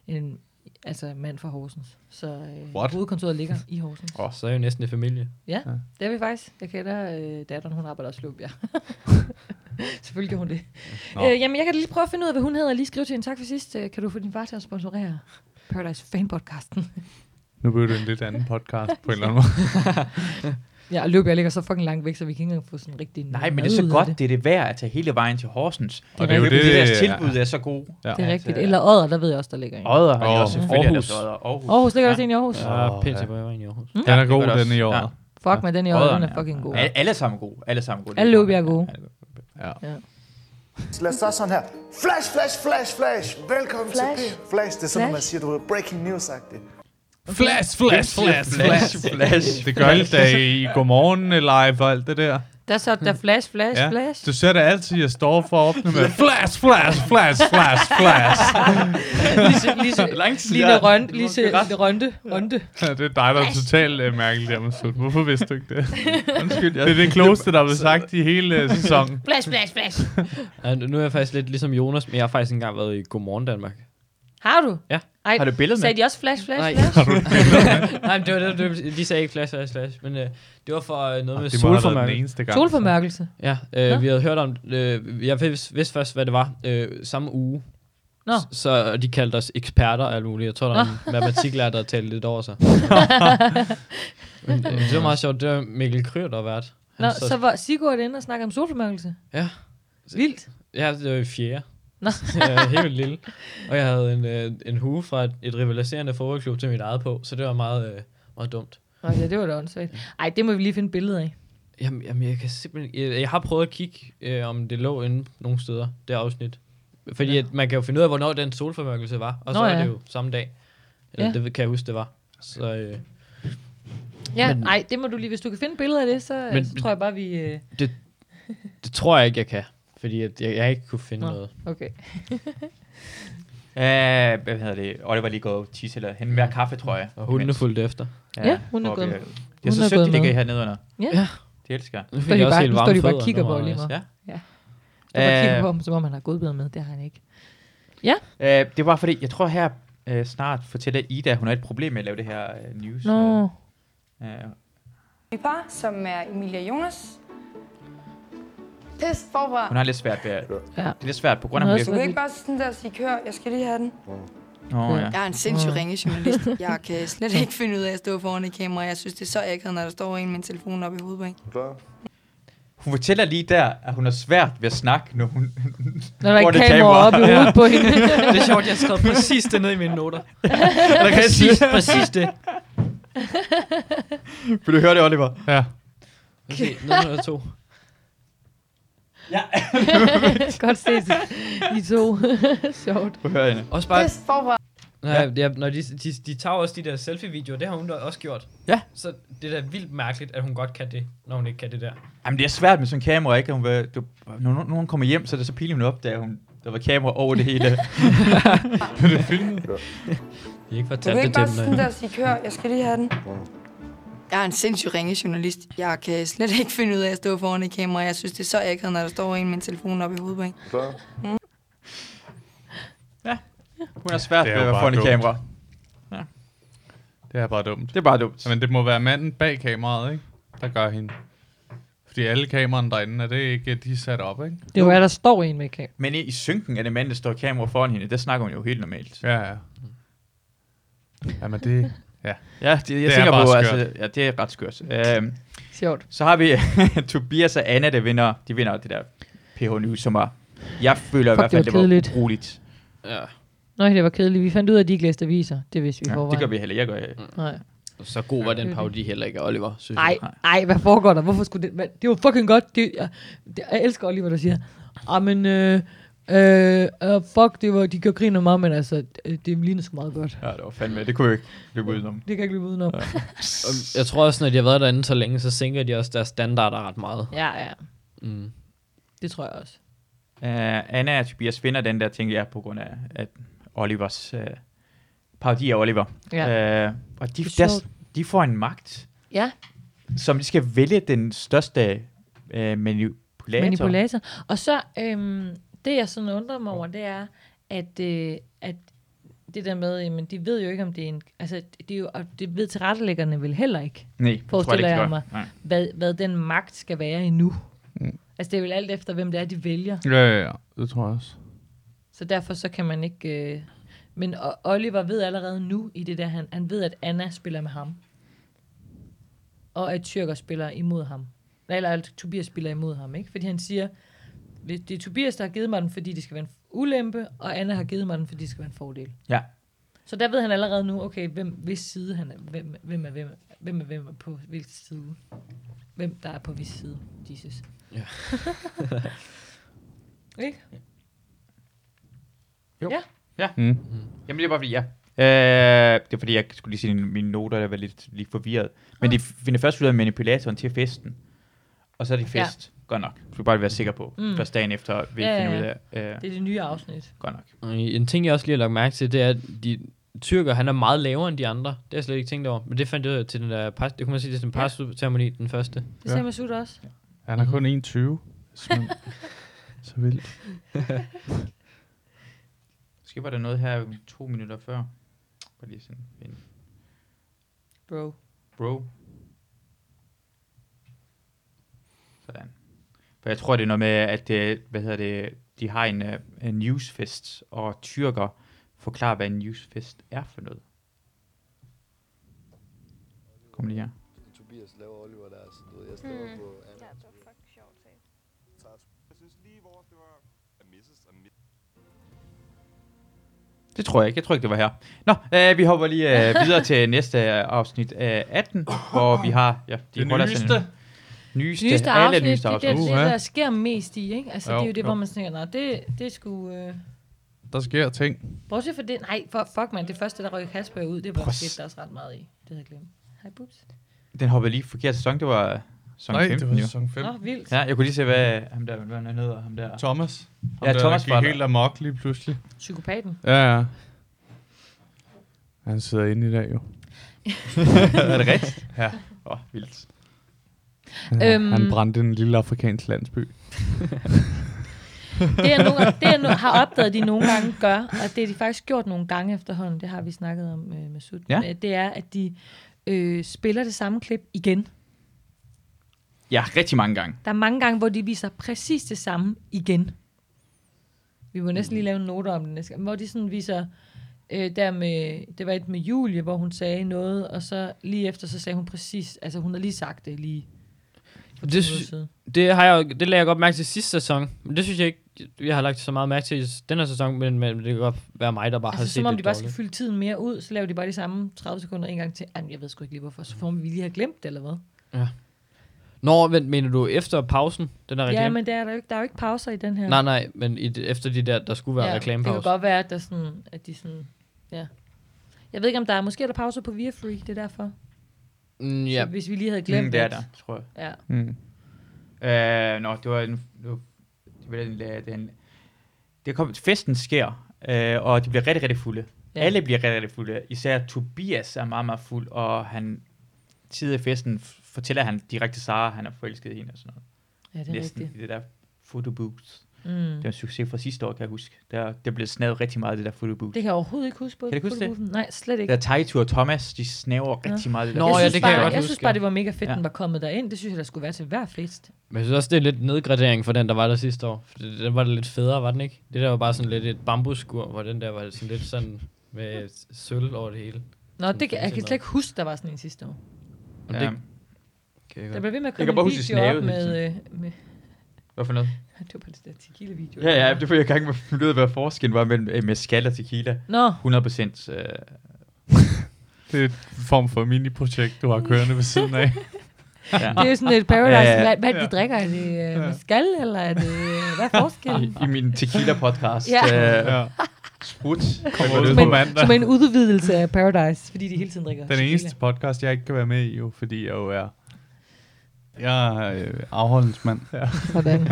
Speaker 5: øh, en altså, mand fra Horsens. Så øh,
Speaker 3: What?
Speaker 5: hovedkontoret ligger i Horsens.
Speaker 3: Åh, så er jeg jo næsten i familie.
Speaker 5: Ja, det er vi faktisk. Jeg kender øh, datteren, hun arbejder også i Løbjerg. Selvfølgelig gjorde hun det.
Speaker 3: Nå.
Speaker 5: Øh, jamen, jeg kan da lige prøve at finde ud af, hvad hun hedder, og lige skrive til hende. Tak for sidst. Øh, Kan du få din far til at sponsorere Paradise Fan-podcasten?
Speaker 4: Nu blev det en lidt anden podcast på en eller anden måde.
Speaker 5: ja, og Løbjerg ligger så fucking langt væk, så vi kan ikke engang få sådan rigtig...
Speaker 2: Nej, men det er så godt, det er det værd at tage hele vejen til Horsens.
Speaker 4: Og det er jo
Speaker 2: fordi
Speaker 4: det,
Speaker 2: deres
Speaker 4: ja.
Speaker 2: tilbud er så gode.
Speaker 4: Ja.
Speaker 5: Det er rigtigt. Eller Odder, der ved jeg også, der ligger en.
Speaker 2: Odder har de
Speaker 4: Åh,
Speaker 2: også, selvfølgelig er der
Speaker 4: Aarhus.
Speaker 2: så Odder. Aarhus.
Speaker 5: Aarhus ligger også en i Aarhus.
Speaker 3: Ja,
Speaker 4: Åh,
Speaker 3: pænt
Speaker 4: ja.
Speaker 3: tilbage var en i Aarhus.
Speaker 5: Mm.
Speaker 4: Den er
Speaker 2: det
Speaker 4: god,
Speaker 2: gør det
Speaker 4: den i
Speaker 2: også.
Speaker 4: år.
Speaker 2: Ja.
Speaker 5: Fuck, men den i Odder, den
Speaker 2: Odderne
Speaker 5: er fucking god.
Speaker 2: Alle, alle sammen gode. Alle sammen gode.
Speaker 5: Alle Løbjerg er gode.
Speaker 2: Ja.
Speaker 5: Ja.
Speaker 13: Så lad os starte sådan her. Flash, flash, flash, flash. Velkommen
Speaker 14: Flash.
Speaker 13: til P. Flash, det er sådan,
Speaker 14: Flash.
Speaker 13: man siger, du ved, breaking news-agtigt.
Speaker 4: Flash, flash, flash, flash, flash. Det gør
Speaker 2: flash.
Speaker 4: I da i Godmorgen Live og alt det der.
Speaker 5: Der så der flash, flash,
Speaker 4: Ja.
Speaker 5: flash.
Speaker 4: Du ser det altid, jeg står for åbne med flash, flash, flash, flash, flash.
Speaker 5: Lise, Lise,
Speaker 4: Lang tid
Speaker 5: Lise,
Speaker 4: siden.
Speaker 5: Rønde,
Speaker 4: Du
Speaker 5: Lise,
Speaker 4: har måske ret.
Speaker 5: Lise Rønde, Rønde.
Speaker 4: Ja, det er dig, der er totalt uh, mærkelig der med slut. Hvorfor vidste du ikke det?
Speaker 3: Undskyld, jeg-
Speaker 4: Det er det klogeste, der er blevet sagt i hele uh, sæsonen.
Speaker 5: Flash, flash, flash.
Speaker 3: Ja, nu nu er jeg faktisk lidt ligesom Jonas, men jeg har faktisk engang været i Godmorgen Danmark.
Speaker 5: Har du?
Speaker 3: Ja.
Speaker 5: Ej,
Speaker 3: Har du et billede med?
Speaker 5: Sagde de også flash, flash,
Speaker 3: Nej.
Speaker 5: flash?
Speaker 3: Har du et billede med? Nej, men det var, det, det, de sagde ikke flash, flash, flash, men øh, det var for øh, noget med
Speaker 4: Ah, det må have været den
Speaker 3: solformørkelse.
Speaker 4: eneste gang.
Speaker 5: Solformørkelse?
Speaker 3: Ja,
Speaker 5: Nå.
Speaker 3: øh, vi havde hørt om, øh, jeg vidste, vidste først, hvad det var, øh, samme uge.
Speaker 5: Nå.
Speaker 3: S- Så og de kaldte os eksperter og alt muligt. Jeg tror, der er en matematiklærer, der talte lidt over sig. men, øh, det var meget sjovt. Det var Mikkel Kryger, der var vært. Han
Speaker 5: Nå,
Speaker 3: sad-
Speaker 5: så var Sigurd inde og snakke om solformørkelse.
Speaker 3: Ja.
Speaker 5: Vildt.
Speaker 3: Ja, det var i fjerde.
Speaker 5: Nå.
Speaker 3: jeg var helt vildt lille. Og jeg havde en, øh, en hue fra et, et rivaliserende fodboldklub til mit eget på, så det var meget, øh, meget dumt.
Speaker 5: Nå, ja, det var da åndssvagt. Ej, det må vi lige finde billeder af.
Speaker 3: Jamen, jamen jeg kan simpelthen... Jeg, jeg har prøvet at kigge, øh, om det lå inde nogle steder, det afsnit. Fordi ja. at man kan jo finde ud af, hvornår den solformørkelse var, og så
Speaker 5: Nå,
Speaker 3: Nå, ja. er
Speaker 5: ja.
Speaker 3: det jo samme dag. Eller
Speaker 5: Ja.
Speaker 3: ja. det kan jeg huske, det var. Så, øh,
Speaker 5: Ja,
Speaker 3: Men-
Speaker 5: nej, det må du lige, hvis du kan finde billeder af det, så, men,
Speaker 3: Men-
Speaker 5: så tror jeg bare, vi... Øh...
Speaker 3: det, det tror jeg ikke, jeg kan. Fordi at jeg, jeg ikke kunne finde Nå. noget.
Speaker 5: Okay.
Speaker 2: Ja, hvad hedder det? Oliver er lige gået tisse eller hen med kaffe, tror jeg.
Speaker 3: Og hunden er fulgt efter.
Speaker 5: Ja, hun er
Speaker 2: hvor
Speaker 5: gået-
Speaker 2: vi- Det
Speaker 5: hun
Speaker 2: er
Speaker 5: er
Speaker 2: så sødt,
Speaker 5: gået
Speaker 2: de ligger
Speaker 5: med.
Speaker 2: hernede under.
Speaker 5: Ja. Ja.
Speaker 2: Det elsker jeg.
Speaker 3: Nu fik
Speaker 5: Står de
Speaker 3: jeg også
Speaker 5: bare,
Speaker 3: helt
Speaker 5: nu
Speaker 3: varme
Speaker 5: står de bare og
Speaker 3: fødder,
Speaker 5: kigger
Speaker 3: når
Speaker 5: på
Speaker 3: man-
Speaker 5: lige meget.
Speaker 2: Ja.
Speaker 5: ja. Du bare kigger
Speaker 2: Øh,
Speaker 5: på ham, som om han har godbid med. Det har han ikke. Ja.
Speaker 2: Øh, det var fordi, jeg tror her øh, snart fortæller Ida, at hun har et problem med at lave det her øh, news.
Speaker 5: Nå.
Speaker 2: Øh, øh,
Speaker 12: Vi par, som er Emilia og Jonas. Pis
Speaker 2: hun
Speaker 12: forfra.
Speaker 2: har lidt svært ved at...
Speaker 5: Ja.
Speaker 2: Det er lidt svært på grund af...
Speaker 12: Du
Speaker 2: hun
Speaker 12: kan ikke
Speaker 2: bliver-
Speaker 12: bare sådan der sige, kør, jeg skal lige have den.
Speaker 2: Nå, ja.
Speaker 7: Jeg er en sindssyg ringejournalist. Jeg kan slet ikke finde ud af at stå foran et kamera. Jeg synes, det er så akavet, når der står en med en telefon oppe i hovedet på en.
Speaker 10: Klar.
Speaker 2: Hun fortæller lige der, at hun har svært ved at snakke, når hun...
Speaker 5: Når der er
Speaker 2: får
Speaker 5: et
Speaker 2: det
Speaker 5: kamera op i
Speaker 2: Ja.
Speaker 5: hovedet på hende.
Speaker 3: Det er sjovt, jeg skrev præcis det ned i mine noter.
Speaker 2: Eller kan jeg sige-
Speaker 3: præcis, præcis det.
Speaker 2: Vil du høre det, Oliver?
Speaker 4: Ja.
Speaker 3: Okay, nummer to.
Speaker 5: Godt ses, I to. Sjovt.
Speaker 2: Prøv at høre hende.
Speaker 3: Også bare...
Speaker 9: Det forbered-
Speaker 3: Nej, ja. når de, de, de tager også de der selfie-videoer, det har hun da også gjort.
Speaker 2: Ja.
Speaker 3: Så det er da vildt mærkeligt, at hun godt kan det, når hun ikke kan det der.
Speaker 2: Jamen, det er svært med sådan en kamera, ikke? Hun vil, du, når, når hun kommer hjem, så er det så pinligt, hun opdager, hun, der var kamera over det hele. det er filmet.
Speaker 3: Jeg ikke
Speaker 7: Du kan ikke bare sådan der sige, kør, jeg skal lige have den. Jeg er en sindssygt ringe journalist. Jeg kan slet ikke finde ud af at stå foran et kamera. Jeg synes, det er så akavet, når der står en med en telefon op i hovedet på en.
Speaker 10: Klar.
Speaker 7: Mm.
Speaker 2: Hun har svært
Speaker 4: Det
Speaker 2: ved
Speaker 4: er
Speaker 2: at
Speaker 4: jo
Speaker 2: være
Speaker 4: bare
Speaker 2: foran et
Speaker 4: dumt.
Speaker 2: kamera.
Speaker 4: Det er bare dumt. Det
Speaker 2: er bare dumt.
Speaker 4: Men det må være manden bag kameraet, ikke? Der gør hende. Fordi alle kameraerne derinde, er det ikke, de er sat op, ikke?
Speaker 5: Det er jo, at der står en med kamera.
Speaker 2: Men i, i synken er det mand, der står kamera foran hende. Der snakker hun jo helt normalt.
Speaker 4: Ja, ja. Jamen, det... Ja,
Speaker 2: Ja, det, jeg
Speaker 4: er
Speaker 2: det tænker
Speaker 4: bare
Speaker 2: på,
Speaker 4: skørt.
Speaker 2: altså, ja, det er ret skørt. Øhm,
Speaker 5: Sjovt.
Speaker 2: Så har vi Tobias og Anna, der vinder, de vinder det der PH News, som var, jeg føler i
Speaker 5: Fuck,
Speaker 2: hvert fald,
Speaker 5: det
Speaker 2: det
Speaker 5: var
Speaker 2: var,
Speaker 5: kedeligt.
Speaker 2: roligt.
Speaker 3: Ja.
Speaker 5: Nå, det var kedeligt. Vi fandt ud af, at de ikke læste aviser. Det vidste vi ja,
Speaker 2: Ja,
Speaker 5: forvejen.
Speaker 2: det gør vi heller, jeg gør ikke.
Speaker 5: Nej.
Speaker 3: Så god var
Speaker 7: Mm.
Speaker 3: den parodi heller ikke, af Oliver, synes
Speaker 5: Ej,
Speaker 3: jeg.
Speaker 5: ej, hvad foregår der? Hvorfor skulle det? Hvad? Det var fucking godt. Det, jeg, det, jeg elsker lige, hvad du siger. Ah, men øh, øh, øh, fuck, det var, de gjorde grin af mig, men altså, øh, det ligner sgu meget godt.
Speaker 2: Ja, det var fandme, det kunne jeg ikke løbe udenom.
Speaker 5: Det kan jeg ikke løbe udenom. Ja,
Speaker 3: Og Jeg tror også, når de har været derinde så længe, så sænker de også deres standarder ret meget.
Speaker 5: ja. ja.
Speaker 3: Mm.
Speaker 5: Det tror jeg også.
Speaker 2: Uh, Anna og Tobias vinder den der, tænker jeg, på grund af at Olivers uh, parodi af Oliver.
Speaker 5: Ja.
Speaker 2: Uh, og de,
Speaker 5: Det er
Speaker 2: deres,
Speaker 5: sjovt.
Speaker 2: de får en magt,
Speaker 5: Ja,
Speaker 2: som de skal vælge den største uh, manipulator.
Speaker 5: manipulator. Og så, øhm, det jeg sådan undrer mig over, det er, at, øh, at det der med, jamen, de ved jo ikke, om det er en... Altså, det, er jo, og det ved tilrettelæggerne vel heller ikke.
Speaker 2: Nej, det tror jeg
Speaker 5: forestiller
Speaker 2: ikke, de
Speaker 5: jeg
Speaker 2: gør.
Speaker 5: mig,
Speaker 2: Nej.
Speaker 5: hvad, hvad den magt skal være endnu.
Speaker 4: Mm.
Speaker 5: Altså, det er vel alt efter, hvem det er, de vælger.
Speaker 4: Ja, ja, ja. Det tror jeg også.
Speaker 5: Så derfor så kan man ikke... Øh... Men O- Oliver ved allerede nu i det der, han, han ved, at Anna spiller med ham. Og at Tyrker spiller imod ham. Eller at Tobias spiller imod ham, ikke? Fordi han siger, "Hvis det er Tobias, der har givet mig den, fordi det skal være en ulempe, og Anna har givet mig den, fordi det skal være en fordel.
Speaker 2: Ja.
Speaker 5: Så der ved han allerede nu, okay, hvem, hvis side han er, hvem, hvem er hvem, hvem er hvem er på hvilken side. Hvem der er på hvis side, Jesus.
Speaker 3: Ja.
Speaker 5: ikke?
Speaker 2: Jo.
Speaker 5: Ja.
Speaker 2: Ja.
Speaker 4: Mm. Mm.
Speaker 2: Jamen, det er bare fordi, ja. Øh, det er fordi, jeg skulle lige sige mine noter, der var lidt, lidt forvirret. Men de finder først ud af manipulatoren til festen. Og så er det
Speaker 5: Ja.
Speaker 2: fest. Ja. Godt nok. Du skal bare være sikker på.
Speaker 5: Mm.
Speaker 2: Mm. Først dagen efter vil ja,
Speaker 5: Ja,
Speaker 2: ja, finde
Speaker 5: ja,
Speaker 2: ud
Speaker 5: ja.
Speaker 2: af. Øh,
Speaker 5: Det er det nye afsnit.
Speaker 2: Godt nok.
Speaker 3: Og En ting, jeg også lige har lagt mærke til, det er, at de tyrker, han er meget lavere end de andre. Det har jeg slet ikke tænkt over. Men det fandt jeg ud af til den der pas, det kunne man sige, det er sådan en ja. ceremoni den første.
Speaker 5: Det sagde Masud også.
Speaker 4: Han er
Speaker 5: Mhm.
Speaker 4: kun 21. Så, så vildt.
Speaker 2: Måske var der noget her to minutter før. Bare lige sådan en
Speaker 5: Bro.
Speaker 2: bro. Sådan. For jeg tror, det er noget med, at det, hvad hedder det, de har en, øh, en newsfest, og tyrker forklarer, hvad en newsfest er for noget. Kom lige her.
Speaker 10: Tobias laver Oliver der, så du ved, jeg stemmer mm. på Anna. Ja, det var fucking sjovt, Jeg synes lige, vores det var...
Speaker 2: Det tror jeg ikke. Jeg tror ikke, det var her. Nå, øh, vi hopper lige øh, videre til næste øh, afsnit øh, 18, hvor vi har... Ja, de
Speaker 4: Det
Speaker 2: holder sådan-
Speaker 4: nyeste.
Speaker 2: Nyeste.
Speaker 5: nyeste
Speaker 2: alle
Speaker 5: afsnit,
Speaker 2: nyeste
Speaker 5: det, det,
Speaker 2: afsnit.
Speaker 5: det, det,
Speaker 4: Uha.
Speaker 5: der sker mest i, ikke? Altså, jo,
Speaker 4: Jo,
Speaker 5: det er jo det,
Speaker 4: jo.
Speaker 5: hvor man tænker, nej, det, det skulle... Øh...
Speaker 4: Der sker ting.
Speaker 5: Bortset fra det, nej, for, fuck man, det første, der rykker Kasper ud, det var
Speaker 2: Pros.
Speaker 5: fedt, der også ret meget i. Det havde jeg glemt. Hej, bubs.
Speaker 2: Uh, Den hoppede lige forkert sæson. Det var øh, sæson
Speaker 4: Nej, det
Speaker 2: 15
Speaker 4: var
Speaker 2: jo.
Speaker 4: sæson 15.
Speaker 5: Nå, vildt.
Speaker 2: Ja, jeg kunne lige se, hvad ham der, hvad han hedder, ham der.
Speaker 4: Thomas.
Speaker 2: Ja, Thomas
Speaker 4: gik
Speaker 2: var der.
Speaker 4: helt amok lige pludselig.
Speaker 5: Psykopaten.
Speaker 4: Ja, ja. Han sidder inde i dag jo.
Speaker 2: er det rigtigt?
Speaker 4: Ja.
Speaker 2: Åh, oh, vildt.
Speaker 4: Ja,
Speaker 5: Øhm.
Speaker 4: Han brændte en lille afrikansk landsby.
Speaker 5: Det, jeg, nogle, gange- det, jeg nu, har opdaget, de nogle gange gør, og det har de faktisk gjort nogle gange efterhånden, det har vi snakket om øh, med Sud,
Speaker 2: Ja.
Speaker 5: øh, det er, at de øh, spiller det samme klip igen.
Speaker 2: Ja, rigtig mange gange.
Speaker 5: Der er mange gange, hvor de viser præcis det samme igen. Vi må næsten lige lave en note om det næste gang, hvor de sådan viser, øh, der med, det var et med Julie, hvor hun sagde noget, og så lige efter, så sagde hun præcis, altså hun har lige sagt det lige. for to
Speaker 3: det,
Speaker 5: uger
Speaker 3: sy-
Speaker 5: siden.
Speaker 3: det, har jeg, jo- det lagde jeg godt mærke til sidste sæson. Men det synes jeg ikke, jeg har lagt så meget mærke til i den her sæson, men, men det kan godt være mig, der bare har
Speaker 5: Altså,
Speaker 3: set
Speaker 5: som om
Speaker 3: det
Speaker 5: de bare skal
Speaker 3: dårligt.
Speaker 5: fylde tiden mere ud, så laver de bare de samme 30 sekunder en gang til. Ej, men jeg ved sgu ikke lige hvorfor, så får vi lige har glemt det, eller hvad?
Speaker 3: Nå, men mener du efter pausen, den her reklame?
Speaker 5: Ja, men der er, der, jo ikke, der er jo ikke pauser i den her.
Speaker 3: Nej, nej, men i, det- efter de der, der skulle være ja, reklamepause.
Speaker 5: Det kan godt være, at, der sådan, at de sådan... Ja. Jeg ved ikke, om der er... Måske er der pauser på Viafree, det er derfor.
Speaker 3: Mm, ja.
Speaker 5: Så hvis vi lige havde glemt
Speaker 2: mm, det. er
Speaker 5: at-
Speaker 2: der, tror jeg.
Speaker 5: Ja.
Speaker 4: Mm.
Speaker 2: Øh, nå, det var en... Det var den, øh, den det kom, festen sker, øh, og de bliver rigtig, rigtig fulde.
Speaker 5: Ja.
Speaker 2: Ja. Alle bliver rigtig, rigtig fulde. Især Tobias er meget, meget fuld, og han tidligere i festen f- fortæller han direkte til Sara, at han er forelsket i hende og sådan noget.
Speaker 5: Ja, det er
Speaker 2: Næsten
Speaker 5: rigtigt.
Speaker 2: i det der photobooth.
Speaker 5: Mm.
Speaker 2: Det var en succes fra sidste år, kan jeg huske. Der, der blev snavet rigtig meget, det der photobooth.
Speaker 5: Det kan jeg overhovedet ikke huske på.
Speaker 2: Kan du ikke huske det?
Speaker 5: fotobuffen. Nej, slet ikke.
Speaker 2: Der Taito og Thomas, de snaver rigtig meget. Det der
Speaker 3: Nå, ja,
Speaker 5: synes
Speaker 3: det kan
Speaker 5: bare,
Speaker 3: jeg godt
Speaker 5: Jeg synes
Speaker 3: huske.
Speaker 5: bare, det var mega fedt, ja. den var kommet derind. Det synes jeg, der skulle være til hver fest.
Speaker 3: Men jeg synes også, det er lidt nedgradering for den, der var der sidste år. For det- den var der lidt federe, var den ikke? Det der var bare sådan lidt et bambusskur, hvor den der var sådan lidt sådan med sølv over det hele.
Speaker 5: Nå, det kan, jeg kan slet ikke huske, der var sådan en sidste år.
Speaker 3: Ja.
Speaker 2: Ja.
Speaker 3: Det, kan jeg
Speaker 5: Der
Speaker 3: godt.
Speaker 5: blev ved med at
Speaker 2: Jeg kan
Speaker 5: komme
Speaker 2: bare
Speaker 5: en
Speaker 2: huske
Speaker 5: video op
Speaker 2: snavet hele
Speaker 5: med, øh, med...
Speaker 2: Hvad for noget?
Speaker 5: Det var på det der tequila-video.
Speaker 2: Ja, ja, det var jeg ikke engang finde ud af, hvad forskellen var mellem øh, mezcal og tequila.
Speaker 5: Nå.
Speaker 2: 100 procent. Øh,
Speaker 4: Det er et form for miniprojekt, du har kørende ved siden af.
Speaker 2: ja.
Speaker 5: Det er jo sådan et paradise.
Speaker 2: Ja, ja,
Speaker 5: Hvad, hvad er det, de drikker? Er det øh, mezcal, eller er det... øh, Hvad er forskellen?
Speaker 2: I, i min tequila-podcast.
Speaker 5: Ja.
Speaker 2: Øh,
Speaker 4: Ja.
Speaker 2: Sprut.
Speaker 4: Kommer ud på
Speaker 5: Men-
Speaker 4: mandag.
Speaker 5: Som en udvidelse af Paradise, fordi de hele tiden drikker
Speaker 4: Den eneste podcast, jeg ikke kan være med i, jo, fordi jeg jo er... Jeg er øh, afholdensmand. Ja.
Speaker 5: Sådan.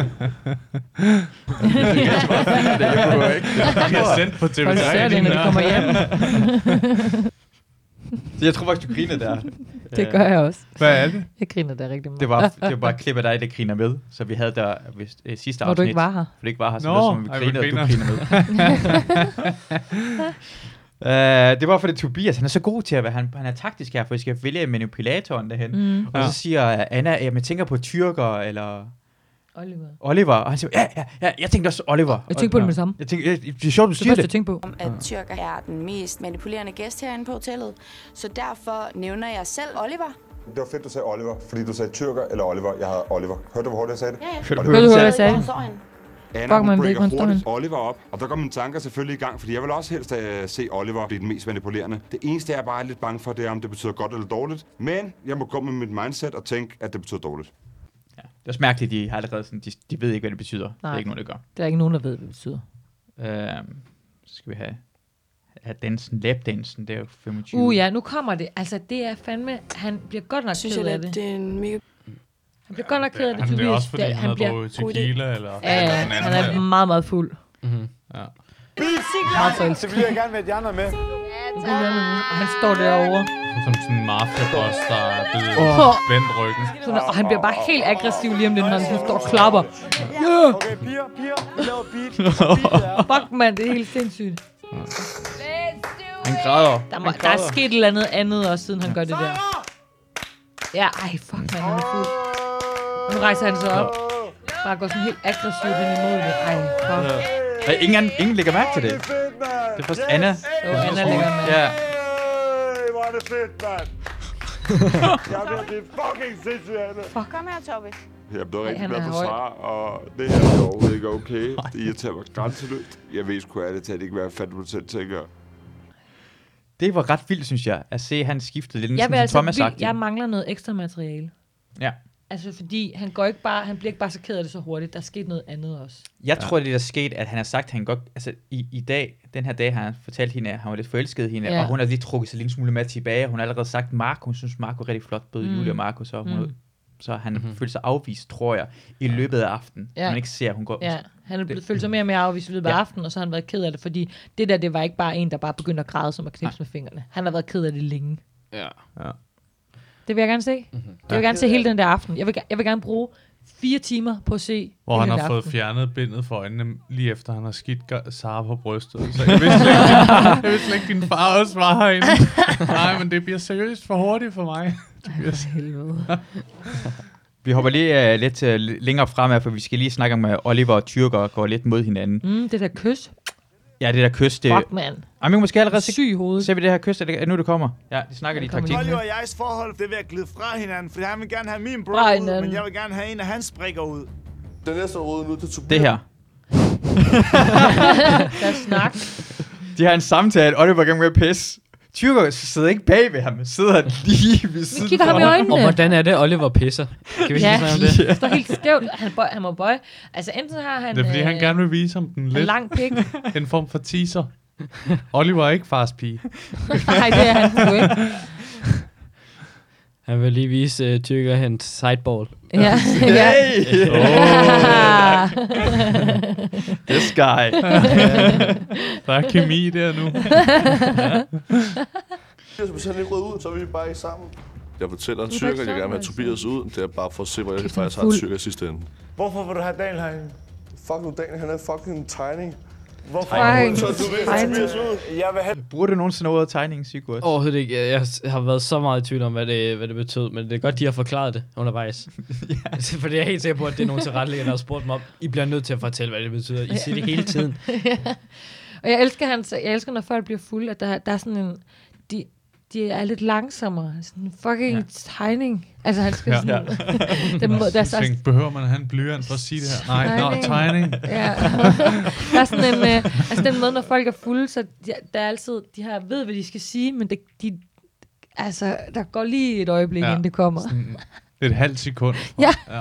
Speaker 4: jeg er sendt på TV3.
Speaker 5: Folk ser det, når de kommer hjem.
Speaker 2: Så jeg tror faktisk, du griner der. Øh,
Speaker 5: Det gør jeg også.
Speaker 4: Hvad er det?
Speaker 5: Jeg griner da rigtig meget.
Speaker 2: Det var, det var bare et klip af dig, der griner med. Så vi havde der hvis, øh, sidste
Speaker 5: Hvor
Speaker 2: afsnit.
Speaker 5: du ikke var her.
Speaker 2: Hvor du ikke var her, så
Speaker 4: Nå,
Speaker 2: no, som om vi
Speaker 4: ej,
Speaker 2: griner,
Speaker 4: hvor
Speaker 2: og du
Speaker 4: griner.
Speaker 2: griner med. uh, det var for det Tobias, han er så god til at være, han, han er taktisk her, for I skal vælge manipulatoren derhen.
Speaker 5: Mm.
Speaker 2: Og
Speaker 4: Ja.
Speaker 2: så siger øh, Anna, at jeg tænker på tyrker, eller
Speaker 5: Oliver.
Speaker 2: Oliver, og han siger, ja, ja, ja, jeg tænkte også Oliver.
Speaker 5: Jeg tænkte på det med
Speaker 2: Og-
Speaker 5: det samme.
Speaker 2: Jeg tænkte, ja, det er sjovt, du
Speaker 5: Det
Speaker 2: siger
Speaker 5: første,
Speaker 2: det.
Speaker 5: jeg tænkte på.
Speaker 14: om, at tyrker er den mest manipulerende gæst herinde på hotellet. Så derfor nævner jeg selv Oliver.
Speaker 11: Det var fedt, du sagde Oliver, fordi du sagde tyrker eller Oliver. Jeg havde Oliver. Hørte du, hvor hurtigt jeg sagde det?
Speaker 14: Ja, ja.
Speaker 11: Hørte
Speaker 5: Hørte du, hvad jeg sagde?
Speaker 11: Anna,
Speaker 5: Fuck, man
Speaker 11: hun
Speaker 5: ved ikke,
Speaker 11: breaker
Speaker 5: hvor han
Speaker 11: hurtigt Oliver op, og der går mine tanker selvfølgelig i gang, fordi jeg vil også helst øh, se Oliver blive den mest manipulerende. Det eneste, jeg er bare lidt bange for, det er, om det betyder godt eller dårligt. Men jeg må gå med mit mindset og tænke, at det betyder dårligt.
Speaker 2: Det er også mærkeligt, de har allerede sådan, de, de ved ikke, hvad det betyder. Nej. Det
Speaker 5: Nej.
Speaker 2: er ikke nogen, der gør.
Speaker 5: Der er ikke nogen, der ved, hvad det betyder.
Speaker 2: Uh, så skal vi have, have dansen, lapdansen, det er jo 25.
Speaker 5: Uh ja, nu kommer det. Altså, det er fandme... Han bliver godt nok
Speaker 9: Synes
Speaker 5: ked
Speaker 9: jeg,
Speaker 5: af
Speaker 9: at
Speaker 5: det.
Speaker 9: det er en mega...
Speaker 5: Han bliver godt nok ked af det,
Speaker 4: Jamen, det er
Speaker 5: Tobias.
Speaker 4: også, fordi
Speaker 5: Det-
Speaker 4: han, han havde drukket tequila, eller...
Speaker 5: Ja, ja, han er meget, meget fuld.
Speaker 4: Mm-hmm. Ja.
Speaker 5: Meget forelsket.
Speaker 13: Så vil jeg gerne med de andre med.
Speaker 5: Og han står derovre.
Speaker 4: Som sådan en mafia-boss, der er blevet
Speaker 5: Åh.
Speaker 4: vendt ryggen.
Speaker 5: Sådan, og han bliver bare helt aggressiv lige om lidt, når han sådan står og klapper. Yeah!
Speaker 13: Okay, piger, piger, vi laver beat.
Speaker 5: Fuck, mand, det er helt sindssygt.
Speaker 2: Han græder.
Speaker 5: Der, må, der er sket et eller andet andet også, siden han gør det der. Ja, ej, fuck, mand, han er fuld. Nu rejser han sig op. Bare går sådan helt aggressivt hen imod det. Ej, fuck.
Speaker 2: Ja. Ingen, anden- ingen lægger mærke til det. Det er først Anna. Jo,
Speaker 5: Anna lægger mærke.
Speaker 2: Ja.
Speaker 13: Hey, hvor er det fedt, mand. Jeg bliver det fucking sindssygt, Anna.
Speaker 12: Kom her, Tobi.
Speaker 11: Jeg blev rigtig
Speaker 12: han
Speaker 11: glad
Speaker 12: er
Speaker 11: for
Speaker 12: høj.
Speaker 11: svar, og det her det er overhovedet ikke okay. Det irriterer mig grænseløst. Jeg ved sgu ærligt til, at det ikke være fandme selv tænker.
Speaker 2: Det var ret vildt, synes jeg, at se, han skiftede lidt.
Speaker 5: Jeg,
Speaker 2: Jeg
Speaker 5: vil
Speaker 2: altså
Speaker 5: altså
Speaker 2: Thomas
Speaker 5: vildt,
Speaker 2: sagt.
Speaker 5: jeg mangler noget ekstra materiale.
Speaker 2: Ja.
Speaker 5: Altså, fordi han, går ikke bare, han bliver ikke bare så ked af det så hurtigt. Der er sket noget andet også.
Speaker 2: Jeg tror, det der skete, at han har sagt, at han godt... Altså, i, i dag, den her dag, har han fortalt hende, at han var lidt forelsket i hende,
Speaker 5: Ja.
Speaker 2: og hun har lige trukket sig en lille smule med tilbage, og hun har allerede sagt Marco. Hun synes, Marco er rigtig flot, både
Speaker 5: Mm.
Speaker 2: mm. Julie og Marco, så, hun,
Speaker 5: Mm.
Speaker 2: mm. så han mm-hmm. følte sig afvist, tror jeg, i løbet af aftenen.
Speaker 5: Ja.
Speaker 2: Ja. Man ikke ser, at hun går...
Speaker 5: Ja, han er blevet
Speaker 2: Det-
Speaker 5: følt sig mere og mere afvist i løbet af
Speaker 2: Ja.
Speaker 5: aftenen, og så har han været ked af det, fordi det der, det var ikke bare en, der bare begyndte at græde som at knipse med fingrene. Han har været ked af det længe.
Speaker 3: Ja. Mhm.
Speaker 4: ja.
Speaker 5: Det vil jeg gerne se. Mm-hmm. Jeg vil gerne se hele den der aften. Jeg vil, ge- jeg vil gerne bruge fire timer på at se
Speaker 4: Hvor
Speaker 5: hele
Speaker 4: han
Speaker 5: den
Speaker 4: har
Speaker 5: der
Speaker 4: fået
Speaker 5: aften.
Speaker 4: fjernet bindet for øjnene, lige efter han har skidt gør- Sara på brystet. Så jeg vidste slet ikke, jeg vidste slet ikke din far også var herinde. Nej, men det bliver seriøst for hurtigt for mig. Det bliver
Speaker 5: for helvede.
Speaker 2: Vi hopper lige uh, lidt uh, længere fremad, for vi skal lige snakke om, at Oliver og Tyrker går lidt mod hinanden.
Speaker 5: Mm, det der Mm, kys.
Speaker 2: Ja, det der kyst, det...
Speaker 5: Fuck, mand.
Speaker 2: Ej, men måske allerede...
Speaker 5: Syg hoved.
Speaker 2: Ser vi det her kyst, er det, nu det kommer. Ja, de snakker lige taktik.
Speaker 15: Oliver og jegs forhold, det er ved at glide fra hinanden, for han vil gerne have min bro
Speaker 5: Fra
Speaker 15: ud,
Speaker 5: hinanden.
Speaker 15: men jeg vil gerne have en af hans brikker ud.
Speaker 10: Den næste røde nu, det tog
Speaker 2: Det her.
Speaker 5: Der snak.
Speaker 2: De har en samtale, og det var i gang med at pisse. Tyrker sidder ikke bag ved ham, sidder lige ved siden
Speaker 5: kigger ham i
Speaker 2: for
Speaker 5: øjnene.
Speaker 3: Og hvordan er det, Oliver pisser? Kan vi ikke
Speaker 5: ja,
Speaker 3: snakke om det?
Speaker 5: det står helt skævt. Han, bøj, han må bøje. Altså, enten så har han...
Speaker 4: Det er fordi,
Speaker 5: øh,
Speaker 4: han gerne vil vise om den
Speaker 5: en
Speaker 4: lidt.
Speaker 5: lang pik.
Speaker 4: En form for teaser. Oliver er ikke fars pige.
Speaker 5: Nej, det er han sgu ikke.
Speaker 3: Han vil lige vise uh, Tyrker hans sideball.
Speaker 5: Ja, ja. Hey!
Speaker 3: Oh.
Speaker 2: This guy.
Speaker 4: Der er kemi der nu.
Speaker 10: Hvis han ikke rød ud, så er vi bare i sammen. Jeg fortæller
Speaker 15: Du kan
Speaker 10: Tyrker,
Speaker 15: ikke
Speaker 10: at jeg gerne vil have
Speaker 15: stoppe,
Speaker 10: Tobias ud. Det er bare for at se, hvor jeg faktisk har
Speaker 15: fuld.
Speaker 10: Tyrker i sidste ende.
Speaker 15: Hvorfor vil du have Daniel herinde?
Speaker 10: Fuck nu, Daniel, han er fucking en tegning.
Speaker 15: Hvorfor?
Speaker 10: Tegning. Så du vil have Tobias ud?
Speaker 15: Jeg vil have...
Speaker 2: Bruger du nogensinde ordet tegning, Sigurd?
Speaker 3: Overhovedet ikke. Jeg jeg har været så meget i tvivl om, hvad det, hvad det betød, men det er godt, de har forklaret det undervejs. ja. For det er jeg helt sikker på, at det er nogle tilrettelæggere, der har spurgt mig om. I bliver nødt til at fortælle, hvad det betyder. I siger det hele tiden.
Speaker 5: ja. Og jeg elsker, hans, jeg elsker, når folk bliver fulde, at der, der er sådan en... De, de er lidt langsommere. Sådan en fucking ja. tegning. Altså, han skal ja. sådan... Ja. den måde, der er så,
Speaker 4: Tænk, behøver man at have en blyant for at sige det her? Nej, nå, tegning.
Speaker 5: Ja. der er sådan en... Øh, altså, den måde, når folk er fulde, så de, der er altid... De har ved, hvad de skal sige, men det, de... Altså, der går lige et øjeblik, ja. inden det kommer.
Speaker 4: Sådan et halvt sekund.
Speaker 5: Ja.
Speaker 4: ja.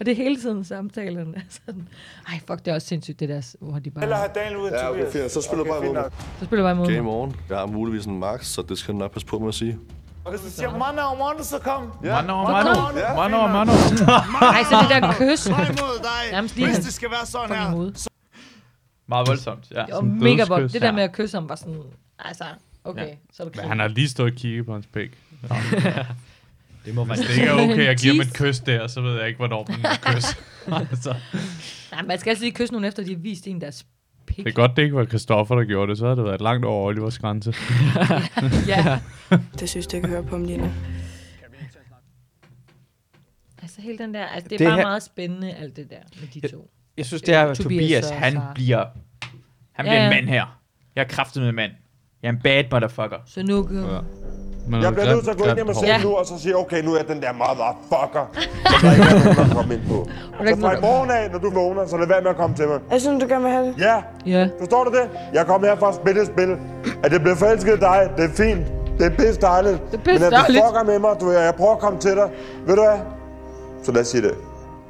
Speaker 5: og det er hele tiden samtalen. Sådan, Ej, fuck, det er også sindssygt, det der, hvor de bare...
Speaker 15: Eller have Daniel ud,
Speaker 10: Ja, okay,
Speaker 15: Tobias.
Speaker 10: fint. Så spiller
Speaker 15: Okay,
Speaker 10: okay,
Speaker 15: fint
Speaker 10: bare imod
Speaker 15: nok.
Speaker 5: Så spiller bare imod
Speaker 10: mig.
Speaker 5: mig.
Speaker 10: Game on. Jeg har muligvis en max, så det skal jeg nok passe på med at sige.
Speaker 15: Og hvis du siger mano og mano, så kom.
Speaker 10: Ja.
Speaker 2: Mano og
Speaker 15: Så
Speaker 2: mano.
Speaker 15: kom.
Speaker 2: Mano og mano.
Speaker 5: Nej, så det der kys.
Speaker 15: Høj mod dig.
Speaker 5: Nærmest lige
Speaker 15: Hvis
Speaker 5: hans
Speaker 15: det skal være sådan
Speaker 5: fucking
Speaker 15: her.
Speaker 5: hoved.
Speaker 2: Meget voldsomt, ja.
Speaker 5: Det var mega godt. Det der med at kysse ham var sådan, altså, okay,
Speaker 2: Ja.
Speaker 5: ja. så er du
Speaker 4: Men
Speaker 5: krig.
Speaker 4: han har lige stået og kigget på hans pæk.
Speaker 3: Det må
Speaker 4: Hvis
Speaker 3: være-
Speaker 4: det ikke er okay at give ham et
Speaker 5: Tease.
Speaker 4: kys der, så ved jeg ikke, hvornår man må kysse. altså.
Speaker 5: Nej, man skal altid lige kysse nogen efter, de har vist en deres pik.
Speaker 4: Det er godt, det ikke var Christoffer, der gjorde det. Så havde det været langt over Olivers grænse.
Speaker 5: Ja.
Speaker 9: Det synes du ikke hører på mig lige nu.
Speaker 5: Altså hele den der, altså det er
Speaker 2: Det
Speaker 5: bare
Speaker 2: her-
Speaker 5: meget spændende, alt det der med de to.
Speaker 2: Jeg synes, det er,
Speaker 5: Øh,
Speaker 2: at Tobias,
Speaker 5: og
Speaker 2: han
Speaker 5: Sara.
Speaker 2: bliver... Han
Speaker 5: Ja,
Speaker 2: bliver en
Speaker 5: ja.
Speaker 2: mand her. Jeg er kraftet med mand. Jeg er en bad motherfucker.
Speaker 5: Så nu...
Speaker 2: Ja.
Speaker 11: Jeg bliver nødt til at gå ind i mig selv nu, og så sige, okay, nu er jeg den der motherfucker, som der ikke er nogen, der kan komme ind på. Så fra i morgen af, når du vågner, så lad være med at komme til mig.
Speaker 9: Er det sådan, du gerne vil have det?
Speaker 11: Ja,
Speaker 5: Ja.
Speaker 11: forstår du det? Jeg er kommet her for at spille et spil. At det bliver forelsket i dig, det er fint. Det er pisse dejligt. Det
Speaker 5: pisse
Speaker 11: Men at du
Speaker 5: dejligt.
Speaker 11: fucker med mig, du, jeg prøver at komme til dig. Ved du hvad? Så lad os sige det.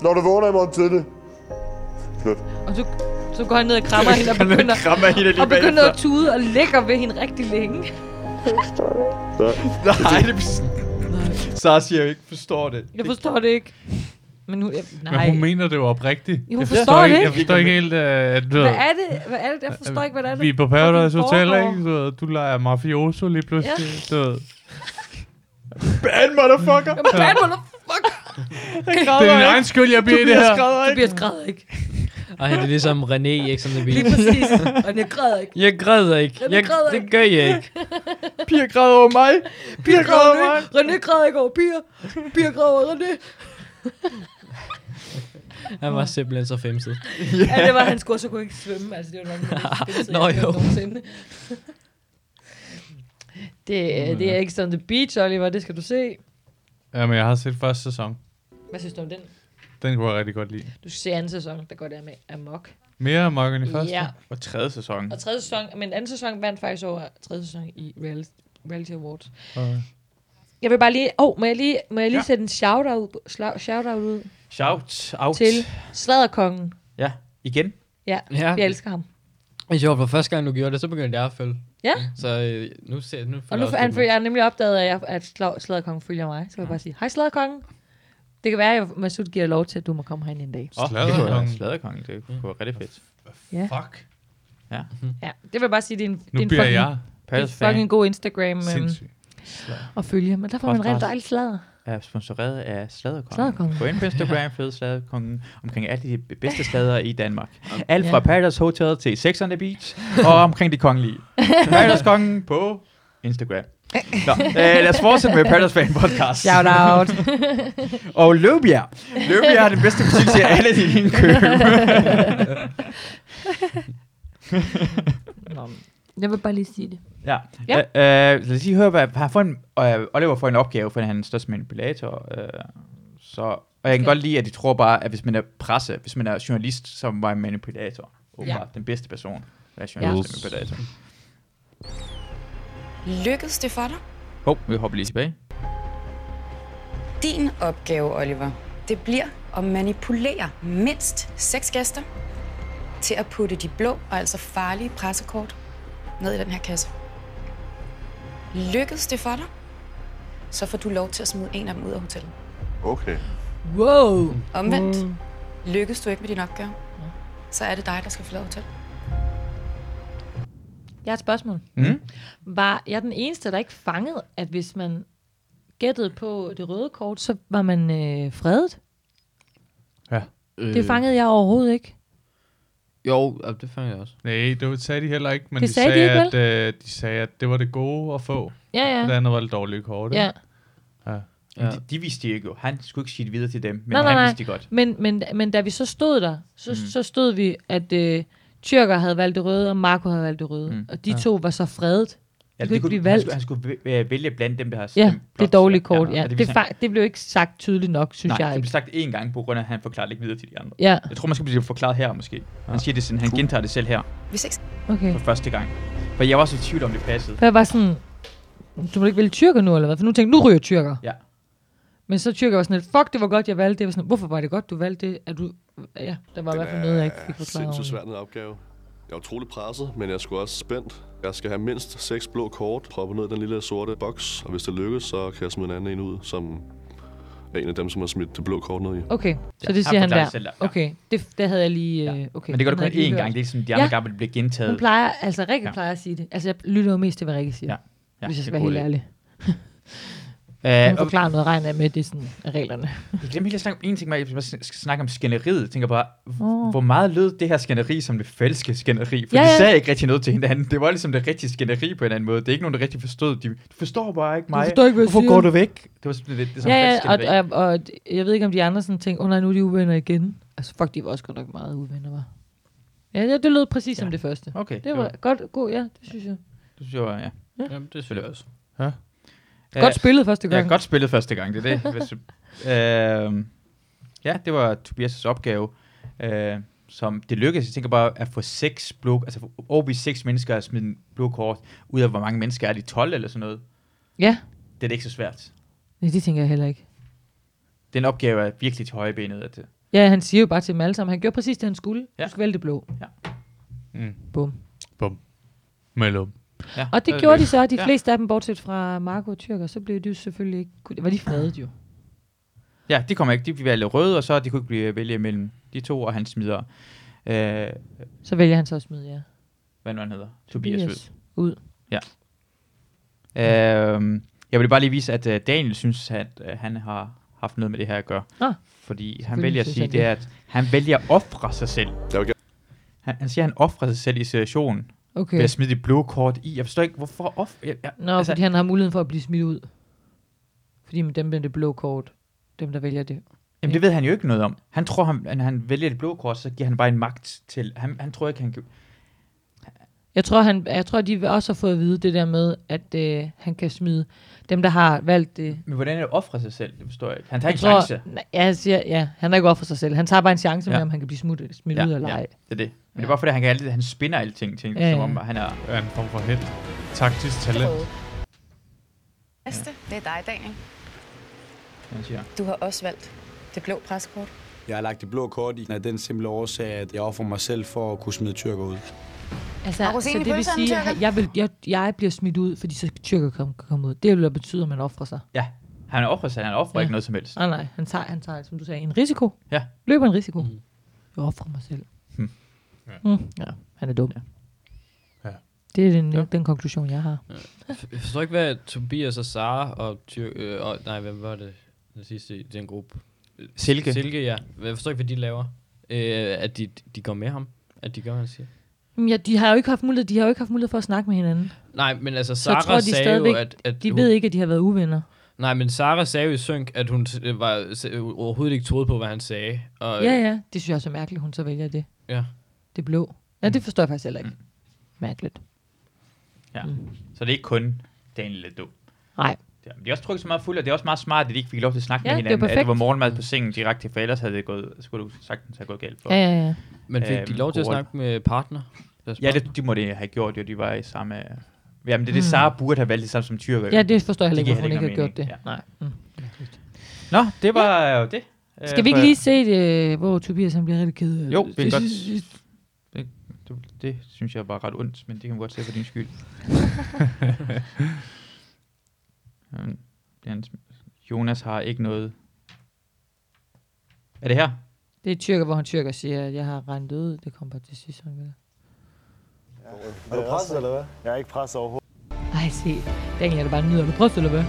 Speaker 11: Når du vågner i morgen tidlig. Slut.
Speaker 5: Og så, så går han ned og krammer hende og begynder,
Speaker 2: krammer hende lige
Speaker 5: og begynder
Speaker 2: bagefter.
Speaker 5: at tude og lægger ved hende rigtig længe.
Speaker 2: Nej, det... Sara siger jo ikke, forstår det.
Speaker 5: Jeg forstår det ikke. Men nu, jeg, nej.
Speaker 4: Men hun mener det jo oprigtigt.
Speaker 5: Jo, hun
Speaker 4: Jeg
Speaker 5: forstår det
Speaker 4: ikke.
Speaker 5: ikke.
Speaker 4: Jeg forstår ikke helt, øh, at du
Speaker 5: Hvad er
Speaker 4: ved,
Speaker 5: det? Hvad er det? Jeg forstår ikke, hvad det er.
Speaker 4: vi er på
Speaker 5: der
Speaker 4: Paradise
Speaker 5: fucking
Speaker 4: Hotel,
Speaker 5: foregår.
Speaker 4: ikke? Du, ved, du leger mafioso lige pludselig.
Speaker 5: Ja.
Speaker 4: Du ved.
Speaker 2: Bad motherfucker!
Speaker 5: Jamen, hvad er det, motherfucker?
Speaker 4: Det er din egen skyld, jeg bliver i det her.
Speaker 5: Tobias græder ikke.
Speaker 3: Ej, det er ligesom René i X on the
Speaker 5: Lige
Speaker 3: Beach.
Speaker 5: præcis. Og jeg græder ikke.
Speaker 3: Jeg græder ikke.
Speaker 5: René
Speaker 3: Jeg,
Speaker 5: græder
Speaker 3: det
Speaker 5: ikke.
Speaker 3: gør jeg ikke.
Speaker 2: Piger græder over mig.
Speaker 5: Piger græder over mig. René græder ikke over piger. Piger græder over René.
Speaker 3: Han var simpelthen så femset.
Speaker 5: Ja, det var, han skulle også kunne ikke svømme. Altså, det var nok det bedste,
Speaker 3: Nå,
Speaker 5: jeg har hørt
Speaker 3: jo.
Speaker 5: nogensinde. det, øh, det er ikke on the beach, Oliver. Det skal du se.
Speaker 4: Jamen, jeg har set første sæson.
Speaker 5: Hvad synes du om den?
Speaker 4: Den kunne jeg rigtig godt lide.
Speaker 5: Du skal se anden sæson, der går der med amok.
Speaker 4: Mere Mark end i første?
Speaker 5: Ja.
Speaker 2: Og tredje sæson.
Speaker 5: Og tredje sæson, men anden sæson vandt faktisk over tredje sæson i reality, reality awards.
Speaker 4: Okay.
Speaker 5: Jeg vil bare lige... Åh, oh, må jeg lige, må jeg lige ja. sætte en shout-out, sla- shout-out ud
Speaker 2: Shout out.
Speaker 5: til Sladderkongen.
Speaker 2: Ja, igen.
Speaker 5: Ja,
Speaker 3: Ja.
Speaker 5: ja, jeg elsker ham.
Speaker 3: Jeg sjovt, for første gang du gjorde det, så begyndte jeg at følge.
Speaker 5: Ja.
Speaker 3: Så øh, nu ser nu
Speaker 5: Og
Speaker 3: følger
Speaker 5: nu
Speaker 3: jeg også
Speaker 5: han,
Speaker 3: lidt
Speaker 5: jeg har nemlig opdaget, at, jeg, at sla- Sladderkongen følger mig. Så vil jeg bare sige, hej Sladderkongen. Det kan være, at Masud giver lov til, at du må komme herind en dag.
Speaker 2: Åh, det kunne være Sladderkongen, det kunne være rigtig fedt.
Speaker 5: Ja.
Speaker 4: Fuck.
Speaker 2: Ja.
Speaker 5: Ja, det vil jeg bare sige, det er en, det er en
Speaker 2: bliver
Speaker 5: fucking,
Speaker 2: jeg
Speaker 5: det er en
Speaker 2: Paradise fan.
Speaker 5: fucking god Instagram øhm,
Speaker 2: Sindssygt.
Speaker 5: at følge. Men der får man
Speaker 2: Podcast.
Speaker 5: rigtig dejlig sladder.
Speaker 2: er sponsoreret af Sladderkongen.
Speaker 5: Sladderkongen.
Speaker 2: Gå ind på Instagram, fed Sladderkongen, omkring alle de bedste sladder i Danmark. Alt
Speaker 5: Ja.
Speaker 2: fra Paradise Hotel til Sex on the Beach, og omkring de kongelige. Paradise Kongen på Instagram. Nå, øh, lad os fortsætte med Paradise Fan Podcast.
Speaker 5: Shout out.
Speaker 2: og Løbia. Løbia har den bedste butik til alle dine indkøb.
Speaker 5: Jeg vil bare lige sige det.
Speaker 2: Ja.
Speaker 5: Ja.
Speaker 2: ja. Øh, øh, lad os lige høre, hvad han får en, øh, Oliver får en opgave, for han er den største manipulator. Øh, så, og jeg
Speaker 5: Okay.
Speaker 2: kan godt lide, at de tror bare, at hvis man er presse, hvis man er journalist, så var en manipulator. Åbenbart
Speaker 14: Ja.
Speaker 2: ja. den bedste person, der er journalist ja.
Speaker 14: Ja.
Speaker 2: manipulator.
Speaker 14: Lykkedes det for dig?
Speaker 2: Hov, vi hopper lige tilbage.
Speaker 14: Din opgave, Oliver, det bliver at manipulere mindst seks gæster til at putte de blå og altså farlige pressekort ned i den her kasse. Lykkedes det for dig, så får du lov til at smide en af dem ud af hotellet.
Speaker 10: Okay.
Speaker 5: Wow!
Speaker 14: Omvendt,
Speaker 11: Mm.
Speaker 14: lykkes du ikke med din opgave, så er det dig, der skal forlade hotellet.
Speaker 5: Jeg har et spørgsmål.
Speaker 2: Mm.
Speaker 5: Var jeg den eneste, der ikke fangede, at hvis man gættede på det røde kort, så var man øh, fredet?
Speaker 4: Ja.
Speaker 5: Øh. Det fangede jeg overhovedet ikke.
Speaker 4: Jo, det fandt jeg også. Nej, det sagde de heller ikke, men
Speaker 5: Det
Speaker 4: de
Speaker 5: sagde
Speaker 4: sagde,
Speaker 5: de ikke,
Speaker 4: at, øh, de sagde, at det var det gode at få.
Speaker 5: Ja, ja.
Speaker 4: Og det andet var det dårlige kort. ikke?
Speaker 5: Ja.
Speaker 4: ja.
Speaker 2: Ja. De, de vidste det ikke jo. Han skulle ikke sige det videre til dem, men
Speaker 5: Nej, nej,
Speaker 2: han
Speaker 5: nej.
Speaker 2: vidste det godt.
Speaker 5: Men, men, men da vi så stod der, så,
Speaker 2: Mm.
Speaker 5: mm. så stod vi, at øh, Tyrker havde valgt det røde, og Marco havde valgt det røde.
Speaker 2: Mm.
Speaker 5: Mm. Og de
Speaker 2: Ja.
Speaker 5: ja. to var så fredet. De ja, kunne ikke blive
Speaker 2: Altså, han
Speaker 5: valgt.
Speaker 2: skulle, han skulle væ- øh, vælge blandt dem, der har
Speaker 5: Ja,
Speaker 2: stemt blåt.
Speaker 5: det dårlige kort, ja.
Speaker 2: og
Speaker 5: Det,
Speaker 2: vidste han-
Speaker 5: fa- det blev ikke sagt tydeligt nok, synes
Speaker 2: Nej,
Speaker 5: jeg
Speaker 2: det
Speaker 5: ikke.
Speaker 2: blev sagt én gang, på grund af, at han forklarede det ikke videre til de andre.
Speaker 5: Ja.
Speaker 2: Jeg tror, man skal blive forklaret her, måske. Han siger det sådan, han gentager det selv her.
Speaker 14: Hvis ikke...
Speaker 5: Okay.
Speaker 2: For første gang. For jeg var også i tvivl om, det passede.
Speaker 5: For jeg var sådan, du må ikke vælge Tyrker nu, eller hvad? For nu tænkte jeg, nu ryger Tyrker.
Speaker 2: Ja.
Speaker 5: Men så Tyrker var sådan lidt, fuck, det var godt, jeg valgte det. Jeg var sådan, hvorfor var det godt, du valgte det? Er du... Ja, der var i hvert fald noget, jeg ikke fik forklaret
Speaker 10: sindssygt
Speaker 5: over.
Speaker 10: svært en opgave. Jeg er utrolig presset, men jeg er sgu også spændt. Jeg skal have mindst seks blå kort proppet ned i den lille sorte boks, og hvis det lykkes, så kan jeg smide en anden en ud, som er en af dem, som har smidt det blå kort ned i.
Speaker 5: Okay, så
Speaker 2: Ja,
Speaker 5: det
Speaker 2: han
Speaker 5: siger han
Speaker 2: forklarer
Speaker 5: der.
Speaker 2: det selv der, ja.
Speaker 5: Okay, det, det havde jeg lige... øh, Okay.
Speaker 2: Men det gør
Speaker 5: den
Speaker 2: du kun
Speaker 5: havde jeg lige
Speaker 2: én
Speaker 5: hørt.
Speaker 2: gang. Det er ikke som de andre
Speaker 5: Ja.
Speaker 2: gange, hvor det bliver gentaget.
Speaker 5: Hun plejer, altså Rikke
Speaker 2: Ja.
Speaker 5: ja. plejer at sige det. Altså jeg lytter jo mest til, hvad Rikke siger.
Speaker 2: Ja. Ja,
Speaker 5: hvis jeg skal
Speaker 2: det er
Speaker 5: være
Speaker 2: en
Speaker 5: helt
Speaker 2: god idé.
Speaker 5: ærlig.
Speaker 2: Øh,
Speaker 5: Hun
Speaker 2: og-
Speaker 5: forklarer noget regn af med, det er sådan reglerne.
Speaker 2: Jeg glemte helt at snakke om en ting, med, at jeg skal snakke om skænderiet. Jeg tænker bare,
Speaker 5: Åh.
Speaker 2: oh. hvor meget lød det her skænderi som det falske skænderi? For
Speaker 5: Ja,
Speaker 2: ja, ja.
Speaker 5: ja.
Speaker 2: de sagde ikke rigtig noget til hinanden. Det var ligesom det rigtige skænderi på en anden måde. Det er ikke nogen, der rigtig forstod. De, du forstår bare ikke mig.
Speaker 5: forstår ikke, hvad jeg
Speaker 2: Hvorfor
Speaker 5: siger."
Speaker 2: går du væk? Det var sådan lidt det, som
Speaker 5: Ja,
Speaker 2: falsk
Speaker 5: ja, og,
Speaker 2: skænderi.
Speaker 5: og, og, jeg ved ikke, om de andre sådan tænkte, åh oh, nej, nu er de uvenner igen. Altså fuck, de var også godt nok meget uvenner, var. Ja, det, det lød præcis ja. som det første.
Speaker 2: Okay,
Speaker 5: Det var godt, god, ja, det synes jeg.
Speaker 2: Det synes jeg, var- ja.
Speaker 5: Ja.
Speaker 3: Jamen, det synes jeg også.
Speaker 2: Ja.
Speaker 5: Godt spillet første gang.
Speaker 2: Ja, godt spillet første gang, det er det. Hvis, øh, ja, det var Tobias' opgave, øh, som det lykkedes. Jeg tænker bare at få seks blå, altså få overbevist seks mennesker at smide en blå kort, ud af hvor mange mennesker er de 12 eller sådan noget.
Speaker 5: Ja.
Speaker 2: Det er da ikke så svært.
Speaker 5: Nej, det tænker jeg heller ikke.
Speaker 2: Den opgave er virkelig til højbenet. At, øh, det-
Speaker 5: Ja, han siger jo bare til dem alle sammen, han gjorde præcis det, han skulle. Ja. Du skal vælge det blå.
Speaker 2: Ja.
Speaker 4: Mm.
Speaker 5: Bum.
Speaker 4: Bum. Mellem.
Speaker 2: Ja,
Speaker 5: Og det
Speaker 2: så-
Speaker 5: gjorde de så, de
Speaker 2: Ja.
Speaker 5: fleste af dem, bortset fra Marco og Tyrker, så blev de jo selvfølgelig ikke... kunne- Var de fredet jo?
Speaker 2: Ja, de kommer ikke. De bliver alle røde, og så de kunne ikke blive vælge mellem de to, og han smider, øh, hvad
Speaker 5: Så vælger han så at smide jer.
Speaker 2: nu han hedder, Tobias, Tobias. ud.
Speaker 5: ud.
Speaker 2: Ja. Øhm, jeg vil bare lige vise, at øh, Daniel synes, at øh, han har haft noget med det her at gøre.
Speaker 5: Ah,
Speaker 2: fordi han
Speaker 5: selvfølgelig
Speaker 2: vælger at
Speaker 5: synes
Speaker 2: sige,
Speaker 5: han
Speaker 2: det er,
Speaker 5: det.
Speaker 2: at han vælger at ofre sig selv.
Speaker 10: Okay.
Speaker 2: Han, han siger, at han offrer sig selv i situationen.
Speaker 5: Okay.
Speaker 2: Ved at smide det blå kort i. Jeg forstår ikke, hvorfor off... Jeg, jeg,
Speaker 5: Nå, altså, fordi han har muligheden for at blive smidt ud. Fordi med dem bliver det blå kort. Dem, der vælger det.
Speaker 2: Jamen, det ved han jo ikke noget om. Han tror, han, at han vælger det blå kort, så giver han bare en magt til... Han, han tror ikke, han kan...
Speaker 5: Jeg tror, han, jeg tror, de vil også har fået at vide det der med, at øh, han kan smide dem, der har valgt det.
Speaker 2: Men hvordan er det at ofre sig selv? Det forstår jeg ikke. Han tager
Speaker 5: Jeg
Speaker 2: ikke
Speaker 5: tror-
Speaker 2: chance.
Speaker 5: Nej, ja, han siger, ja, han er ikke op for sig selv. Han tager bare en chance ja.
Speaker 2: Ja.
Speaker 5: med, om han kan blive smidt, smidt ja, ud eller
Speaker 2: ja,
Speaker 5: ej.
Speaker 2: det er det. Men det er bare fordi, han, kan altid, han spinder alting, ting,
Speaker 5: Ja,
Speaker 2: ja, som
Speaker 5: ja.
Speaker 2: om han er...
Speaker 4: Ja, en form for held. Taktisk talent.
Speaker 14: Næste, det er dig, Daniel.
Speaker 2: Han siger.
Speaker 14: Du har også valgt det blå pressekort.
Speaker 6: Jeg har lagt det blå kort i af den simple årsag, at jeg offrer mig selv for at kunne smide tyrker ud.
Speaker 5: Altså,
Speaker 14: Har du set
Speaker 5: så
Speaker 14: i
Speaker 5: det vil
Speaker 14: pølserne,
Speaker 5: sige,
Speaker 14: Tyrker?
Speaker 5: at jeg, vil, jeg, jeg bliver smidt ud, fordi så kan tyrker komme, komme ud. Det vil jo betyde, at man offrer sig.
Speaker 2: Ja, han offrer sig. Han offrer
Speaker 5: Ja.
Speaker 2: ja. ikke noget som helst.
Speaker 5: Nej, nej, han tager, han tager, som du sagde, en risiko.
Speaker 2: Ja.
Speaker 5: Løber en risiko. Mm. Jeg offrer mig selv.
Speaker 2: Hmm.
Speaker 5: Ja. Mm. ja, han er dum. Ja.
Speaker 4: Ja.
Speaker 5: Det er den, ja. den konklusion, jeg har.
Speaker 3: Jeg forstår ikke, hvad Tobias og Sara og, Tyr, øh, og nej, hvem var det den sidste i den gruppe? Øh,
Speaker 2: Silke.
Speaker 3: Silke, ja. Jeg forstår ikke, hvad de laver. Øh, at de, de går med ham. At de gør, hvad han siger.
Speaker 5: Men ja, de har jo ikke haft mulighed, de har jo ikke haft mulighed for at snakke med hinanden.
Speaker 3: Nej, men altså,
Speaker 5: Så
Speaker 3: Sara
Speaker 5: tror de
Speaker 3: sagde
Speaker 5: stadigvæk,
Speaker 3: jo, at... at
Speaker 5: de
Speaker 3: hun-
Speaker 5: ved ikke, at de har været uvenner.
Speaker 3: Nej, men Sara sagde jo i synk, at hun øh, var, s- øh, overhovedet ikke troede på, hvad han sagde.
Speaker 2: Øh.
Speaker 3: Og,
Speaker 5: Ja, ja, det synes jeg også er mærkeligt, hun så vælger det.
Speaker 3: Ja.
Speaker 2: Mm.
Speaker 5: Det blå. Ja, det forstår jeg faktisk heller ikke. Mærkeligt.
Speaker 2: Ja. Så det er ikke kun Daniel er dum.
Speaker 5: Nej.
Speaker 2: Ja, men de er også trukket så meget fuld, og det er også meget smart, at de ikke fik lov til at snakke
Speaker 5: Ja,
Speaker 2: med
Speaker 5: det er
Speaker 2: hinanden. at
Speaker 5: perfekt.
Speaker 2: det var morgenmad på sengen direkte, for ellers havde det gået, skulle det sagtens have gået galt for.
Speaker 5: Ja, ja, ja.
Speaker 3: Men fik
Speaker 11: Øhm,
Speaker 3: de lov til at
Speaker 2: Roald.
Speaker 3: snakke med partner? Deres
Speaker 2: Ja, det, de måtte have gjort, jo, de var i samme... Jamen, det er det,
Speaker 5: Mm.
Speaker 2: Sara burde have valgt det samme som tyrker.
Speaker 5: Ja, det forstår jeg heller
Speaker 2: Øh. Det
Speaker 5: ikke,
Speaker 2: giver
Speaker 5: hvorfor hun ikke har
Speaker 2: heller
Speaker 5: gjort det.
Speaker 2: ikke
Speaker 5: Ja. Nej. Mm. mærkeligt.
Speaker 2: Nå, det var jo det. Øh,
Speaker 5: Skal vi ikke
Speaker 2: for-
Speaker 5: lige se det, øh, hvor Tobias han bliver rigtig ked? af det?
Speaker 2: Jo, vi kan godt... Det, det, det synes jeg var ret ondt, men det kan man godt se for din skyld. Øhm, den- Jonas har ikke noget... Er det her?
Speaker 5: Det er tyrker, hvor han tyrker siger, at jeg har regnet det ud. Det kommer bare til sidst, han vil.
Speaker 16: Er du presset, eller hvad? Jeg er ikke presset overhovedet.
Speaker 5: Ej, se. Daniel er da bare nyder. Har du prøvet, eller hvad?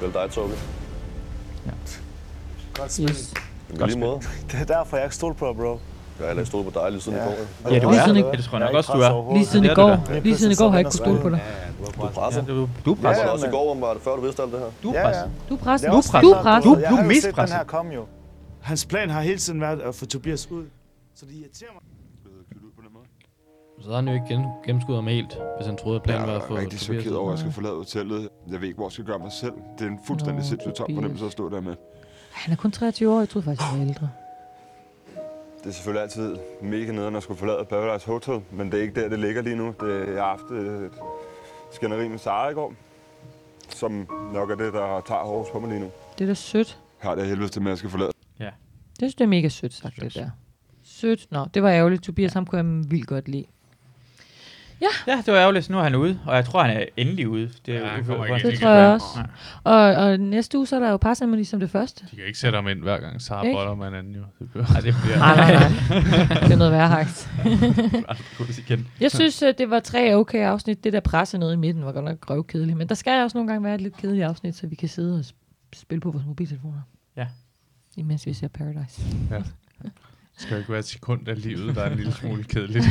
Speaker 10: Vel dig, Tobi.
Speaker 16: Godt
Speaker 5: spil.
Speaker 10: På lige måde.
Speaker 16: Det er derfor, jeg ikke stol på dig, bro.
Speaker 10: Jeg har heller ikke stolet på dig lige siden i går.
Speaker 2: Ja, du er. Ja, det tror jeg nok også, du er. Ja, det er da.
Speaker 10: Du er presset.
Speaker 2: Ja, Altså, du, du er
Speaker 10: Du var
Speaker 2: presset.
Speaker 10: der også i går, var det før du vidste alt det her.
Speaker 2: Du
Speaker 16: Ja, ja.
Speaker 5: Du er presset.
Speaker 16: Jeg
Speaker 5: Du er
Speaker 16: også
Speaker 5: presset. Du
Speaker 16: presset.
Speaker 5: er
Speaker 16: Jeg
Speaker 5: presset. Du- du
Speaker 16: har jo
Speaker 5: er
Speaker 16: set
Speaker 5: mispresset.
Speaker 16: Den her kom jo.
Speaker 15: Hans plan har hele tiden været at få Tobias ud, så det irriterer mig.
Speaker 3: Så havde han jo ikke gen- gennemskuddet ham helt, hvis han troede, at planen var
Speaker 11: Jeg
Speaker 3: at få
Speaker 11: er rigtig
Speaker 3: Tobias.
Speaker 11: chokeret over, at jeg skal forlade hotellet. Jeg ved ikke, hvor jeg skal gøre mig selv. Det er en fuldstændig
Speaker 5: Nå,
Speaker 11: sindssygt tom
Speaker 5: Tobias.
Speaker 11: fornemmelse at stå der med.
Speaker 5: Han er kun 23 år. Jeg troede faktisk, han var ældre.
Speaker 11: Det er selvfølgelig altid mega nederen at skulle forlade Paradise Hotel, men det er ikke der, det ligger lige nu. Det, jeg har haft et skænderi med Sara i går, som nok er det, der tager hårdest på mig lige nu.
Speaker 5: Det er da sødt.
Speaker 11: Har det helvede til, at jeg skal forlade.
Speaker 5: Det synes jeg er mega sødt sagt, det der. Sødt. Nå, det var ærgerligt. Tobias, ham kunne jeg vildt godt lide.
Speaker 2: Ja, det var ærgerligt. Nu er han ude, og jeg tror, han er endelig ude. Det, ja,
Speaker 4: han kommer
Speaker 5: Det tror jeg også. Og, og næste uge, så er der jo parsamoni som det første.
Speaker 4: De kan ikke sætte ham ind hver gang, så har
Speaker 5: Ikke?
Speaker 4: boller med en anden jo. Det bliver...
Speaker 2: det bliver...
Speaker 5: Nej, nej, nej. Det er noget værre haks.
Speaker 2: igen.
Speaker 5: Jeg synes, øh, det var tre okay afsnit. Det der presse noget i midten var godt nok røvkedeligt. Men der skal også nogle gange være et lidt kedeligt afsnit, så vi kan sidde og sp- spille på vores mobiltelefoner.
Speaker 2: Ja.
Speaker 5: Imens vi ser Paradise.
Speaker 4: Ja. Det skal jo ikke være et sekund af livet, der er en lille smule kedeligt.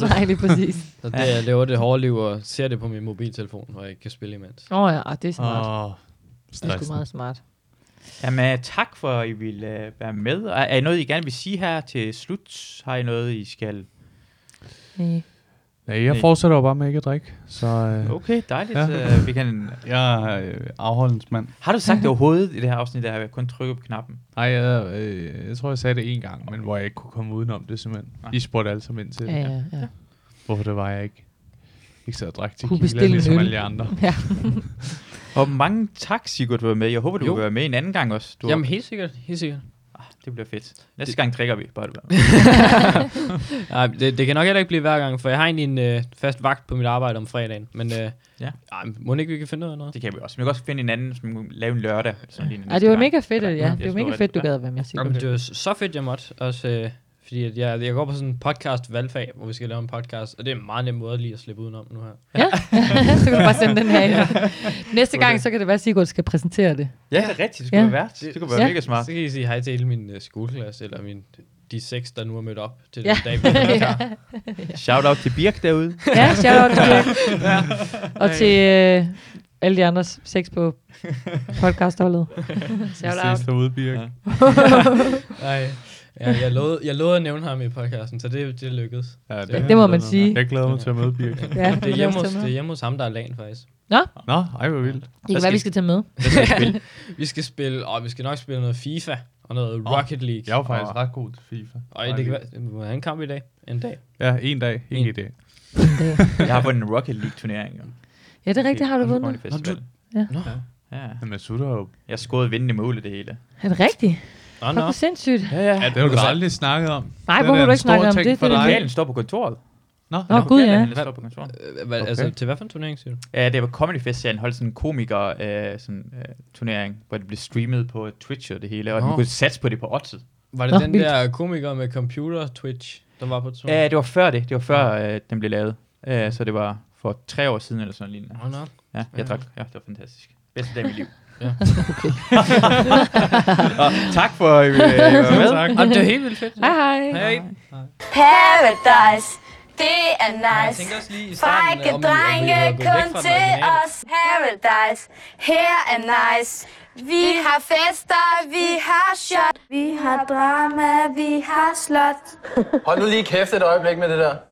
Speaker 5: Nej, lige præcis.
Speaker 3: Så det, jeg lever det hårde liv og ser det på min mobiltelefon, hvor jeg ikke kan spille imens.
Speaker 5: Åh oh, ja, ah, det er smart.
Speaker 4: Åh,
Speaker 5: det er sgu meget smart.
Speaker 2: Jamen, øh, tak for, at I vil øh, være med. Er, er I noget, I gerne vil sige her til slut? Har I noget, I skal...
Speaker 5: Nej.
Speaker 4: Nej, jeg fortsætter jo bare med ikke at drikke, så... Øh,
Speaker 2: Okay, dejligt.
Speaker 4: Ja.
Speaker 2: Ja. Øh, vi kan...
Speaker 4: Jeg er øh, afholdens mand.
Speaker 2: Har du sagt det overhovedet i det her afsnit, der har jeg kun trykket på knappen?
Speaker 4: Nej, jeg, øh, jeg tror, jeg sagde det en gang, men hvor jeg ikke kunne komme udenom det simpelthen.
Speaker 2: Nej.
Speaker 4: I spurgte alle sammen ind til det.
Speaker 5: Ja, ja, ja.
Speaker 4: Hvorfor det var jeg ikke. Ikke sad og drak til
Speaker 5: Kunne
Speaker 4: kilder,
Speaker 5: bestille
Speaker 4: ligesom
Speaker 5: en øl.
Speaker 4: alle de andre.
Speaker 5: Ja.
Speaker 2: Og mange tak, Sigurd, for at være med. Jeg håber, du
Speaker 3: Jo.
Speaker 2: jo. vil være med en anden gang også. Du Ah,
Speaker 3: Jamen, helt sikkert. Helt sikkert.
Speaker 2: Det bliver fedt. Næste gang drikker vi, bare du er med.
Speaker 3: Nej, det, det kan nok heller ikke blive hver gang, for jeg har egentlig en øh, fast vagt på mit arbejde om fredagen. Men øh,
Speaker 2: Ja.
Speaker 3: ej, må ikke vi kan finde ud af noget?
Speaker 2: Det kan vi også. Vi kan også finde en anden, som kan lave en lørdag. Sådan lige
Speaker 5: Ej,
Speaker 2: næste
Speaker 5: det var
Speaker 2: gang.
Speaker 5: mega fedt, at- ja.
Speaker 2: Jeg
Speaker 5: Det var
Speaker 2: tror,
Speaker 5: mega
Speaker 2: at-
Speaker 5: fedt, du gad at være med,
Speaker 3: Jamen,
Speaker 5: Sigurd.
Speaker 3: det var så fedt, jeg måtte også, øh, fordi at jeg, jeg går på sådan en podcast valgfag, hvor vi skal lave en podcast, og det er en meget nem måde lige at slippe udenom nu her.
Speaker 5: Ja, så kan du bare sende den her ind. Næste gang, så kan det være, at Sigurd skal præsentere det.
Speaker 2: Ja, det er rigtigt. Det skulle være værd. Det kunne være
Speaker 5: Ja.
Speaker 2: mega smart.
Speaker 3: Så kan I sige hej til hele min øh, skoleklasse, eller min, de seks, der nu er mødt op til
Speaker 5: Ja.
Speaker 3: den dag, vi er
Speaker 5: Ja.
Speaker 2: Shout out til Birk derude.
Speaker 5: Ja, shout out til Birk.
Speaker 2: Ja.
Speaker 5: Og til øh, alle de andre seks på podcastholdet. Shout
Speaker 4: Vi ses
Speaker 5: out.
Speaker 4: derude, Birk.
Speaker 3: Nej, ja, jeg, lovede, jeg lovede at nævne ham i podcasten, så det, det lykkedes.
Speaker 4: Ja,
Speaker 5: det- det må man sige.
Speaker 4: Jeg glæder mig til at møde Birk.
Speaker 5: Ja, jeg
Speaker 3: det, er
Speaker 5: glæder mig
Speaker 3: hjemme
Speaker 5: til
Speaker 3: hos,
Speaker 5: at møde
Speaker 3: det er
Speaker 5: ham.
Speaker 3: hjemme hos ham, der er lagen faktisk.
Speaker 5: Nå,
Speaker 4: Nå, ej, hvor vildt.
Speaker 5: det kan være, vi skal tage med.
Speaker 3: vi skal spille, og vi skal nok spille noget FIFA og noget
Speaker 4: Åh,
Speaker 3: Rocket League.
Speaker 4: Jeg er jo faktisk
Speaker 3: og,
Speaker 4: ret god til FIFA.
Speaker 3: Og det kan være, vi må have en kamp i dag. En dag.
Speaker 4: Ja, en dag. Ikke i dag.
Speaker 2: Jeg har vundet en Rocket League-turnering. jo.
Speaker 5: Ja, det er rigtigt, har du
Speaker 2: Og så kommer
Speaker 5: vundet.
Speaker 2: de festival.
Speaker 5: Ja.
Speaker 2: Ja.
Speaker 4: Men Sutter jo...
Speaker 2: Jeg skåede vindende mål i det hele.
Speaker 5: Er det rigtigt?
Speaker 3: Nå,
Speaker 5: Fuck, hvor sindssygt.
Speaker 2: Ja, ja.
Speaker 4: Ja, det har du aldrig snakket om.
Speaker 5: Nej,
Speaker 4: Den
Speaker 5: hvorfor
Speaker 4: er
Speaker 5: har du
Speaker 4: en
Speaker 5: ikke
Speaker 4: stor
Speaker 5: snakket om
Speaker 4: ting
Speaker 5: det?
Speaker 4: for
Speaker 5: Det er
Speaker 4: dig.
Speaker 5: det.
Speaker 2: Pokalen står på kontoret.
Speaker 4: Nå,
Speaker 5: Nå, gud, ja.
Speaker 2: Den står på kontoret.
Speaker 3: Øh, Hvad, Altså, til hvad for en turnering, siger du?
Speaker 2: Ja, det var Comedy Fest, serien holdt sådan en komiker øh, sådan, øh, turnering, hvor det blev streamet på Twitch og det hele, og
Speaker 3: Nå.
Speaker 2: man kunne satse på det på oddset.
Speaker 3: Var det
Speaker 5: Nå,
Speaker 3: den
Speaker 5: vildt.
Speaker 3: der komiker med computer Twitch, der var på turen?
Speaker 2: Ja, det var før det. Det var før øh, den blev lavet. Øh, så det var for tre år siden eller sådan lignende.
Speaker 3: Hold da op.
Speaker 2: Ja,
Speaker 3: Ja.
Speaker 2: jeg drak. Ja, Øh, det var fantastisk. Bedste dag i mit liv.
Speaker 3: Ja.
Speaker 5: Okay.
Speaker 2: og tak for, at I øh, var med.
Speaker 3: Tak. Jamen, det var helt vildt fedt.
Speaker 5: Hej, hej.
Speaker 3: Hej.
Speaker 17: Paradise, det er
Speaker 3: Jeg
Speaker 17: nice.
Speaker 3: tænkte også lige i starten,
Speaker 17: Frække
Speaker 3: om I- om I
Speaker 17: drenge,
Speaker 3: var gået væk
Speaker 17: kun
Speaker 3: fra den
Speaker 17: til
Speaker 3: originale.
Speaker 17: os. Paradise, her er nice. Vi har fester, vi har shot. Vi har drama, vi har slot.
Speaker 18: Hold nu lige kæft et øjeblik med det der.